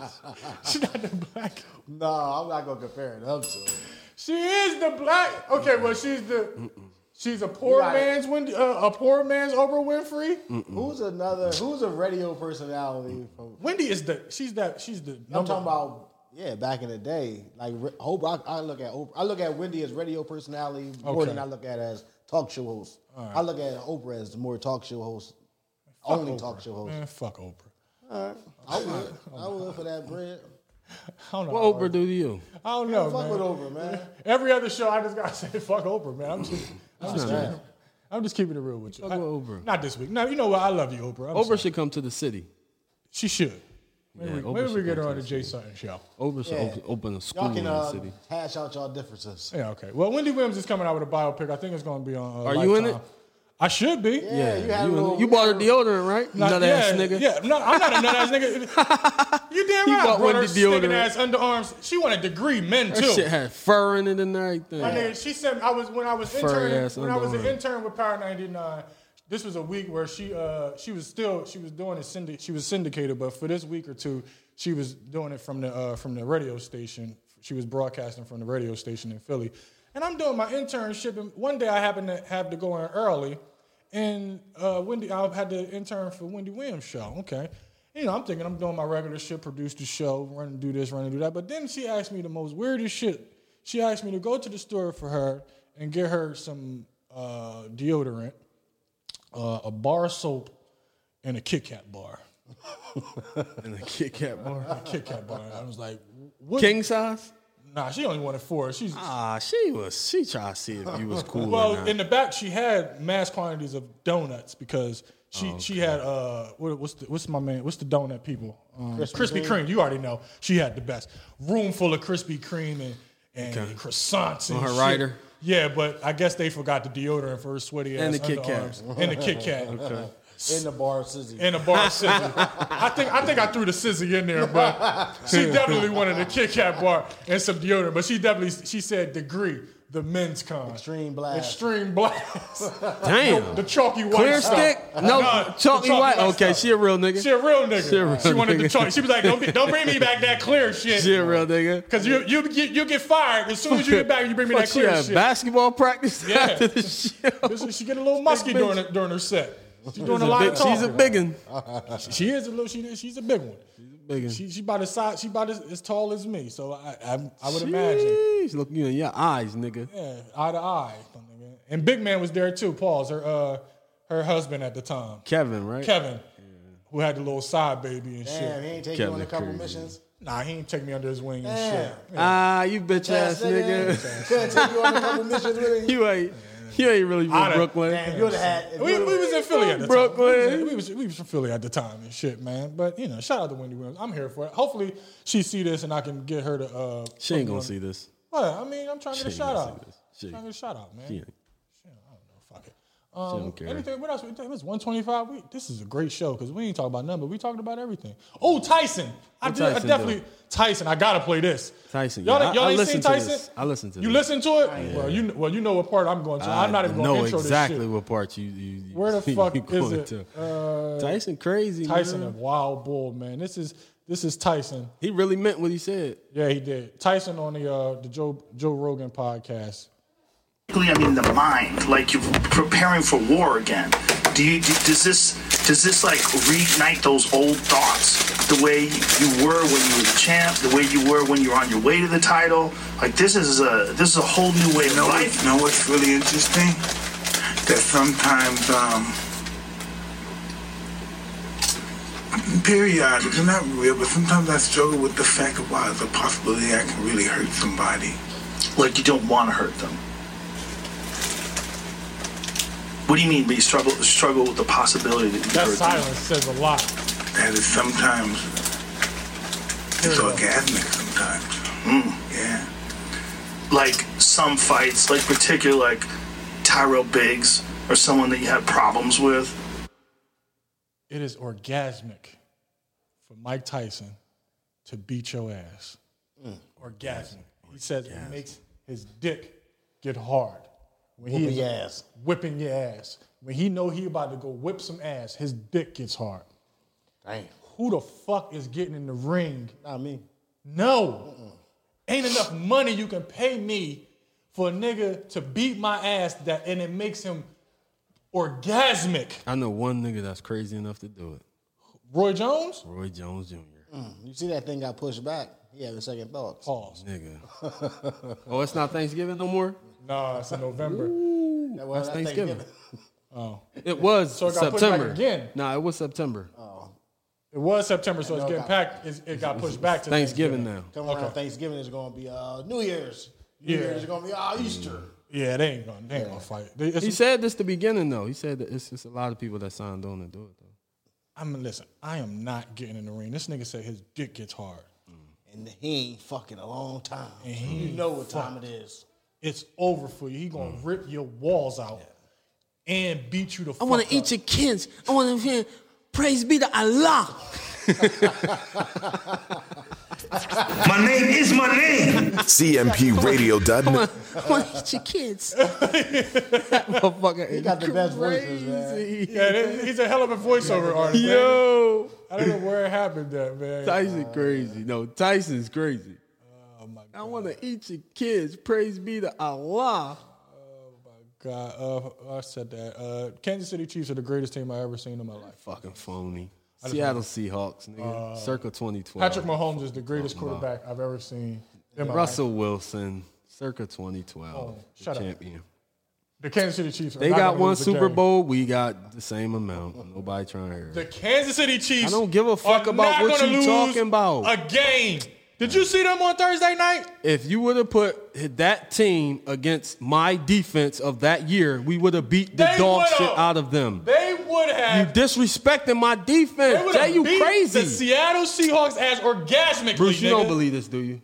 A: She's not the black.
B: No, I'm not gonna compare it up to. it.
A: She is the black. Okay, well, she's the she's a poor
B: got it.
A: man's Wendy, uh, a poor man's Oprah Winfrey.
B: Who's another? Who's a radio personality from?
A: Wendy is the she's that she's the
B: I'm
A: number.
B: talking about. Yeah, back in the day, like Oprah, I, I look at Oprah, I look at Wendy as radio personality more
A: Okay.
B: than I look at as talk show host. I look at Oprah as the more talk show host, only talk show host.
A: Man, fuck Oprah.
B: I would, I would for that bread.
A: I don't know.
C: What Oprah do to you?
A: I don't know,
B: Fuck with
A: man.
B: Oprah, man.
A: Every other show, I just gotta say, fuck Oprah, man. I'm just, I'm just,
B: Damn.
A: keeping, I'm just keeping it real with you.
C: Fuck
A: I-
C: with Oprah.
A: Not this week. No, you know what? I love you, Oprah. I'm
C: Oprah
A: sorry.
C: should come to the city.
A: she should. Maybe,
C: Yeah,
A: we,
C: Oprah
A: maybe we
C: should
A: get
C: go
A: her
C: to
A: on the
C: the
A: Jay Sutton show.
C: Oprah should
B: Yeah.
C: open, open a school
B: Y'all
C: in
B: can
C: the
B: uh,
C: city.
B: hash out y'all differences.
A: Yeah, okay. Well, Wendy Williams is coming out with a biopic. I think it's gonna be on. Uh,
C: Are you in
A: Lifetime.
C: it?
A: I should be.
B: Yeah, you had a
C: you,
B: little.
C: you bought her deodorant, right?
A: Not-
C: Nut ass
A: yeah,
C: nigga.
A: Yeah, no, I'm not a nut ass nigga. You damn
C: He
A: right. I
C: bought
A: brought her
C: Wendy deodorant.
A: stinking ass underarms. She wanted degree men
C: That
A: too.
C: shit had fur in it and everything.
A: My nigga, she sent. I was when I was
C: Furry
A: interning.
C: ass
A: When I was an
C: underarm.
A: intern with Power 99, this was a week where she uh she was still she was doing it. Syndi- she was syndicated, but for this week or two, she was doing it from the uh, from the radio station. She was broadcasting from the radio station in Philly, and I'm doing my internship. And one day I happened to have to go in early, and uh, Wendy, I had to intern for Wendy Williams' show. Okay. You know, I'm thinking I'm doing my regular shit, produce the show, run and do this, run and do that. But then she asked me the most weirdest shit. She asked me to go to the store for her and get her some uh, deodorant, uh, a bar soap, and a Kit Kat bar.
C: And a Kit Kat bar.
A: Kit Kat bar. I was like, what?
C: King size?
A: Nah, she only wanted four. She's
C: Ah, she was. She tried to see if you was cool.
A: well
C: or not.
A: in the back. She had mass quantities of donuts because she
C: Oh,
A: she had uh what, what's the, what's my man what's the donut people um,
B: Krispy
A: Krispy
B: Kreme.
A: Kreme. You already know she had the best room full of Krispy Kreme and and croissants and
C: On her
A: shit.
C: rider?
A: Yeah, but I guess they forgot the deodorant for her sweaty ass
C: And the Kit Kat.
A: underarms. and the Kit Kat.
B: in the bar, Sizzy.
A: and a bar of scissor. I think I think I threw the scissor in there, but she definitely wanted a Kit Kat bar and some deodorant. But she definitely she said degree, the men's con,
B: Extreme blast.
A: extreme blast,
C: Damn.
A: the chalky white
C: Clear
A: stuff. Uh-huh.
C: stick? No,
A: Nah,
C: chalky,
A: the chalky
C: white.
A: white
C: Okay,
A: stuff.
C: she a real nigga.
A: She a real nigga.
C: She a real
A: she wanted the
C: nigga.
A: chalky. She was like, don't, be, don't bring me back that clear shit.
C: She a real nigga.
A: Cause you you get you get fired as soon as you get back. You bring me
C: Fuck,
A: that
C: she
A: clear
C: had
A: shit.
C: basketball practice
A: Yeah.
C: after the show.
A: This is- she get a little musky
C: Big bitch.
A: during her- during her set. She's doing
C: She's a
A: a lot
C: big,
A: of
C: she's a
A: talking.
C: biggin.
A: She is a little. She, she's a big one.
C: Biggin.
A: She she about as size, she about as, as tall as me, so I I, I would imagine.
C: She's looking you in your eyes, nigga.
A: Yeah, eye to eye. And Big Man was there too. Paul's her uh her husband at the time,
C: Kevin, right?
A: Kevin, who had the little side baby and
B: Damn,
A: shit.
B: he ain't take you
C: Kevin
B: on a couple
C: Curry.
B: missions.
A: Nah, he ain't take me under his wing and
B: Damn.
A: shit.
C: Ah, you bitch ass
B: Ass
C: nigga.
B: nigga. Couldn't take you on a couple missions with him.
C: You ain't, you ain't really from
A: Outta-
C: Brooklyn.
B: Damn, you would have had. if
A: We,
B: you
A: we
B: would've-
A: was in Philly at the
C: Brooklyn.
A: time. We was, we was we was from Philly at the time and shit, man. But you know, shout out to Wendy Williams. I'm here for it. Hopefully, she see this and I can get her to. uh
C: She ain't gonna see this.
A: Well, I mean, I'm trying to get a
C: She ain't
A: shout
C: gonna
A: out.
C: see this. She-
A: Trying to get a shout out, man.
C: She ain't.
A: Fuck it. Um,
C: don't care.
A: Anything? What else? we- It was 125. We, this is a great show because we ain't talking about nothing, but we talked about everything. Oh, Tyson. I,
C: What
A: did, I
C: Tyson
A: definitely
C: doing?
A: Tyson. I gotta play this.
C: Tyson,
A: Y'all,
C: yeah, I-
A: y'all
C: I
A: ain't seen
C: listened to
A: Tyson.
C: this. I listened to
A: You
C: this.
A: listened to it? Well, you kn- well you know what part I'm going to. I am not even going
C: know
A: to intro
C: exactly
A: this shit.
C: what part you. you you-
A: Where the
C: you
A: fuck is
C: going
A: it?
C: to.
A: Uh,
C: Tyson crazy.
A: Tyson, a
C: man.
A: wild bull, man. This is this is Tyson.
C: He really meant what he said.
A: Yeah, he did. Tyson on the uh, the Joe Joe Rogan podcast.
F: Basically, I'm in the mind, like you're preparing for war again. Do you do- does this does this like reignite those old thoughts, the way you were when you were the champ, the way you were when you were on your way to the title? Like this is a this is a whole new way of life.
H: You know what's really interesting? That sometimes, um, periodically, not real, but sometimes I struggle with the fact of why there's a possibility I can really hurt somebody.
F: Like you don't want to hurt them. What do you mean? But you struggle struggle with the possibility that you hurt
A: That
F: them?
A: silence says a lot.
H: That is sometimes, it's
C: Hmm.
H: orgasmic sometimes. Yeah.
F: Hmm, like some fights, like particular like Tyrell Biggs or someone that you have problems with.
A: It is orgasmic for Mike Tyson to beat your ass.
B: Mm.
A: Orgasmic. He says it makes his dick get hard. When
B: Whooping
A: is
B: your ass.
A: Whipping your ass. When he know he about to go whip some ass, his dick gets hard.
B: Damn.
A: Who the fuck is getting in the ring?
B: Not me.
A: No. Ain't enough money you can pay me for a nigga to beat my ass that and it makes him orgasmic.
C: I know one nigga that's crazy enough to do it.
A: Roy Jones?
C: Roy Jones Jr.
A: Mm.
B: You see that thing got pushed back. He having second thoughts.
A: Pause.
C: Nigga. oh, it's not Oh, Thanksgiving no more.
A: Nah, it's in November.
C: didn't.
B: That was
C: That's Thanksgiving.
B: Thanksgiving.
A: Oh,
C: It was
A: So it got pushed back
C: September.
A: again? Oh,
C: No, it was September.
A: it was September, so it's
B: know
A: getting
B: it
A: packed. It's, it got pushed back to
C: Thanksgiving, now.
B: Come around Thanksgiving is going to be uh, New Year's. New
A: Yeah.
B: Year's is going to be uh, Easter.
A: Yeah, they ain't gonna, they ain't gonna fight. They, it's,
C: He said this the beginning though. He said that it's just a lot of people that signed on to do it though.
A: I'm listen. I am not getting in the ring. This nigga said his dick gets hard.
B: And he ain't fucking a long time. you know what time it is.
A: It's over for you. He gonna
C: Mm.
A: rip your walls out and beat you to. I
C: wanna your kids. I want to hear praise be to Allah.
F: My name is my name.
C: I want to eat your kids. motherfucker
B: He got the best voices, man.
A: Yeah, they- he's a hell of a voiceover artist. man.
C: Yo,
A: I don't know where it happened at, man.
C: Tyson crazy. No, Tyson's crazy.
A: Oh, my
C: I want to eat your kids. Praise be to Allah.
A: God, uh, I said that. Uh, Kansas City Chiefs are the greatest team I ever seen in my life.
C: Fucking phony. Seattle Seahawks, nigga. Circa 2012.
A: Uh, Patrick Mahomes is the greatest quarterback I've ever seen in my life.
C: Russell Wilson, circa 2012.
A: Oh,
C: the
A: shut up.
C: champion.
A: The Kansas City Chiefs. Are
C: They
A: not
C: got
A: gonna
C: one
A: lose the
C: Super
A: game.
C: Bowl. We got the same amount. Nobody trying to hear it.
A: The Kansas City Chiefs.
C: I don't give a fuck
A: are
C: about
A: not
C: what
A: gonna
C: you
A: lose
C: talking about.
A: A game. Did you see them on Thursday night?
C: If you would have put that team against my defense of that year, we would have beat the
A: They
C: dog
A: would've.
C: shit out of them.
A: They would
C: You
A: have.
C: disrespecting my
A: they
C: defense.
A: would've
C: Jay, you
A: beat The
C: crazy.
A: Seattle Seahawks as orgasmically.
C: Bruce, you
A: nigga.
C: don't believe this, do you?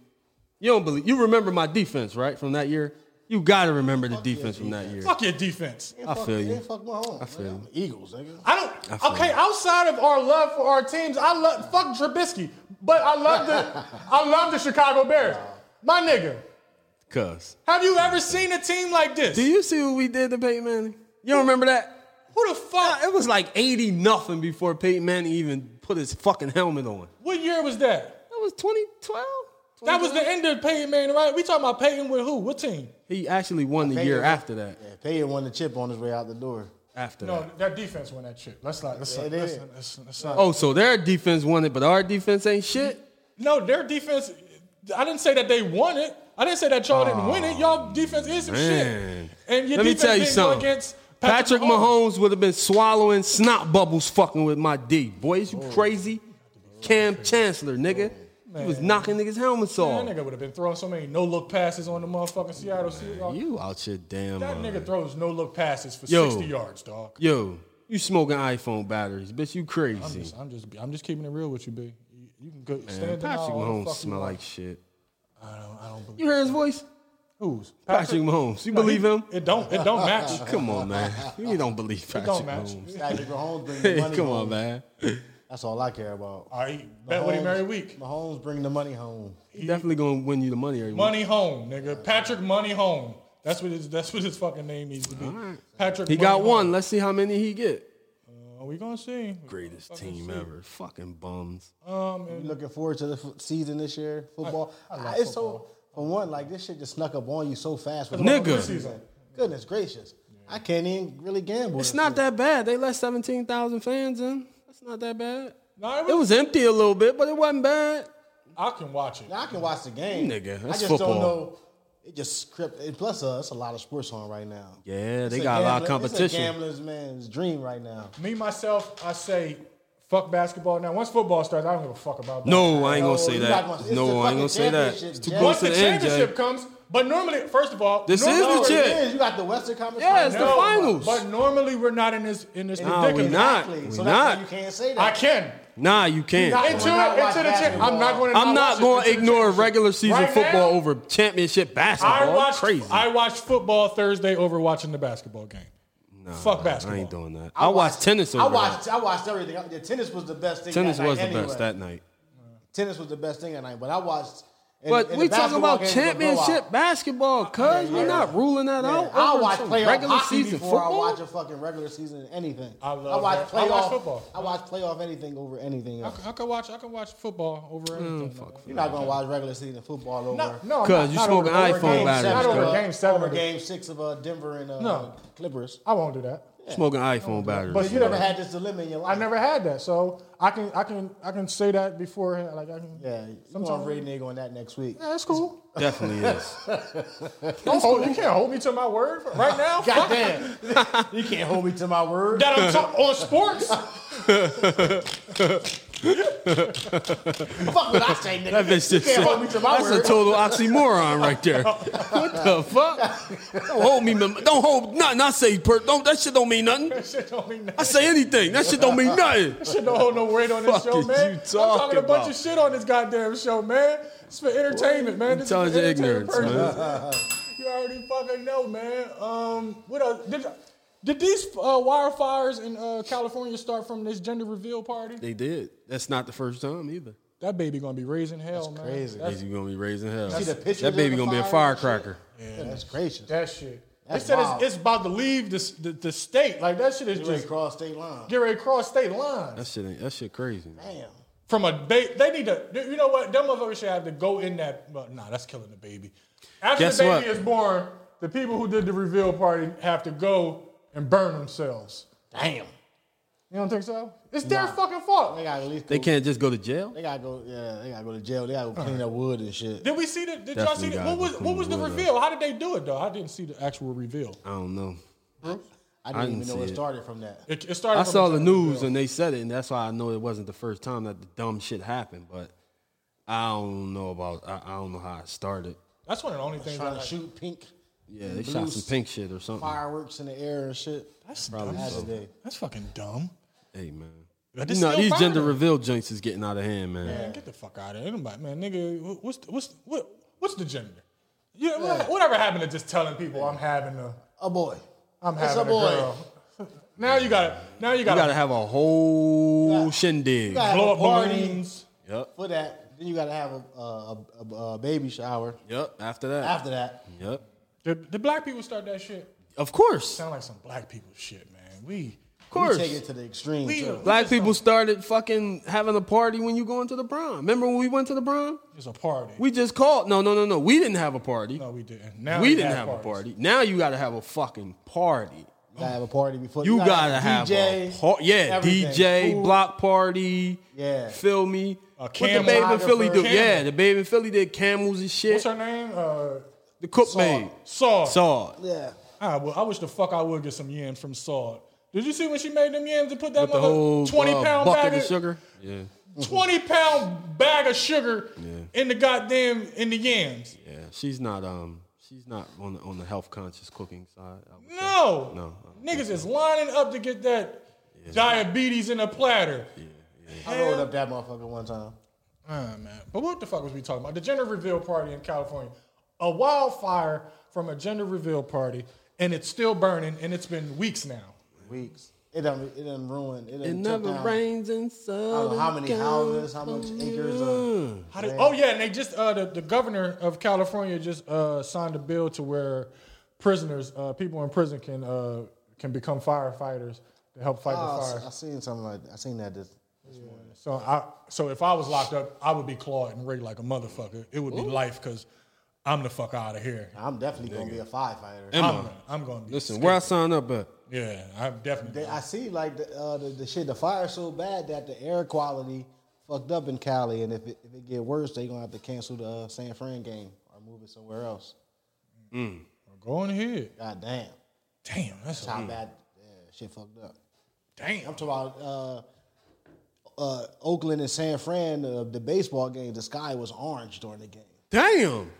C: You don't believe. You remember my defense, right, from that year? You got to remember the defense from that year.
A: Fuck your defense.
C: I feel you.
B: They fuck my home. I feel
C: you.
B: Eagles, nigga.
A: I don't.
C: feel
A: okay,
C: you.
A: outside of our love for our teams, I love fuck Trubisky, but I love the I love the Chicago Bears. My nigga,
C: Cuz.
A: have you ever seen a team like this?
C: Do you see what we did to Peyton Manning? You don't remember that?
A: Who the fuck?
C: It was like 80 nothing before Peyton Manning even put his fucking helmet on.
A: What year was that?
C: That was 2012.
A: That was the end of Peyton Manning, right? We talking about Peyton with who? What team?
C: He actually won the year after that.
B: Yeah, Payton won the chip on his way out the door.
C: After
A: No,
C: that.
A: that defense won that shit. Let's not. Let's not.
B: Yeah, they
A: Let's,
B: did.
A: not- let's, let's not.
C: Oh, so their defense won it, but our defense ain't shit.
A: No, their defense. I didn't say that they won it. I didn't say that y'all didn't win it. Y'all defense is some
C: Man.
A: shit. And your
C: Let me
A: defense
C: tell you
A: didn't
C: something.
A: go against
C: Patrick Mahomes would have been swallowing snot bubbles fucking with my D. Boy, is you
A: Oh.
C: crazy? Cam Chancellor, nigga. He was knocking niggas' helmets
A: That
C: off.
A: nigga would have been throwing so many no look passes on the motherfucking Seattle Seahawks.
C: You out your damn
A: That
C: mind.
A: nigga throws no look passes for
C: Yo.
A: 60 yards, dog.
C: Yo, you smoking iPhone batteries, bitch. You crazy.
A: I'm just, I'm just, I'm just keeping it real with you, B. You- You can go stand
C: Man,
A: in aisle
C: Patrick
A: all the
C: Mahomes
A: fuck you
C: smell
A: want.
C: like shit.
A: I don't, I don't believe
C: You hear his voice?
A: who's
C: Patrick Mahomes. You
A: No,
C: believe
A: he-
C: him?
A: It don't, it don't match.
C: Come on, man. You don't believe Patrick
A: don't match.
C: Mahomes.
B: Patrick Mahomes bring the
C: Hey,
B: money
C: come
B: home.
C: on, man.
B: That's all I care about.
A: All right, bet what he
B: Mahomes-
A: marry week.
B: Mahomes bring the money home.
C: He definitely gonna win you the money every month.
A: Money home, nigga. Patrick Money Home. That's what his, that's what his fucking name needs to be. Patrick.
C: He
A: Money
C: got
A: Home.
C: one. Let's see how many he get.
A: Are we gonna see?
C: Greatest team ever. Fucking bums.
B: You looking forward to the f- season this year? Football. it's so for one, like this shit just snuck up on you so fast. With
C: Nigga.
B: preseason. goodness gracious, I can't even really gamble.
C: It's not that bad. They let 17,000 fans in. That's not that bad.
A: No, it was,
C: It was empty a little bit, but it wasn't bad.
A: I can watch it.
B: Now I can watch the game,
C: Nigga,
B: I
C: that's
B: just
C: football.
B: don't know. It just script. And plus, uh, it's a lot of sports on right now.
C: Yeah,
B: It's
C: they got a lot of
B: gambler- It's a
C: competition.
B: gambler's man's dream right now.
A: Me myself, I say, fuck basketball. Now once football starts, I don't give a fuck about. That.
C: No, I ain't gonna say
B: you
C: that.
B: got one. It's the
C: No, I ain't
B: fucking
C: gonna say that.
B: championship,
C: To
B: Jack.
C: go
A: Once
C: to
A: the
C: the end,
A: championship
C: Jay.
A: comes, but normally, first of all,
C: This is the
A: normally-
C: shit.
B: It is. You got the Western Conference.
C: Yeah, it's the finals.
B: Finals.
A: But normally we're not in this in this
C: Nah, we
A: predicament.
C: not.
B: Exactly.
C: We
B: So that's
C: not.
B: why you can't say that.
A: I can.
C: Nah, you can't.
B: Not
A: Into,
B: We're not
A: into
B: watching
A: the champ. I'm not going to.
C: I'm not
A: going to
C: ignore regular season
A: Right
C: football
A: now,
C: over championship
A: I
C: basketball.
A: watched.
C: crazy.
A: I watched football Thursday over watching the basketball game. fuck basketball.
C: I ain't doing that. I, watched, tennis over
B: I
C: that.
B: watched. I watched everything. The tennis was the best thing.
C: tennis
B: that night
C: was the
B: anyway.
C: best that night.
B: tennis was the best thing that night. But I watched. and-
C: But
B: and the
C: we talking
B: basketball
C: about
B: games were blowout.
C: championship basketball, cuz
B: yeah.
C: you're not ruling that
B: Yeah,
C: out.
B: I
C: over
B: watch
C: some
B: playoff
C: regular
B: hockey
C: season
B: before
C: football.
B: I watch a fucking regular season anything.
A: I love
B: I watch
A: that. I
B: playoff.
A: watch football.
B: I watch playoff anything over anything else.
A: I can watch. I can watch football
C: Mm,
A: over anything.
B: You're not gonna watch regular season football over.
A: no, no, I'm
C: Cuz
A: not-
C: you
A: not
C: smoking
A: over- over
C: iPhone
A: game
C: batteries,
A: seven. Not
C: cuz.
A: over game seven.
B: Over game six of uh, Denver and uh,
A: No.
B: Clippers.
A: I won't do that.
C: Smoking iPhone batteries.
A: But you
C: know.
A: never had this dilemma in your
B: life.
A: I never had that, so I can I can I can say that before like I can.
B: Yeah, I'm gonna read nigga on that next week.
A: Yeah, that's cool.
C: Definitely is.
A: Don't hold, you can't hold me to my word for- right now. Fuck
B: Goddamn, you can't hold me to my word.
A: that I'm talk- on sports.
B: Fuck what I say, nigga.
C: That bitch
B: you
C: just
B: can't
C: said,
B: hold me to my
C: that's
B: word.
C: a total oxymoron right there. What the fuck? Don't hold me. mem- Don't hold. Not not say. Per, don't that shit don't mean nothing.
A: Shit don't mean
C: I
A: nothing.
C: say anything. That shit don't mean nothing.
A: Shit don't hold no weight on this
C: Fuck
A: show,
C: is
A: man.
C: you
A: I'm
C: talking
A: talking a bunch
C: about?
A: of shit on this goddamn show, man. It's for entertainment, man. This is for
C: Intelligent
A: entertainment
C: ignorance,
A: purposes.
C: man.
A: You already fucking know, man. Um, what else? Did, did these uh, wildfires in uh, California start from this gender reveal party?
C: They did. That's not the first time either.
A: That baby gonna be raising hell, man.
B: crazy.
A: That's,
C: He's gonna be raising hell.
B: the pictures
C: That baby
B: of the
C: gonna be a
B: fire and
C: firecracker.
B: Yeah, that's gracious.
A: that shit.
B: That's
A: they said
B: wild.
A: it's, it's about to leave this, the the state. Like that shit is
B: Straight
A: just
B: cross state line.
A: get ready to cross state lines.
C: That shit. ain't- That shit crazy. Man.
B: Damn.
A: From a ba- they need to. You know what? Them motherfuckers should have to go in that. But nah, that's killing the baby. After
C: Guess
A: the baby
C: what?
A: is born, the people who did the reveal party have to go and burn themselves.
B: Damn.
A: You don't think so? It's their fucking fault.
B: They gotta at least go,
C: They can't just go to jail.
B: They gotta go. Yeah, they gotta go to jail. They gotta go clean up wood and shit.
A: Did we see the? Did y'all
C: Definitely
A: see the?
C: gotta
A: What was
C: go
A: what was the
C: clean the wood
A: reveal? How did they do it though? I didn't see the actual reveal.
C: I don't know.
B: I didn't,
C: didn't
B: even know it
C: see it.
B: started from that.
A: It, it started.
C: I
A: from
C: saw the
A: second
C: news
A: reveal.
C: and they said it, and that's why I know it wasn't the first time that the dumb shit happened. But I don't know about. I, I don't know how it started.
A: That's one of the only things. I
B: Trying to
A: like.
B: shoot pink
C: Yeah, they shot some pink shit or something.
B: fireworks in the air and shit.
A: That's
C: Probably
A: dumb.
C: so.
B: Today.
A: That's fucking dumb.
C: Hey man,
A: But
C: you
A: it's
C: know
A: still
C: these gender
A: violent.
C: reveal joints is getting out of hand, man.
A: Man, get the fuck out of here. Anybody, man, nigga, wh- what's the, what's what what's the gender? Yeah, what- whatever happened to just telling people I'm having a
B: A boy.
A: I'm
B: It's
A: having a,
B: a boy.
A: girl. now you got now you
C: You
A: got
C: gotta have a whole
B: Yeah.
C: shindig.
B: You gotta have
A: blow
B: a
A: up
B: party
A: balloons.
C: Yep,
B: for that. Then you gotta have a, a, a, a- a baby shower
C: yep. After that,
B: after that.
C: yep.
A: Did, did black people start that shit?
C: Of course, of
A: Sound like some black people shit, man. We
B: You
C: course.
B: take it to the extreme.
A: we
B: too.
C: Black people started fucking having a party when you going to the prom. Remember when we went to the prom?
A: it's a party.
C: We just called. No, no, no, no. We didn't have a party.
A: no, we didn't. Now
C: we
A: they
C: didn't have a
A: parties.
C: party. Now you gotta have a fucking party.
B: You gotta have a party before.
C: You gotta have
B: DJ,
C: a par- yeah,
B: everything.
C: DJ
B: Food.
C: block party.
B: Yeah.
C: feel me. what the
A: camel.
C: baby in Philly do?
A: Camel.
C: Yeah, the baby in Philly did camels and shit.
A: What's her name? Uh,
C: The cookmaid.
A: Saw.
C: Saw.
B: Yeah.
A: Ah, well, I wish the fuck I would get some yams from Saw. Did you see when she made them yams and put that
C: With the
A: mother
C: whole
A: twenty
C: uh,
A: pound
C: bucket
A: bag
C: of sugar. Yeah.
A: 20 pound bag of sugar
C: Yeah.
A: in the goddamn in the yams.
C: Yeah. She's not um she's not on the on the health conscious cooking side. I would say.
A: No.
C: No.
A: Niggas is lining up to get that diabetes in a platter.
B: I rolled up that motherfucker one time.
A: Ah, man. But what the fuck was we talking about? The gender reveal party in California. A wildfire from a gender reveal party, and it's still burning, and it's been weeks now.
B: Weeks. It done. It done ruined. It, done
C: It
B: took
C: never
B: down,
C: rains in
B: I don't
C: Southern
B: know how many houses, how much acres of
A: How did, oh yeah, and they just uh, the, the governor of California just uh, signed a bill to where prisoners, uh, people in prison can uh, can become firefighters to help fight the
B: Oh,
A: fires.
B: I seen something like that. I seen that this
A: So I so if I was locked up, I would be clawed and rigged like a motherfucker. It would be life because I'm the fuck out of here.
B: I'm definitely gonna be a firefighter.
A: I'm, gonna- I'm gonna be
C: Listen, where I sign up at?
A: yeah, I'm definitely
B: They- I see like the, uh, the the shit. The fire's so bad that the air quality fucked up in Cali, and if it, if it get worse, they gonna have to cancel the uh, San Fran game or move it somewhere else.
A: going ahead.
B: God damn,
A: Damn, that's
B: how bad yeah, shit fucked up.
A: damn.
B: I'm talking about uh, uh, Oakland and San Fran. Uh, the baseball game, the sky was orange during the game.
C: Damn.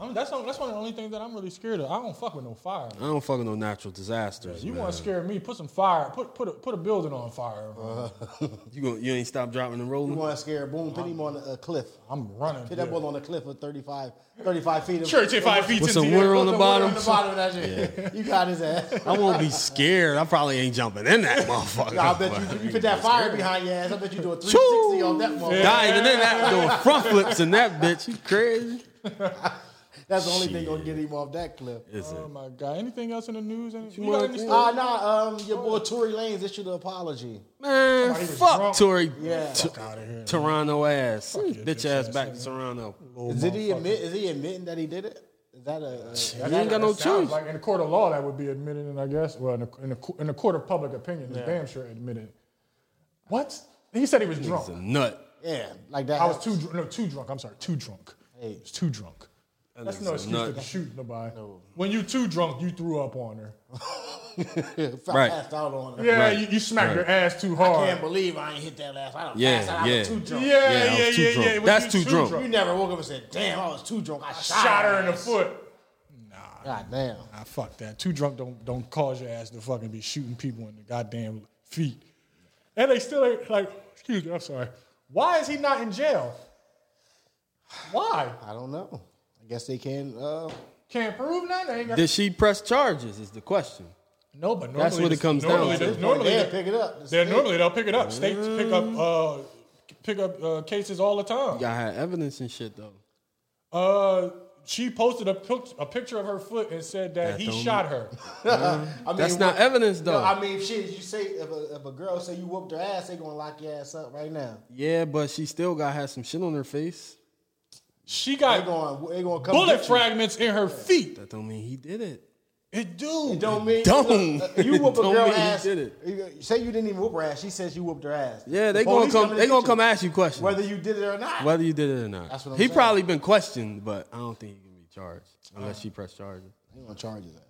A: I'm, that's on- that's one of the only things that I'm really scared of. I don't fuck with no fire.
C: I don't fucking know natural disasters.
A: You
C: man.
A: want to scare me? Put some fire. Put put a, put a building on fire.
B: Uh-huh.
C: You gonna you ain't stop dropping and rolling?
B: You want to scare Boom? Put him on a, a cliff.
A: I'm running.
B: Put that
A: yeah.
B: ball on a cliff of 35, 35 feet. Of,
A: Sure, take five feet.
C: With
A: into
C: some
A: the air.
C: water on the
A: Put
C: bottom.
B: On the bottom of that shit. You got his ass.
C: I won't be scared. I probably ain't jumping in that motherfucker.
B: I bet you, you put that fire behind your ass. I bet you do a 360 on that motherfucker.
C: Dying and then that doing front flips in that bitch. You crazy?
B: That's the only thing gonna get him off that clip.
C: Is
A: Oh
C: it?
A: my god! Anything else in the news? Any, you
C: want-
A: got any
C: yeah.
A: stories?
B: Ah, nah, um, your boy Tory Lanez issued an apology.
C: Man,
A: was
C: fuck
A: drunk.
C: Tory.
B: Yeah.
C: T-
A: Fuck outta here.
C: Toronto ass.
A: your
C: bitch ass
A: bitch ass,
C: back to Toronto.
B: Did he admit? Is he admitting that he did it? Is that a?
C: You ain't got no choice.
A: Sounds like in the court of law that would be admitted, and I guess well in the in the, co- in the court of public opinion, it's damn sure admitted. What he said, he was
C: It's
A: drunk.
C: a nut.
B: yeah, like that.
A: I was too dr- no too drunk. I'm sorry, too drunk.
B: Hey.
A: It's too drunk. That's no
C: nigga's a
A: excuse
C: nut.
A: to shoot nobody. When you too drunk, you threw up on her.
B: If I
C: Right.
B: passed out on it.
A: Yeah,
C: Right.
A: you, you smacked
C: Right.
A: her ass too
B: I
A: hard.
B: can't believe I ain't hit that last. I don't
C: Yeah,
B: pass out. I
C: yeah.
B: was too drunk.
A: yeah, yeah,
C: I
A: yeah,
C: was too
A: yeah,
C: drunk.
A: When
C: That's
A: you
C: too drunk.
B: You never woke up and said, "Damn, I was too drunk. I shot,
A: Shot her in the
B: ass."
A: foot.
B: God damn.
A: Ah, fuck that. Too drunk don't don't cause your ass to fucking be shooting people in the goddamn feet. And they still ain't like, excuse me, I'm sorry. Why is he not in jail? Why?
B: I don't know. I guess they can. Uh,
A: Can't prove nothing. Ain't got,
C: Did she press charges? Is the question.
A: no, but normally
C: That's what it comes down
A: normally
C: to.
A: they-
B: normally
A: Normally,
B: they
A: they,
B: pick it up.
A: they're normally they'll pick it up. States pick up uh, pick up uh, cases all the time.
C: Y'all had evidence and shit though.
A: Uh, she posted a, pic- a picture of her foot and said that, he
C: don't-
A: shot her.
B: I mean,
C: That's not
B: what-
C: evidence though.
B: No, I mean, shit. You say if a, if a girl say you whooped her ass, they gonna lock your ass up right now.
C: yeah, but she still got had some shit on her face.
A: She
B: They
A: got
B: going they gonna come.
A: bullet
B: get you.
A: fragments in her feet.
C: That don't mean he did it.
A: It do.
B: It Don't mean
C: Don't.
B: Look, uh, you whoop a
C: Don't
B: girl
C: mean he
B: ass.
C: did it.
B: you- Say you didn't even whoop her ass. She says you whooped her ass.
C: Yeah,
B: The
C: they gonna
B: police
C: come.
B: coming to
C: They
B: get
C: gonna
B: you,
C: come ask you questions whether,
B: whether you did it or not.
C: you did it or not.
B: That's what I'm
C: he
B: saying.
C: probably been questioned, but I don't think he can be charged
A: Uh.
C: unless she pressed charges.
B: They gonna charge his ass.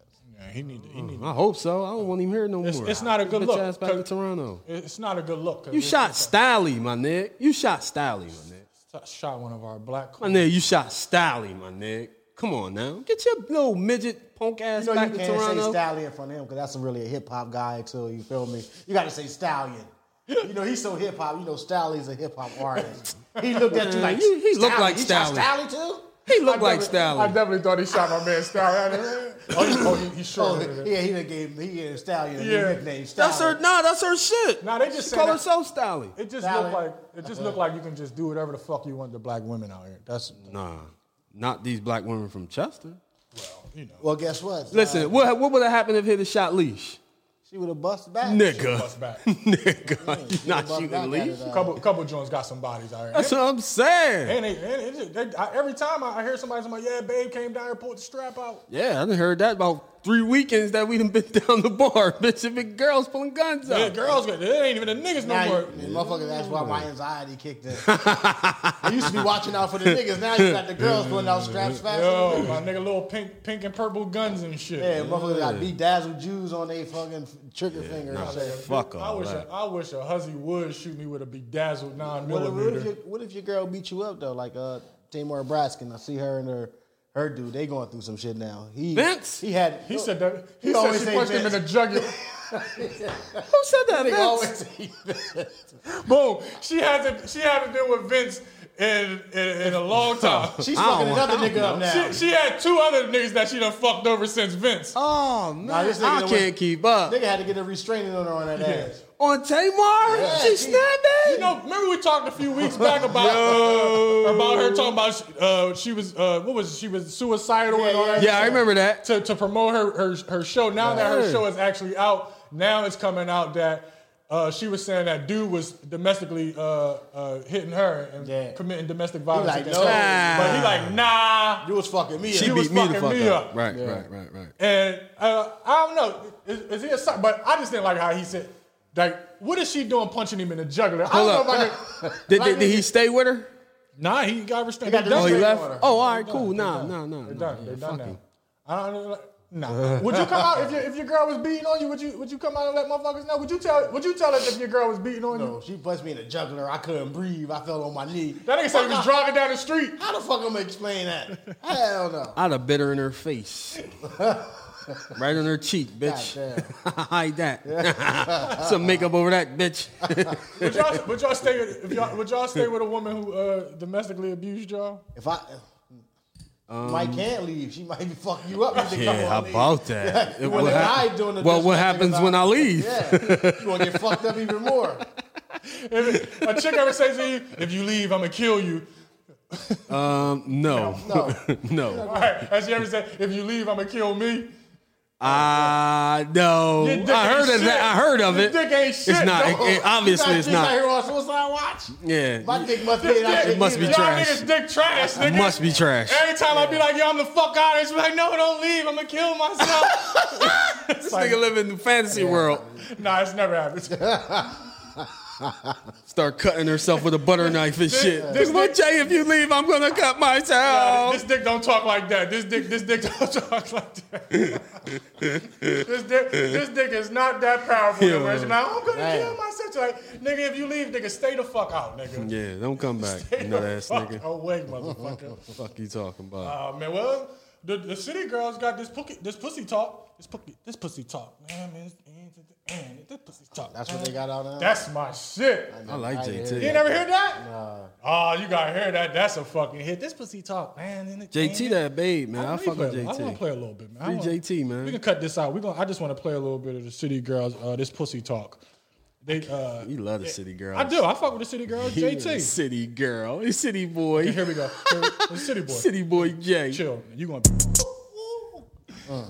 A: Yeah, he need to. He need
C: I hope so. I don't want him here no
A: It's-
C: more.
A: it's not a good
C: Bitch
A: look,
C: Ass back to
A: 'cause-
C: Toronto.
A: It's not a good look. 'cause
C: You
A: it-
C: shot Stiley, my nigga. You shot Stiley, my nigga.
A: shot- shot one of our black.
C: My nigga, you shot Stiley, my nigga. Come on now, get your little midget punk ass
B: You know
C: back
B: you
C: to
B: can't say
C: Toronto.
B: stallion in front of him because that's really a hip hop guy too. You feel me? You got to say stallion. You know he's so hip hop. You know Stallion's a hip hop artist. He looked at you
C: Man,
B: like
C: you- he looked
B: "Stallion?
C: like
B: You shot
C: Stallion."
B: Stallion too.
C: he looked like
A: I
C: Stiley.
A: definitely thought he shot my man Stallion. oh, he, oh, he, he sure
B: Oh,
A: did.
B: yeah, he done gave he gave Stallion
A: Yeah.
B: a nickname.
C: That's her.
B: Stallion.
C: Nah, that's her shit.
A: Nah, they
C: She
A: just say
C: call
A: that-
C: herself Stiley.
A: It just
B: Stallion.
A: looked like it just looked like you can just do whatever the fuck you want to black women out here. That's
C: Nah, not these black women from Chester.
A: you know.
B: Well, guess what?
C: Listen,
B: Uh,
C: what what would have happened if he'd have shot Leash?
B: she would have busted back.
C: Nigga,
A: Bust back.
C: nigga, you not
B: Bust back
C: shooting
B: at
C: Leash.
B: it, uh,
A: couple couple joints got some bodies out here.
C: That's what I'm saying.
A: And, they, and it just, they, I, every time I, I hear somebody, somebody, yeah, babe came down here, pulled the strap out.
C: Yeah, I done heard that about three weekends that we done been down the bar, bitch. And big girls pulling guns
A: Yeah,
C: out.
A: girls, it ain't even the niggas
B: Now
A: no
B: you,
A: more.
B: and motherfuckers, that's why my anxiety kicked in. I used to be watching out for the niggas. Now you got the girls pulling out straps fast.
A: Yo, my nigga, little pink, pink and purple guns and shit.
B: Yeah, motherfuckers got bedazzled Jews on their fucking trigger finger.
C: nah,
B: and shit.
C: fuck
A: I
C: all
A: wish a,
C: that.
A: I wish a hussy would shoot me with a bedazzled nine
B: What, if- what if your,
A: millimeter.
B: what if your girl beat you up though? Like uh, Tamar Braskin, I see her and her her dude. They going through some shit now. He
C: Vince?
B: he had
A: He said that
B: He
A: he said
B: always
A: she
B: say
A: punched him in the
B: Vince.
A: jugular.
C: Who said that?
B: They
C: Vince?
B: always say Vince.
A: Boom. She hasn't she hasn't been with Vince in in, in a long time. she,
B: She's
C: I don't
B: fucking
C: want-
B: another
C: I don't
B: nigga up now.
A: she had two other niggas that she done fucked over since Vince.
C: Oh man,
B: this nigga
C: I
B: done
C: can't
B: went-
C: keep up.
B: Nigga had to get a restraining order on that ass.
C: On Tamar, she
B: he-
C: stabbed it.
A: You know, remember we talked a few weeks back about uh, about her talking about uh, she was uh, what was it? she was suicidal and all that.
C: yeah, I remember that.
A: to, to promote her, her her show. Now that her
C: Right.
A: show is actually out, now it's coming out that uh, she was saying that dude was domestically uh, uh, hitting her and
B: Yeah.
A: committing domestic violence.
B: like,
A: against
B: no.
A: her. but he like nah.
B: You was fucking me.
C: She
B: up.
A: was
C: beat me the
A: fucking
C: fuck
A: me
C: up.
A: up.
C: Right, right, right, right.
A: And uh, I don't know, is, is he a son? But I just didn't like how he said. Like, what is she doing punching him in the jugular? I
C: Hold
A: don't
C: up.
A: know if I could.
C: Did, did, did he stay with her?
A: Nah, he got restrained.
B: got
A: They're done.
C: Oh, he
B: Straight
C: left.
B: order.
C: Oh, all right, cool. Nah, nah, nah.
A: They're
C: nah.
A: done.
C: Yeah,
A: They're done
C: fuck
A: now.
C: him.
A: I don't like, nah. would you come out if your if your girl was beating on you? Would you would you come out and let motherfuckers know? Would you tell would you tell us if your girl was beating on
B: No,
A: you?
B: she punched me in the jugular. I couldn't breathe. I fell on my knee.
A: That nigga said he was driving down the street.
B: How the fuck I'm gonna explain that? Hell no.
C: I'd have bit her in her face. right on her cheek, bitch. Hide that. Some makeup over that, bitch.
A: Would y'all, would y'all stay with if y'all, would y'all stay with a woman who uh, domestically abused y'all?
B: If I Mike can't leave, she might be fucking you up. You think I'm
C: Um, yeah,
B: gonna
C: how
B: leave.
C: about that?
B: You
C: It will
B: wanna
C: hap-
B: die doing the
C: well, what
B: disrespect
C: happens
B: about-
C: when I leave?
B: Yeah, you gonna get fucked up even more.
A: If a chick ever says to you, "If you leave, I'ma kill you,"
C: Um, no.
B: No,
C: no.
A: all right, has she ever said, "If you leave, I'ma kill me"?
C: I no.
A: Your dick
C: I heard
A: ain't
C: of that. I
A: shit.
C: heard of
A: Your
C: it.
A: dick ain't shit,
C: It's not.
A: dog.
C: it- it- obviously,
B: You
C: it's
B: guys out
C: not.
B: here on Suicide Watch?
C: Yeah.
B: My dick must be in
A: This
B: our
A: dick-
B: dick
C: must be
B: either.
A: y'all
C: trash.
A: niggas dick trash, nigga.
C: Must be trash.
A: Every time I be like, yo, I'm the fuck out of this, like, no, don't leave. I'm gonna kill myself.
C: This nigga live in the fantasy world.
A: nah, it's never happened.
C: Start cutting herself with a butter knife and shit. This
A: this-
C: boy Jay, if you leave, I'm gonna cut
A: Nah,
C: myself.
A: this dick don't talk like that. This dick, this dick don't talk like that. this dick, this dick is not that powerful.
C: Yeah.
A: Yeah. Where it's like, I'm gonna
B: Damn.
A: kill myself. It's Like, nigga, if you leave, nigga, stay the fuck out, nigga.
C: Yeah, don't come back.
A: Stay
C: You know
A: the
C: that ass
A: fuck
C: nigga.
A: Away, motherfucker.
C: Fuck you talking about?
A: Oh man, well, the, the city girls got this pussy, this pussy talk, this pussy, this pussy talk. Man, man, this- man, this pussy talk.
B: That's what they got out now.
A: That's my shit.
C: I like
A: You
C: JT.
A: ain't never hear that? Nah. Oh, you gotta hear that. That's a fucking hit. This pussy talk, man. and it-
C: JT
A: and-
C: that babe, man. I,
A: wanna
C: fuck with
A: play- I want to play
C: JT.
A: a little bit, man. I
C: Free
A: wanna-
C: JT, man.
A: We can cut this out. We going I just want to play a little bit of the city girls. Uh, this pussy talk. They. Uh,
C: You love the city girl.
A: I do. I fuck with the city girls.
C: He is a
A: JT.
C: City girl. He's city boy.
A: Here we go. Here, the city boy.
C: City boy Jay.
A: Chill. You gonna be.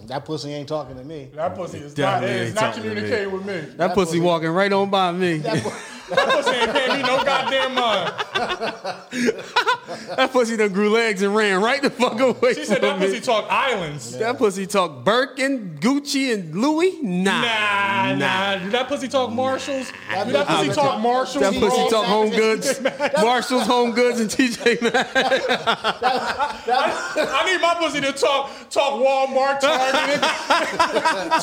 B: That pussy ain't talking to me.
A: That pussy is not,
C: Definitely
A: it is
C: ain't
A: not
C: talking to me.
A: communicating with me.
C: That pussy walking right on by me.
A: That pussy ain't paying me no goddamn mind.
C: That pussy done grew legs and ran right the fuck away.
A: She said that
C: from me.
A: pussy talk islands.
C: That pussy talk Birkin, Gucci, and Louis. Nah,
A: Nah, nah. Do that pussy talk Marshalls? Do that pussy
C: That
A: talk Marshalls?
C: That pussy
A: bro?
C: talk home goods, Marshalls, home goods, and TJ Maxx.
A: I need my pussy to talk talk Walmart, Target,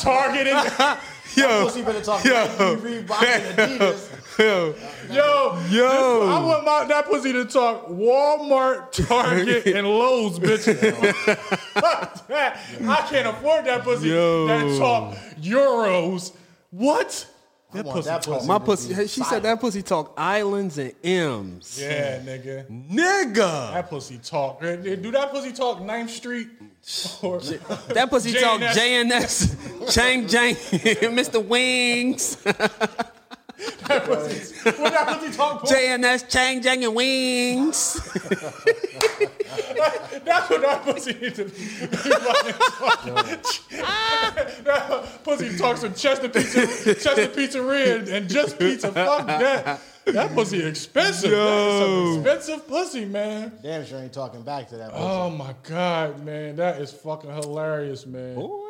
A: Target, and
C: Yo,
B: Pussy better talk.
C: Yo.
B: Nike, Reebok, and Adidas.
C: yo,
A: yo,
C: Yo.
A: I want my, that pussy to talk Walmart, Target, and Lowe's, bitch. Fuck that. I can't afford that pussy
C: Yo.
A: that talk euros. What? That
B: want that pussy.
C: my pussy. hey, She said that pussy talk islands and M's.
A: Yeah, nigga.
C: Nigga,
A: That pussy talk. Eh, Do that pussy talk 9th Street? Or,
C: that pussy
A: J&S.
C: talk J and S, Chang Jang, Mr. Wings,
A: what that pussy talk?
C: J and S, Chang Jang and Wings.
A: That's what that pussy need to be. that pussy talks some Chester Pizza, Chester Pizzeria and, and just pizza. Fuck that. That pussy expensive. That is some expensive pussy, man.
B: Damn sure ain't talking back to that pussy.
C: Uh,
A: Oh my god, man, that is fucking hilarious, man.
C: Boy,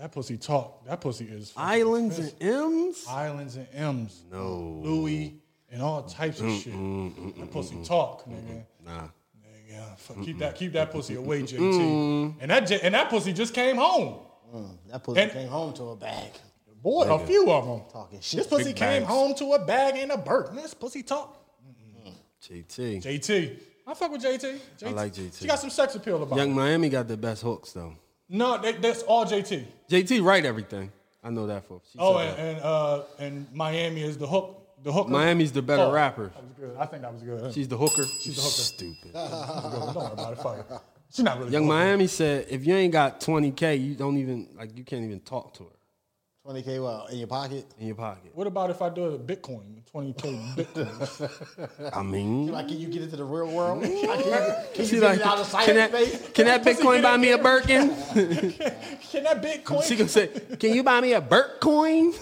A: That pussy talk. That pussy is fucking
C: islands and
A: expensive.
C: M's.
A: islands and M's. No, Louis and all types of shit. that pussy talk, nigga.
C: Nah.
A: Yeah, fuck, keep that keep that pussy away,
C: Mm.
A: JT. And that J- and that pussy just came home.
B: That pussy
A: And-
B: came home to a bag.
A: Boy, a few of them.
B: Talking
A: This
B: shit.
A: pussy
C: Big
A: came
C: bags.
A: home to a bag and a burp. This pussy talk.
C: JT.
A: JT. I fuck with JT. JT.
C: like JT.
A: She got some sex appeal about
C: Young
A: her.
C: Miami got the best hooks though.
A: No, that, that's all JT.
C: JT write everything. I know that for. She
A: Oh,
C: said
A: and
C: that.
A: and, uh, and Miami is the hook. The hooker.
C: Miami's the better
A: Oh,
C: rapper.
A: That was good. I think that was good.
C: She's the hooker. She's
A: the hooker.
C: Stupid.
A: Don't worry about it. Fuck it. She's not really
C: Young
A: the hooker.
C: Miami said, if you ain't got 20K, you don't even, like, you can't even talk to her
B: 20K well in your pocket.
C: in your pocket.
A: What about if I do it with Bitcoin? 20K Bitcoin.
C: I mean,
B: Like, can you get into the real world? Can you, can you
C: she
B: get
C: like,
B: it out of
C: can that,
B: cyberspace?
C: can that
A: Pussy
C: Bitcoin
A: get
C: buy
A: in
C: me a
A: there.
C: Birkin?
A: Can that Bitcoin?
C: She gonna say, can you buy me a Bitcoin?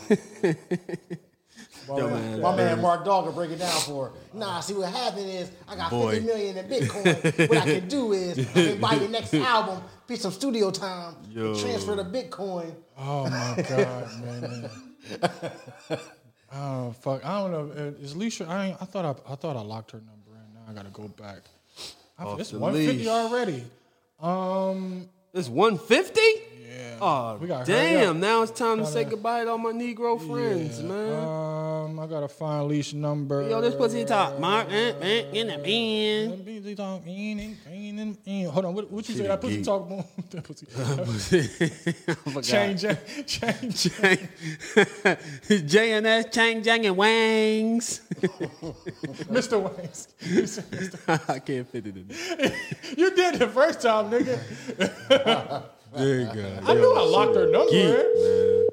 C: Yo, man.
B: My man Mark Dog will break it down for her. Nah, see what happened is I got
C: Boy.
B: 50 million in Bitcoin. what I can do is I can buy your next album, get some studio time, and transfer to Bitcoin.
A: Oh my god, man. oh fuck, I don't know. Uh, Is Leisha? I ain't, I thought I, I thought I locked her number in. Now I gotta go back. I-
C: Off
A: it's
C: the
A: one fifty
C: leash.
A: already. Um,
C: It's 150? Yeah. Oh,
A: We gotta hurry up.
C: damn. Now it's time to say goodbye to all my Negro friends, man.
A: um, I gotta find Leisha number.
C: Yo, this pussy talk. Mark, eh, eh, in the bin.
A: Pussy talk, in and- in and- in. eh, Hold on, what, what you
C: She
A: say?
C: the
A: That pussy
C: geek.
A: talk. more? that pussy.
C: Change
A: Change, change.
C: J and S, Chang Jang and Wangs.
A: Mr. Wayne.
C: I can't fit it in.
A: You did the first time, nigga.
C: There you go.
A: I knew I locked her number. in.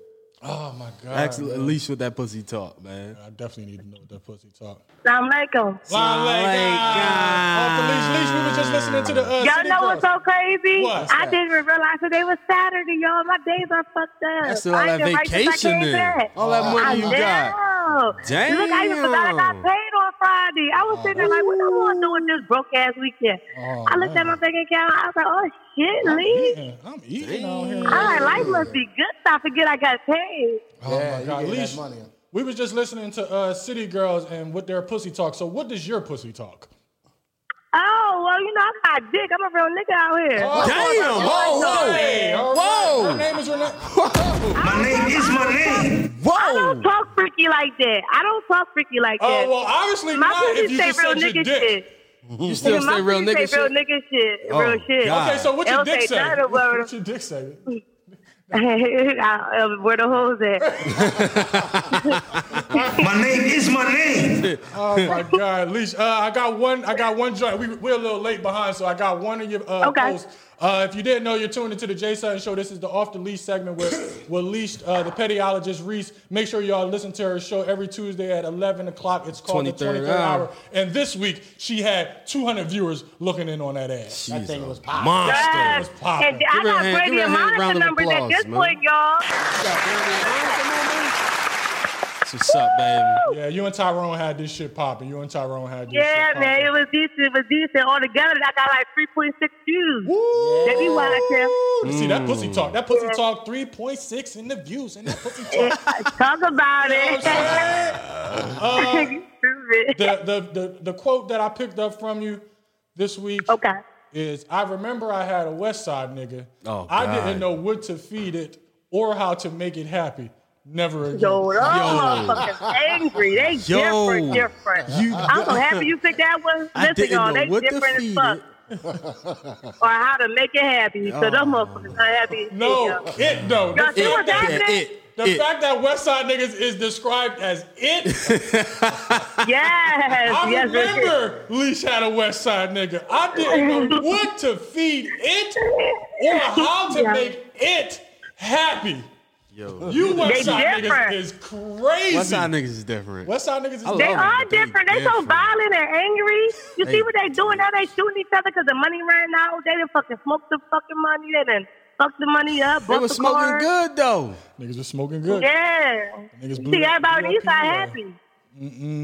A: Oh my god.
C: Actually, at least with that pussy talk, man.
A: I definitely need to know what that pussy talk.
I: Salam alaikum.
A: Slime Lake, ah. Oh, Felice, Leash, we was just listening to the uh,
I: Y'all
A: City
I: know
A: Girls.
I: what's so crazy?
A: What's
I: I
A: that?
I: didn't even realize today was Saturday, y'all. My days are fucked up.
C: That's all
I: I
C: that
I: ain't been right since I
C: vacation
I: came
C: then.
I: back.
C: All that money you
I: I
C: got.
I: know.
C: Damn.
I: Look, I even forgot I got paid on Friday. I was sitting there like, what am I gonna do with this broke ass weekend?
C: Oh,
I: I looked at my bank account. I was like, oh shit, Lee.
A: Yeah, I'm eating out here.
I: All right, life must be good. so I forget I got paid.
B: Yeah,
A: Oh my
B: you
A: god,
B: getting that
A: Leash.
B: money.
A: We was just listening to uh, City Girls and what their pussy talk. So what does your pussy talk?
I: Oh well, you know I got dick. I'm a real nigga out here.
C: Damn!
A: Oh, Hey,
C: Whoa!
A: all
C: Whoa!
A: right. Her name is Renee.
F: My name is my name.
I: I
C: Whoa!
I: don't talk freaky like that. I don't talk freaky like
A: Oh
I: that.
A: well, obviously
I: My
A: not if
I: pussy
A: you
I: say
A: just
I: real
A: said your
I: nigga
A: dick.
I: shit.
C: You still
I: my
C: say real
I: pussy
C: nigga
I: say real
C: shit?
I: nigga shit.
C: Oh,
I: real shit.
C: God.
A: Okay, so what your
I: It'll
A: dick
I: say
A: say?
I: none of them.
A: What your dick say?
I: I- uh, Where the hoes at?
F: My name is my name.
A: Oh my God, Leash. Uh, I got one. I got one joint. We we're a little late behind, so I got one of your uh,
I: Okay.
A: posts. Uh, if you didn't know, you're tuned into the Jay Sutton Show. This is the Off the Leash segment where where Leash, uh, the pediologist Reese. Make sure y'all listen to her show every Tuesday at 11 o'clock. It's called the
C: 23rd
A: 23rd
C: Hour.
A: Hour. And this week she had 200 viewers looking in on that ass.
B: That thing was popping.
C: Monster.
I: Yes.
A: was popping.
I: And I
C: Give her a
I: got
C: hand-
I: Brady
C: give her a
I: and
C: hand round
I: Monica
C: of
I: numbers at
C: applause,
I: this
C: man.
I: point, y'all.
C: That's what's up, baby.
A: Yeah, you and Tyrone had this shit popping. You and Tyrone had this.
I: Yeah,
A: shit
I: man,
A: popping.
I: it was decent. It was decent. All together, I got like 3.6 views. Let me watch it.
A: See that pussy talk. That pussy talk. 3.6 in the views, and that pussy talk.
I: Talk about
A: You know
I: it.
A: what I'm saying?
I: You stupid.
A: the, the, the, the quote that I picked up from you this week
I: Okay.
A: is I remember I had a West Side nigga.
C: Oh,
A: I
C: God.
A: didn't know what to feed it or how to make it happy. Never again.
I: Yo, those motherfuckers angry. They
C: Yo.
I: different, different.
C: You-
I: I'm so happy you picked that one.
C: I
I: Listen,
C: didn't
I: y'all,
C: know
I: they
C: what to
I: different as
C: feed
I: fuck.
C: it.
I: Or how to make it happy. So those
C: Oh.
I: motherfuckers unhappy.
A: No, it no. The,
I: Y'all see
A: fact that,
I: what's
C: Yeah,
I: happening?
C: it.
A: the
C: it.
A: fact that West Side niggas is described as it.
I: Yes.
A: I
I: yes, yes, yes.
A: remember Leash had a West Side nigga. I didn't know what to feed it or how to
I: Yeah.
A: make it happy.
C: Yo.
A: You West
I: They
A: Side niggas
I: different.
A: is crazy.
C: West Side niggas is different.
A: West Side niggas is
C: love
I: They
C: Oh,
I: are
C: they
I: different. They so
C: different.
I: violent and angry. You
C: They
I: see what they doing now? They shooting each other because the money ran out. They done fucking smoked the fucking money. They done fucked the money up.
C: They
I: bought
C: were
I: the
C: smoking
I: car.
C: good though.
A: Niggas was smoking good.
I: Yeah.
A: Niggas blew
I: See,
A: that- blew
I: everybody
A: that
I: on the east side
A: PUI.
I: happy.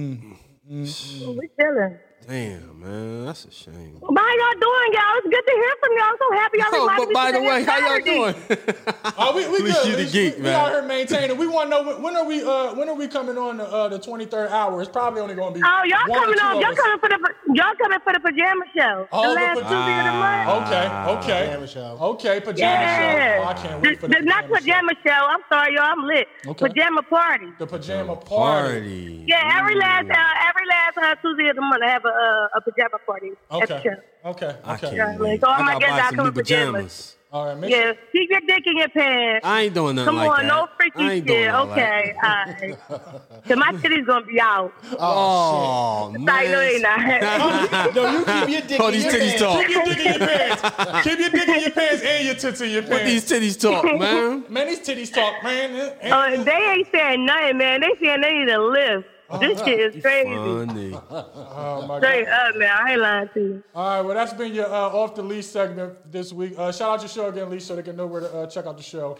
I: Mm-mm. We chilling.
C: Damn, man, that's a shame.
I: But how y'all doing, y'all? It's good to hear from y'all. I'm so happy y'all
C: Oh,
I: reminded
C: but
I: me
C: by the
I: today
C: way,
I: is
C: how y'all
I: Saturday.
C: doing?
A: Oh, we, we
C: Leash,
A: good.
C: you the
A: Leash.
C: geek,
A: we, we
C: man.
A: out here maintaining. We want to know when, when are we uh, when are we coming on the uh, the twenty third hour? It's probably only going to be
I: Oh, y'all
A: one or
I: coming
A: two
I: on?
A: of
I: Y'all
A: us.
I: coming for the y'all coming for the pajama show?
A: Oh, the
I: the last
A: paj-
I: Tuesday of the month.
C: Oh, Ah,
A: Okay, okay,
B: Pajama show.
A: okay, pajama
I: Yeah.
A: show. Oh, I can't wait for the,
I: The- the- not
A: pajama show.
I: pajama show. I'm sorry, y'all. I'm lit.
A: Okay.
I: Pajama party.
A: The pajama party.
C: Party.
I: Yeah, every last uh, every last uh, Tuesday of the month, I have a uh, a pajama party at the
A: Okay,
I: show.
A: okay,
C: I
A: okay.
C: can't
I: Yeah,
C: wait.
I: so I
C: I gotta
I: might get
C: buy
I: out
C: some new
I: of the pajamas.
C: pajamas.
A: All right, make
I: Yeah, keep your dick in your pants.
C: I ain't doing nothing
I: Come
C: like
I: on,
C: that.
I: no freaky
C: I ain't doing
I: shit.
C: all that.
I: Okay, alright. Cause my titty's gonna be out.
C: Oh, man.
I: Sorry, no, ain't not.
B: No, you keep your dick
C: Oh,
B: in
C: these
B: your
C: titties
B: man.
C: talk.
A: Keep your dick in your pants. Keep your dick in your pants and your tits in your
C: What
A: pants.
C: these titties talk, man?
A: Man, these titties talk, man.
I: Oh, they ain't saying nothing, man. They saying they need a lift. This shit is crazy.
C: Funny.
A: Oh my god.
I: Straight up, man. I ain't lying to you.
A: All right, well, that's been your uh, off the leash segment this week. Uh, shout out your show again, Lee, so they can know where to uh, check out the show.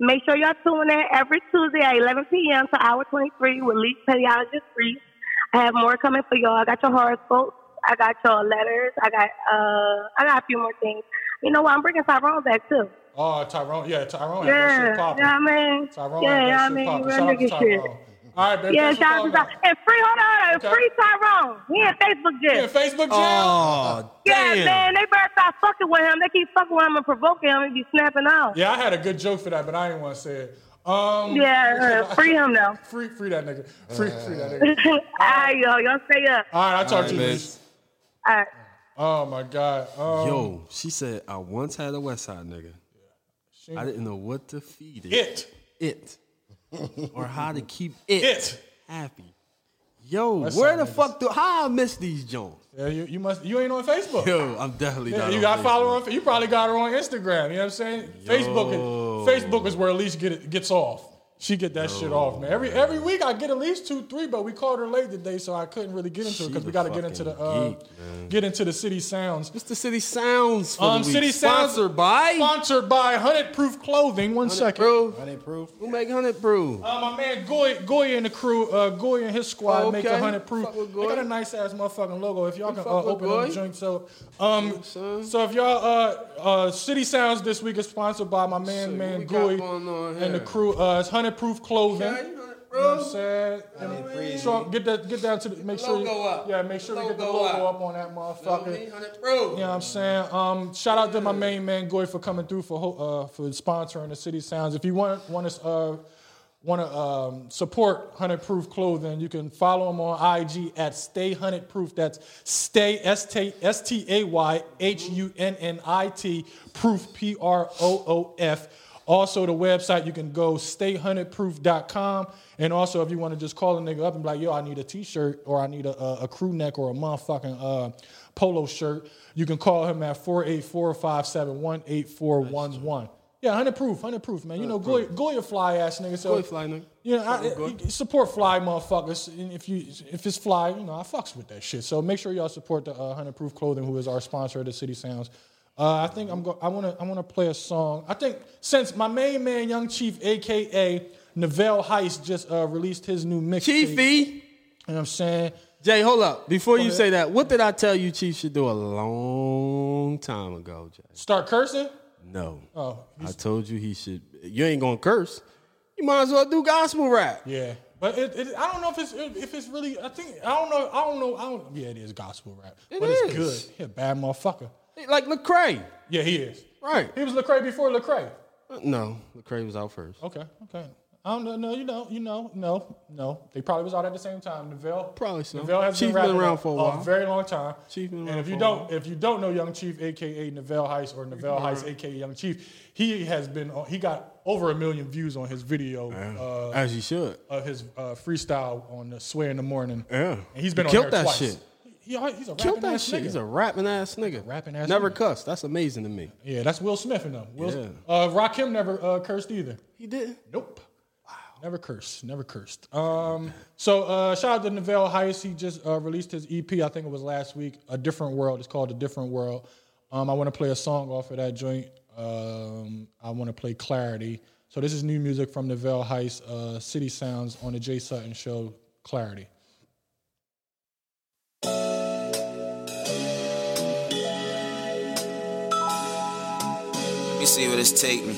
I: Make sure y'all tune in every Tuesday at 11 p.m. to Hour 23 with Leak Pediologist Reese. I have more coming for y'all. I got your horoscopes. I got your letters. I got uh, I got a few more things. You know what? I'm bringing Tyrone back too.
A: Oh, Tyrone, yeah, Tyrone had that
I: Yeah,
A: shit popping.
I: yeah, I mean,
A: Tyrone
I: yeah,
A: had that
I: I
A: shit
I: mean,
A: popping.
I: real
A: Shout out to
I: nigga shit.
A: Tyrone. All right, baby.
I: Yeah,
A: thanks for
I: shout out to
A: calling
I: Tyrone. And free, hold on,
A: Okay.
I: free Tyrone. He in Facebook jail.
A: in Facebook jail.
C: Oh,
I: yeah,
C: damn.
I: man, they better stop fucking with him. They keep fucking with him and provoking him. He be snapping out.
A: Yeah, I had a good joke for that, but I didn't want to say it. Um,
I: Yeah, uh, free him though.
A: Free, free that nigga. Free, free that nigga.
I: All right, yo, y'all stay up.
A: All right, I'll talk to you.
C: man.
A: Lee.
I: All right.
A: Oh my god. Um,
C: Yo, she said, I once had a West Side nigga. I didn't know what to feed it.
A: It,
C: It. or how to keep it,
A: it.
C: happy. Yo,
A: West
C: where
A: Side
C: the
A: niggas.
C: fuck do how I miss these Jones?
A: Yeah, you, you must. You ain't on Facebook.
C: Yo, I'm definitely
A: Yeah,
C: not.
A: you
C: on
A: got
C: Facebook.
A: follow her on. You probably got her on Instagram. You know what I'm saying? Facebook. Is, Facebook is where Elise get it, gets off. She get that shit off, man. Every every week I get at least two, three, but we called her late today, so I couldn't really get into it because we got to get into the uh, get into the city sounds.
C: What's the city sounds for
A: um,
C: the week?
A: city sounds
C: Sponsored by?
A: sponsored by Hundred Proof Clothing. One second,
C: Proof.
J: Hundred proof.
C: Who make 100 Brew?
A: Uh, my man Goy, Goy and the crew, uh, Goy and his squad
C: Oh,
A: make
C: okay.
A: a hundred proof.
C: Fuck with
A: They got
C: Goy.
A: a nice ass motherfucking logo. If y'all
C: We
A: can
C: fuck
A: uh,
C: with
A: open up the
C: Goy.
A: joint, so um,
C: saying?
A: so if y'all uh, uh, City Sounds this week is sponsored by my man
C: Shit,
A: man
C: what we got
A: Goy
C: going on
A: and the
C: here?
A: crew. Uh, it's hundred proof clothing.
C: Okay, 100
A: You know what
C: proof.
A: I'm saying? So get that, get down to the, make sure,
C: Logo up.
A: yeah, make sure we get the
C: Logo
A: logo
C: up.
A: up, on that motherfucker.
C: Brew.
A: You know what I'm saying? Um, shout out to my main man Goy for coming through for ho- uh, for sponsoring the City Sounds. If you want want to uh, want to um, support Hundred Proof Clothing, you can follow him on IG at Stay Hundred Proof. That's Stay S T S T A Y H U N N I T Proof P R O O F. Also, the website you can go stayhuntedproof.com. And also, if you want to just call a nigga up and be like, yo, I need a t shirt or I need a, a, a crew neck or a motherfucking uh, polo shirt, you can call him at 484 571 8411. Yeah, 100 proof, 100 proof, man. You know, go, go your fly ass nigga. So,
C: Goy fly nigga.
A: You know, I, I- support fly motherfuckers. And if you if it's fly, you know, I fucks with that shit. So make sure y'all support the uh, 100 Proof Clothing, who is our sponsor of the City Sounds. Uh, I think I'm go- I want to I want to play a song. I think since my main man Young Chief, aka Neville Heist, just uh, released his new mix. you
C: Chiefy.
A: know what I'm saying?
C: Jay, hold up. Before you say that, what did I tell you Chief should do a long time ago, Jay?
A: Start cursing.
C: No.
A: Oh,
C: I told you he should. You ain't going to curse. You might as well do gospel rap.
A: Yeah, but it, it, I don't know if it's if it's really. I think I don't know. I don't know. I don't. Yeah, it is gospel rap, but
C: is.
A: it's good. He a bad motherfucker.
C: Like Lecrae.
A: Yeah, he is.
C: Right.
A: He was Lecrae before Lecrae.
C: Uh, No, Lecrae was out first.
A: Okay, okay. I don't know. No, you know, you know, no, no. They probably was out at the same time. Neville
C: Probably so.
A: Neville has
C: Chief
A: been,
C: been
A: rapping
C: around for a while.
A: very long time.
C: Chief been around
A: and if
C: for
A: you
C: a
A: don't, if you don't know Young Chief, aka Neville Heist or Neville Heist, aka Young Chief, he has been. on- He got over a million views on his video. Uh,
C: As you should.
A: of his uh, freestyle on the Swear in the Morning.
C: Yeah.
A: and he's been
C: He
A: on
C: killed
A: there
C: that
A: twice.
C: shit.
A: He, he- he's a
C: Killed
A: rapping
C: that
A: ass
C: shit.
A: nigga.
C: He's a rapping ass nigga.
A: rapping ass
C: Never
A: nigga.
C: cussed. That's amazing to me.
A: yeah, that's Will Smith and them. Will,
C: Yeah.
A: uh, Rakim never uh, cursed either.
C: He did.
A: Nope. Never cursed. Never cursed. Um, so uh, shout out to Neville Heist. He just uh, released his EP. I think it was last week. A different world. It's called A Different World. Um, I want to play a song off of that joint. Um, I want to play Clarity. So this is new music from Neville Heist, uh, City Sounds on the Jay Sutton Show. Clarity.
K: Let me see where this take me.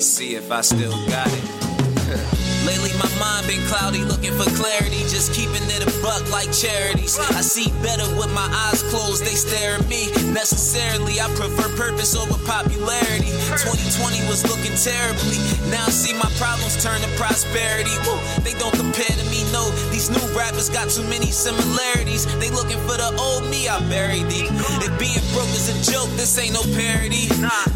K: See if I still got it. Lately, my mind been cloudy, looking for clarity, just keeping it a buck like charities. I see better with my eyes closed, they stare at me. Necessarily, I prefer purpose over popularity. 2020 was looking terribly. Now I see my problems turn to prosperity. Woo, they don't compare to me, no. These new rappers got too many similarities. They looking for the old me I buried deep. If being broke is a joke, this ain't no parody.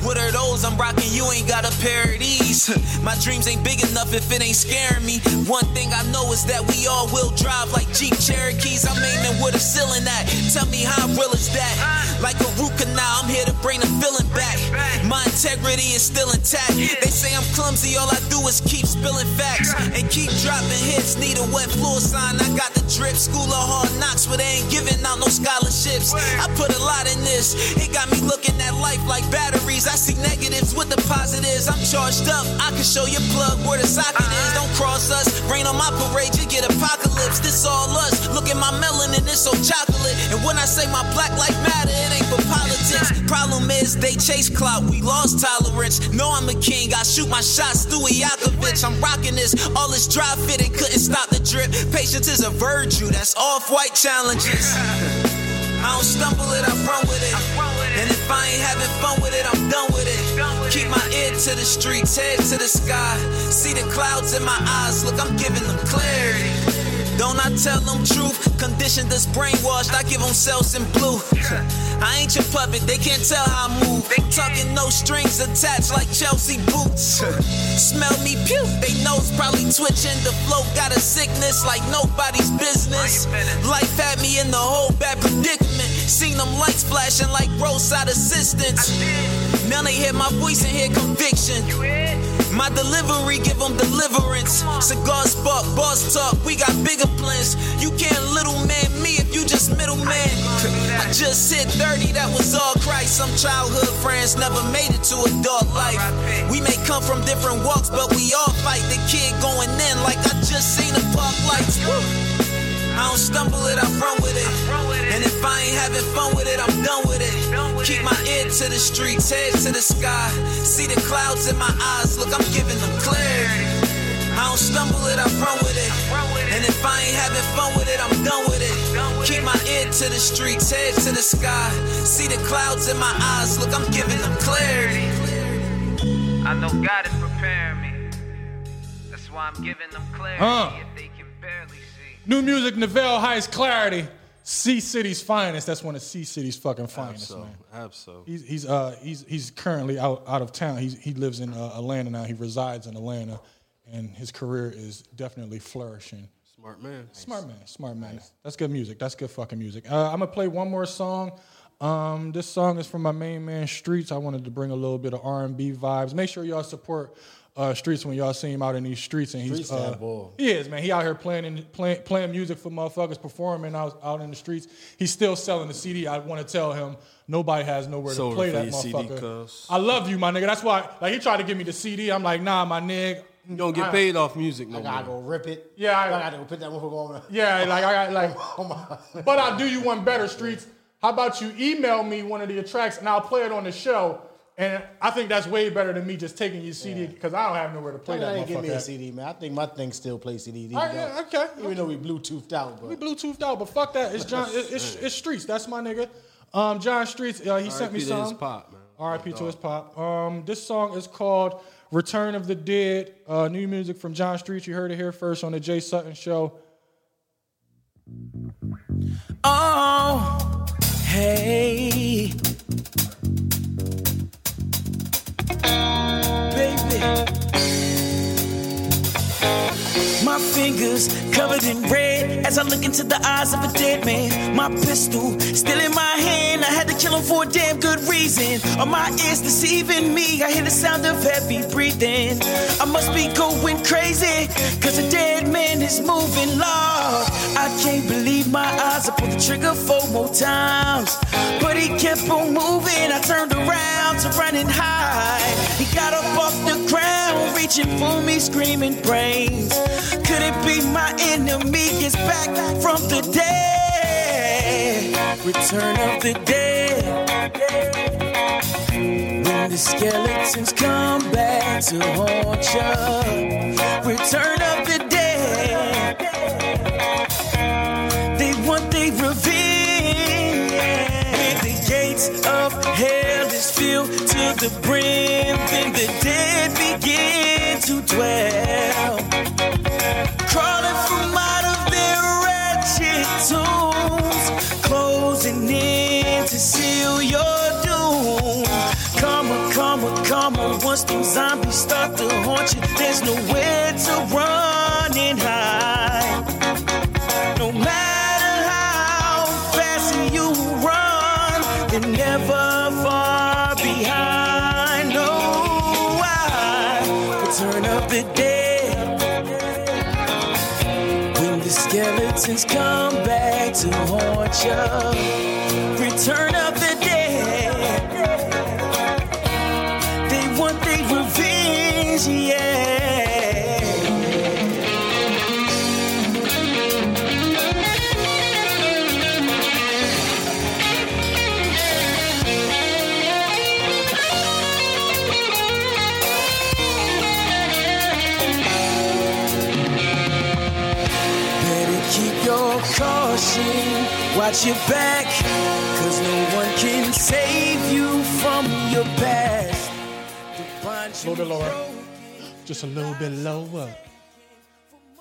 K: What are those I'm rocking? You ain't got a pair of these. My dreams ain't big enough if it ain't scaring me. One thing I know is that we all will drive like Jeep Cherokees. I'm aiming with a ceiling at. Tell me how real is that? Like a root canal, I'm here to bring the feeling back. My integrity is still intact. They say I'm clumsy, all I do is keep spilling facts and keep dropping hits. Need a wet floor sign. I got the drip. School of hard knocks, but they ain't giving out no scholarships. I put a lot in this. It got me looking at life like batteries. I see negatives with the positives. I'm charged up. I can show your plug where the socket is. Don't cross us. Rain on my parade, you get apocalypse. This all us. Look at my melanin, it's so chocolate. And when I say my black life matter, it ain't for politics. Problem is, they chase clout. We lost tolerance. No, I'm a king. I shoot my shots through Yakovich. I'm rocking this. All this dry fitted couldn't stop the drip. Patience is a virtue. That's off white challenges. I don't stumble it, I run with it. And if I ain't having fun with it, I'm done with it. Keep my ear to the streets, head to the sky. See the clouds in my eyes, look, I'm giving them clarity. Don't I tell them truth? Conditioned as brainwashed, I give them cells in blue. I ain't your puppet, they can't tell how I move. They talking no strings attached like Chelsea boots. Smell me, pew. They nose probably twitching. The flow got a sickness like nobody's business. Life had me in the whole bad predicament.
H: Seen them lights flashing like roadside assistance. Now they hear my voice and hear conviction. My delivery give them deliverance. Cigar spark, boss talk, we got bigger plans. You can't little man me if you just middleman. I just hit 30, that was all Christ. Some childhood friends never made it to adult life. We may come from different walks, but we all fight. The kid going in like I just seen the park lights. Woo. I don't stumble it, I run with it. And if I ain't having fun with it, I'm done with it. Keep my ear to the streets, head to the sky. See the clouds in my eyes, look, I'm giving them clarity. I don't stumble it, I run with it. And if I ain't having fun with it, I'm done with it. Keep my ear to the streets, head to the sky. See the clouds in my eyes, look, I'm giving them clarity. I know God is preparing me. That's why I'm giving them clarity.
A: Uh. New music, Neville Heist, Clarity, C City's finest. That's one of C City's fucking finest,
C: Absolutely.
A: man.
C: Absolutely.
A: He's he's uh he's he's currently out, out of town. He's, he lives in uh, Atlanta now. He resides in Atlanta, and his career is definitely flourishing.
C: Smart man.
A: Smart man. Smart man. That's good music. That's good fucking music. Uh, I'm gonna play one more song. Um, this song is from my main man Streets. I wanted to bring a little bit of R&B vibes. Make sure y'all support uh, Streets when y'all see him out in these streets, and he's
B: Streets
A: uh,
B: that bull.
A: he is man. He out here playing in, playing playing music for motherfuckers, performing out out in the streets. He's still selling the CD. I want to tell him nobody has nowhere
C: Sold
A: to
C: it
A: play
C: for
A: that
C: your CD,
A: motherfucker.
C: cuz.
A: I love you, my nigga. That's why like he tried to give me the CD. I'm like, nah, my nigga. You
C: Don't get paid off music
B: I
C: no
B: gotta
C: more.
B: go rip it.
A: Yeah, I-
B: I, gotta go put that motherfucker on.
A: Yeah, like I got like.
B: on my-
A: But I'll do you one better, Streets. How about you email me one of the tracks and I'll play it on the show? And I think that's way better than me just taking your CD because I don't have nowhere to play
B: Tell me
A: that
B: they ain't give me
A: motherfucker.
B: a
A: at.
B: CD, man. I think my thing still plays CDs. Even,
A: All right, yeah, okay.
B: though, even though we Bluetoothed out, but
A: We Bluetoothed out, but fuck that. It's John. it- It's, it's Streets. That's my nigga. Um, John Streets. Uh, he sent me
C: RIP to his
A: some.
C: pop, man.
A: R.I.P. to his pop. Um, this song is called "Return of the Dead." Uh, new music from John Streets. You heard it here first on the Jay Sutton Show.
H: Oh, hey. Baby. My fingers covered in red as I look into the eyes of a dead man. My pistol still in my hand. I had to kill him for a damn good reason. Are my ears deceiving me? I hear the sound of heavy breathing. I must be going crazy, cause a dead man is moving loud. I can't believe my eyes. I pulled the trigger four more times, but he kept on moving. I turned around to run and hide. He got up off the ground, reaching for me, screaming brains. Could it be my enemy? Gets back from the dead. Return of the dead. When the skeletons come back to haunt you. Return of the dead. They want their revenge. When the gates of hell is filled to the brim, then the dead begin to dwell. Crawling from out of their wretched tombs, closing in to seal your doom. Karma, karma, karma. Once those zombies start to haunt you, there's nowhere to run and hide. No matter how fast you run, you're never far behind. No, I return of the dead. When the skeletons come back to haunt you, return of the dead. They want their revenge, yeah. Better keep your caution, watch your back, cause no one can save you from your past. A
A: little bit lower. Just a little bit lower.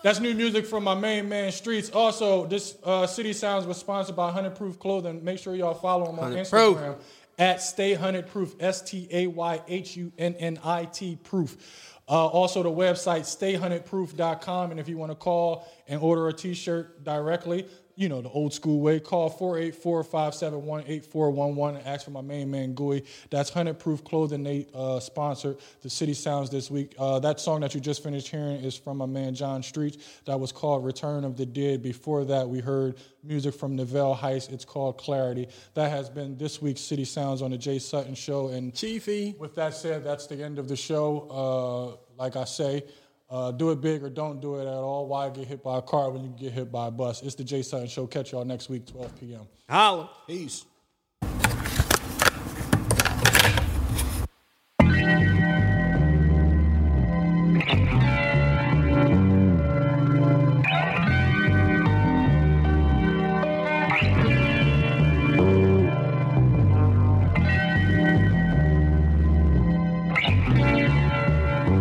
A: That's new music from my main man Streets. Also, this uh, City Sounds was sponsored by 100 Proof Clothing. Make sure y'all follow them on
C: 100
A: Instagram
C: Proof.
A: at Stay 100 Proof, S T A Y H U N N I T Proof. Uh, also, the website stayhuntedproof.com. And if you want to call and order a t shirt directly, you know, the old school way. Call 484-571-8411 and ask for my main man, Gooey. That's 100 Proof Clothing. They uh, sponsored the City Sounds this week. Uh, that song that you just finished hearing is from my man, John Streets. That was called Return of the Dead. Before that, we heard music from Neville Heist. It's called Clarity. That has been this week's City Sounds on the Jay Sutton Show. And
C: Chiefy.
A: With that said, that's the end of the show. Uh, like I say, uh, do it big or don't do it at all. Why get hit by a car when you can get hit by a bus? It's the Jay Sutton Show. Catch y'all next week, 12 p.m.
C: Holla.
A: Peace.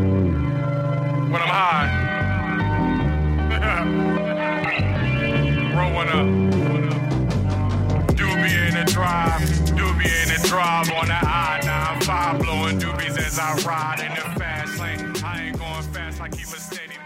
L: when I'm high. Roll one up. Doobie in the drive, doobie in the drive on the I-95, blowing doobies as I ride in the fast lane. I ain't going fast, I keep a steady